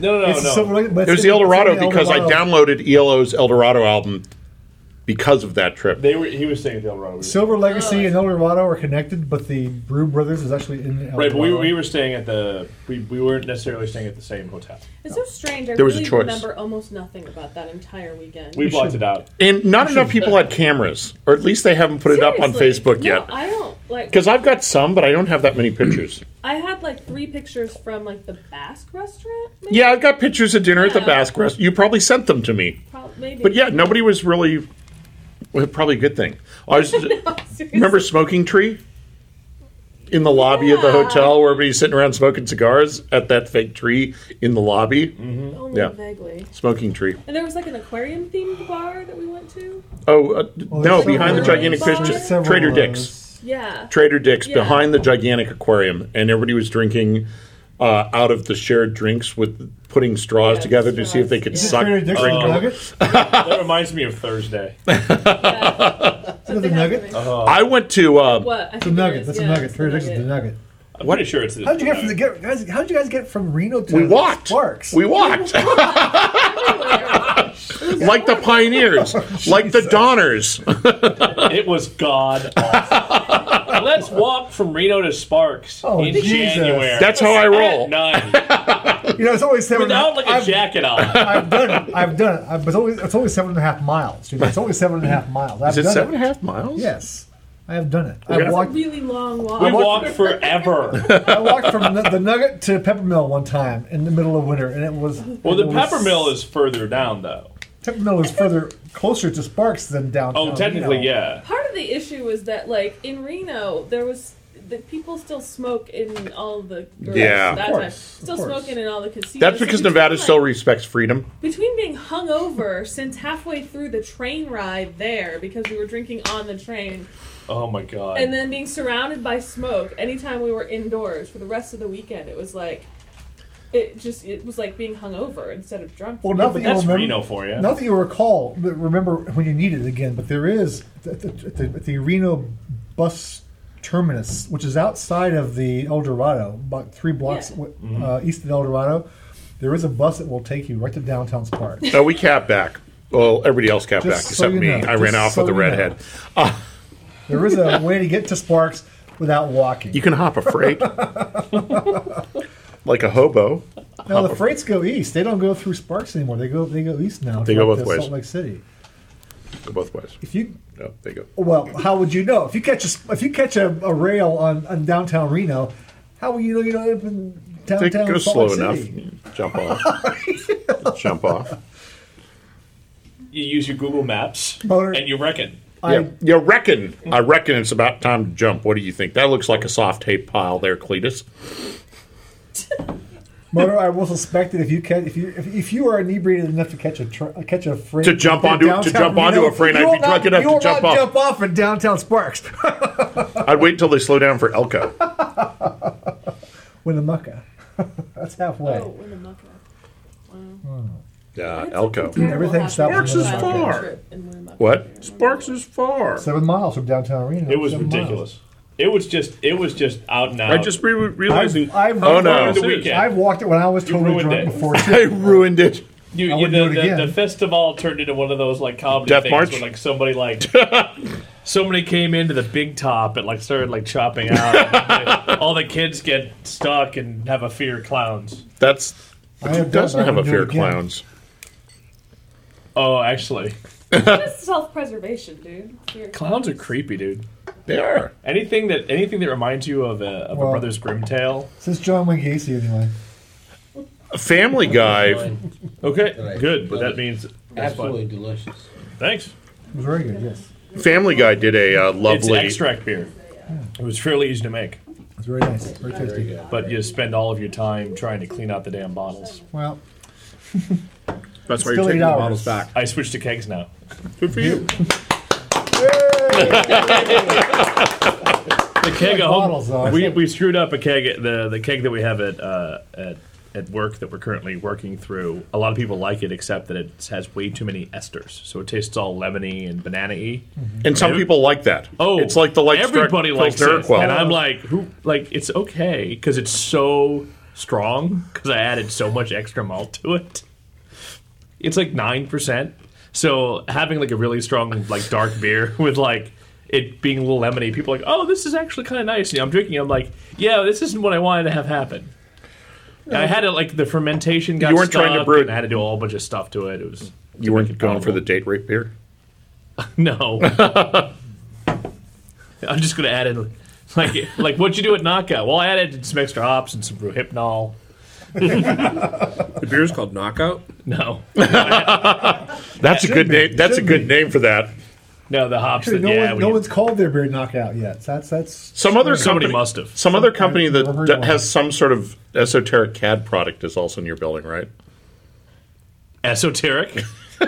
Speaker 10: No, no, no,
Speaker 4: It's
Speaker 10: no.
Speaker 4: so- but
Speaker 2: It was
Speaker 4: it's-
Speaker 2: the
Speaker 4: it's in
Speaker 2: Eldorado because I
Speaker 4: Eldorado.
Speaker 2: downloaded ELO's Eldorado album because of that trip.
Speaker 3: They were. He was saying El Dorado. We were-
Speaker 4: Silver
Speaker 5: Oh.
Speaker 4: Legacy and El Dorado are connected, but the Brew Brothers is actually in El
Speaker 3: Right, but we,
Speaker 4: Dorado.
Speaker 3: we were staying at the we, we weren't necessarily staying at the same hotel.
Speaker 7: It's so strange. I
Speaker 2: There was a
Speaker 7: really
Speaker 2: choice.
Speaker 7: remember almost nothing about that entire weekend.
Speaker 3: We blocked it out.
Speaker 2: And not enough people had cameras, or at least they haven't put it up on
Speaker 7: Seriously.
Speaker 2: Facebook
Speaker 7: No,
Speaker 2: yet.
Speaker 7: I don't like.
Speaker 2: Because I've got some, but I don't have that many pictures.
Speaker 7: I had like three pictures from like the Basque restaurant. Maybe?
Speaker 2: yeah, I've got pictures of dinner at the
Speaker 7: Yeah.
Speaker 2: Basque restaurant. You probably sent them to me.
Speaker 7: Prob- maybe.
Speaker 2: But yeah, nobody was really. Well, probably a good thing. I was,
Speaker 7: Seriously.
Speaker 2: remember Smoking Tree? In the lobby of the
Speaker 7: Yeah.
Speaker 2: hotel where everybody's sitting around smoking cigars at that fake tree in the lobby.
Speaker 7: Only
Speaker 2: yeah.
Speaker 7: vaguely.
Speaker 2: Smoking Tree.
Speaker 7: And there was like an aquarium themed bar that we went to.
Speaker 2: Oh, uh,
Speaker 4: Well,
Speaker 2: no,
Speaker 4: there's
Speaker 2: behind the
Speaker 4: several-
Speaker 2: gigantic fish.
Speaker 7: Bar?
Speaker 4: there's several
Speaker 2: Trader
Speaker 4: of
Speaker 2: Dick's.
Speaker 4: those.
Speaker 7: Yeah.
Speaker 2: Trader Dick's
Speaker 7: Yeah.
Speaker 2: behind the gigantic aquarium, and everybody was drinking uh, out of the shared drinks with putting straws
Speaker 7: Yeah,
Speaker 2: together to see if they could
Speaker 7: straws, yeah.
Speaker 2: suck.
Speaker 4: Trader Dick's
Speaker 2: drink.
Speaker 4: nuggets.
Speaker 3: That reminds me of Thursday.
Speaker 4: Is it the nugget?
Speaker 2: I went to uh,
Speaker 7: What? I
Speaker 4: It's a nugget. That's a nugget. Trader Dick's is the nugget.
Speaker 3: I'm pretty sure it's this.
Speaker 4: How'd you get from the get, guys? How'd you guys get from Reno to
Speaker 2: we walked.
Speaker 4: Sparks?
Speaker 2: We walked like the pioneers, like the Donners.
Speaker 3: It was god. awful. Let's walk from Reno to Sparks
Speaker 4: Oh,
Speaker 3: in
Speaker 4: Jesus.
Speaker 3: January.
Speaker 2: That's how I
Speaker 3: at
Speaker 2: roll.
Speaker 3: nine
Speaker 4: you know, it's always seven.
Speaker 3: without like a
Speaker 4: I've,
Speaker 3: jacket on.
Speaker 4: I've done it. I've done it. I've, it's, only, it's only seven and a half miles. Dude. It's only seven and a half miles. I've
Speaker 2: Is it
Speaker 4: done
Speaker 2: seven and
Speaker 4: it.
Speaker 2: a half miles?
Speaker 4: Yes, I have done it.
Speaker 2: We're
Speaker 4: I
Speaker 2: gonna-
Speaker 4: walked.
Speaker 7: Really long walk.
Speaker 3: We walked forever.
Speaker 4: I walked from the, the Nugget to Peppermill one time in the middle of winter, and it was
Speaker 3: Well,
Speaker 4: it
Speaker 3: the
Speaker 4: was-
Speaker 3: Peppermill is further down though.
Speaker 4: Peppermill is further closer to Sparks than downtown.
Speaker 3: Oh, technically,
Speaker 4: Reno.
Speaker 3: yeah.
Speaker 7: Part of the issue was that, like in Reno, there was the people still smoke in all the girls
Speaker 2: Yeah.
Speaker 4: Of
Speaker 7: that time.
Speaker 4: course, of
Speaker 7: Still
Speaker 4: course.
Speaker 7: smoking in all the casinos.
Speaker 2: That's
Speaker 7: So
Speaker 2: because
Speaker 7: between,
Speaker 2: Nevada
Speaker 7: like,
Speaker 2: still respects freedom.
Speaker 7: between being hungover since halfway through the train ride there because we were drinking on the train,
Speaker 3: Oh my god.
Speaker 7: and then being surrounded by smoke anytime we were indoors for the rest of the weekend, it was like. It just it was like being hungover instead of drunk.
Speaker 4: Well, nothing
Speaker 3: That's
Speaker 4: you'll remember.
Speaker 3: Reno for you.
Speaker 4: Not that you recall, but remember when you need it again. But there is at the, at the, at the Reno bus terminus, which is outside of the El Dorado, about three blocks
Speaker 7: Yeah.
Speaker 4: w
Speaker 2: Mm-hmm.
Speaker 4: uh, east of El Dorado. There is a bus that will take you right to downtown Sparks.
Speaker 2: No, we cap back. Well, everybody else cap
Speaker 4: Just
Speaker 2: back
Speaker 4: so
Speaker 2: except
Speaker 4: you
Speaker 2: me.
Speaker 4: know,
Speaker 2: I ran
Speaker 4: just
Speaker 2: off
Speaker 4: so
Speaker 2: with the
Speaker 4: you know.
Speaker 2: redhead.
Speaker 4: there is a way to get to Sparks without walking.
Speaker 2: You can hop a freight like a hobo.
Speaker 4: Now the freights go east. They don't go through Sparks anymore. They go they go east now.
Speaker 2: They
Speaker 4: to,
Speaker 2: go
Speaker 4: like,
Speaker 2: both
Speaker 4: to
Speaker 2: ways.
Speaker 4: Salt Lake City.
Speaker 2: Go both ways.
Speaker 4: If you
Speaker 2: No, they go.
Speaker 4: well, how would you know if you catch a if you catch a, a rail on, on downtown Reno? How will you know you don't live in
Speaker 2: They
Speaker 4: downtown
Speaker 2: go
Speaker 4: Salt
Speaker 2: slow
Speaker 4: Lake
Speaker 2: enough.
Speaker 4: City?
Speaker 2: Jump off. Jump off.
Speaker 3: you use your Google Maps
Speaker 4: Motor-
Speaker 3: and you reckon.
Speaker 4: I,
Speaker 2: yeah, you reckon? I reckon it's about time to jump. What do you think? That looks like a soft tape pile there, Cletus.
Speaker 4: Moto, I will suspect that if you catch if you if, if you are inebriated enough to catch a tr- uh, catch a freight
Speaker 2: To jump
Speaker 4: in
Speaker 2: onto- to
Speaker 4: downtown
Speaker 2: jump onto a freight,
Speaker 4: you
Speaker 2: I'd
Speaker 4: will
Speaker 2: be drunk
Speaker 4: not-
Speaker 2: enough
Speaker 4: you
Speaker 2: to
Speaker 4: will
Speaker 2: jump
Speaker 4: not
Speaker 2: off.
Speaker 4: jump off in downtown Sparks
Speaker 2: I'd wait until they slow down for Elko.
Speaker 4: Winnemucca. That's halfway.
Speaker 7: Oh, Winnemucca.
Speaker 2: Yeah, Elko.
Speaker 4: Everything stops
Speaker 2: Sparks is
Speaker 4: Winnemucca.
Speaker 2: far.
Speaker 7: Trip in Winnemucca.
Speaker 2: What? Sparks is far.
Speaker 4: Seven miles from downtown Reno.
Speaker 3: It was
Speaker 4: Seven miles.
Speaker 3: ridiculous. It was just it was just out and out.
Speaker 2: I just re- realized.
Speaker 4: I've, I've
Speaker 2: oh no!
Speaker 3: the weekend.
Speaker 4: I've walked it when I was totally
Speaker 3: ruined
Speaker 4: drunk
Speaker 3: it.
Speaker 4: before.
Speaker 2: I ruined it.
Speaker 3: You,
Speaker 4: I
Speaker 3: you,
Speaker 4: wouldn't
Speaker 3: the,
Speaker 4: do it
Speaker 3: the-
Speaker 4: again.
Speaker 3: the festival turned into one of those like comedy
Speaker 2: Death
Speaker 3: things
Speaker 2: March?
Speaker 3: where like somebody like somebody came into the big top and like started like chopping out. and all the kids get stuck and have a fear of clowns.
Speaker 2: That's.
Speaker 4: I
Speaker 2: Who
Speaker 4: have done
Speaker 2: doesn't
Speaker 4: that. I
Speaker 2: have a
Speaker 4: would do
Speaker 2: fear
Speaker 4: it
Speaker 2: of
Speaker 4: again.
Speaker 2: clowns?
Speaker 3: Oh, actually,
Speaker 7: That's self-preservation, dude. You're-
Speaker 3: clowns are creepy, dude.
Speaker 2: They are.
Speaker 3: Anything that anything that reminds you of a of a
Speaker 4: Well-
Speaker 3: Brothers Grimm tale.
Speaker 4: Since John Wayne Gacy, anyway.
Speaker 2: Family Guy.
Speaker 3: Okay,
Speaker 9: Right.
Speaker 3: good. But that means that's fun.
Speaker 9: Absolutely delicious.
Speaker 3: Thanks.
Speaker 4: It was very good, yes.
Speaker 2: Family Guy did a uh,
Speaker 3: It's
Speaker 2: lovely.
Speaker 3: extract beer. It was fairly easy to make,
Speaker 4: It was very nice. Very tasty.
Speaker 3: but you spend all of your time trying to clean out the damn bottles.
Speaker 4: Well,
Speaker 2: That's why
Speaker 4: Still
Speaker 2: you're taking
Speaker 4: eight
Speaker 2: the
Speaker 4: hours.
Speaker 2: bottles back.
Speaker 3: I switched to kegs now.
Speaker 2: Good for you.
Speaker 3: The
Speaker 4: like
Speaker 3: keg at home.
Speaker 4: bottles, though.
Speaker 3: we, we screwed up a keg. at- The the keg that we have at uh, at at work that we're currently working through. A lot of people like it, except that it has way too many esters, so it tastes all lemony and banana-y.
Speaker 2: And some people like that.
Speaker 3: Oh,
Speaker 2: it's like the light
Speaker 3: everybody
Speaker 2: Stra-
Speaker 3: likes
Speaker 2: Pilsner
Speaker 3: it,
Speaker 2: Urquell.
Speaker 3: and I'm like, who? Like it's okay because it's so strong because I added so much extra malt to it. It's like nine percent. So having like a really strong like dark beer with like it being a little lemony, people are like, oh, this is actually kind of nice. You know, I'm drinking. I'm like, yeah, this isn't what I wanted to have happen. And I had it like the fermentation got.
Speaker 2: You weren't trying to
Speaker 3: stuck,
Speaker 2: brew it.
Speaker 3: and I had to do a whole bunch of stuff to it. It was
Speaker 2: You weren't going for the date rape beer?
Speaker 3: no. I'm just gonna add in like like what'd you do at knockout? Well, I added some extra hops and some Rohypnol.
Speaker 1: The beer is called Knockout.
Speaker 3: No,
Speaker 2: That's a good name. That's a good name for that.
Speaker 3: no, the hops.
Speaker 4: Actually,
Speaker 3: that,
Speaker 4: no,
Speaker 3: yeah,
Speaker 4: one,
Speaker 3: we-
Speaker 4: no one's called their beer knockout yet. So that's that's
Speaker 2: Some other
Speaker 3: somebody
Speaker 2: company,
Speaker 3: must have.
Speaker 2: Some other company that,
Speaker 4: I've heard
Speaker 2: that
Speaker 4: of
Speaker 2: has some sort of esoteric CAD product is also in your building, right?
Speaker 3: Esoteric.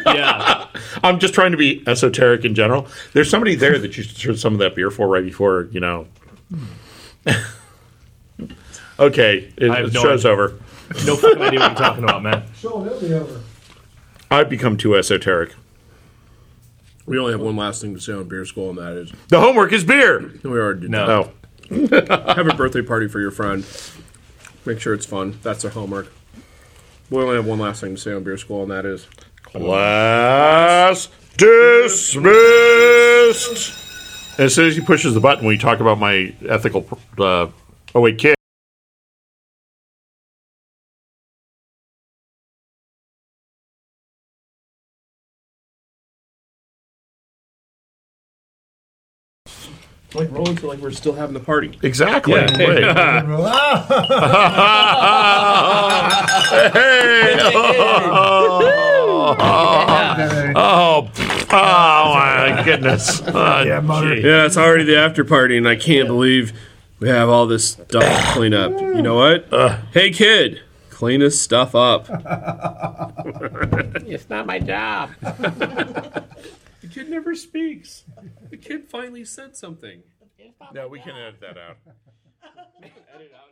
Speaker 3: yeah.
Speaker 2: I'm just trying to be esoteric in general. There's somebody there that you should serve some of that beer for right before you know. okay, it,
Speaker 3: I
Speaker 2: the
Speaker 3: have no
Speaker 2: show's
Speaker 3: idea.
Speaker 2: over.
Speaker 3: No fucking idea what I'm talking about, man.
Speaker 4: showing it over.
Speaker 2: I've become too esoteric.
Speaker 1: We only have one last thing to say on beer school, and that is
Speaker 2: The homework is beer.
Speaker 1: we already did
Speaker 3: No.
Speaker 1: that.
Speaker 2: Oh,
Speaker 1: have a birthday party for your friend. Make sure it's fun. That's their homework. We only have one last thing to say on beer school, and that is
Speaker 2: class dismissed. As soon as he pushes the button, we talk about my ethical. pr- Uh, oh wait, kid.
Speaker 1: like rolling to like we're still having the party.
Speaker 2: Exactly.
Speaker 1: Yeah.
Speaker 2: Wait. Hey! Oh, oh, oh, my goodness. Oh, gee.
Speaker 1: Yeah, it's already the after party, and I can't believe we have all this stuff to clean up. You know what? hey, kid, clean this stuff up.
Speaker 10: It's not my job.
Speaker 1: The kid never speaks. The kid finally said something.
Speaker 2: No, we can edit that out.
Speaker 10: Edit out.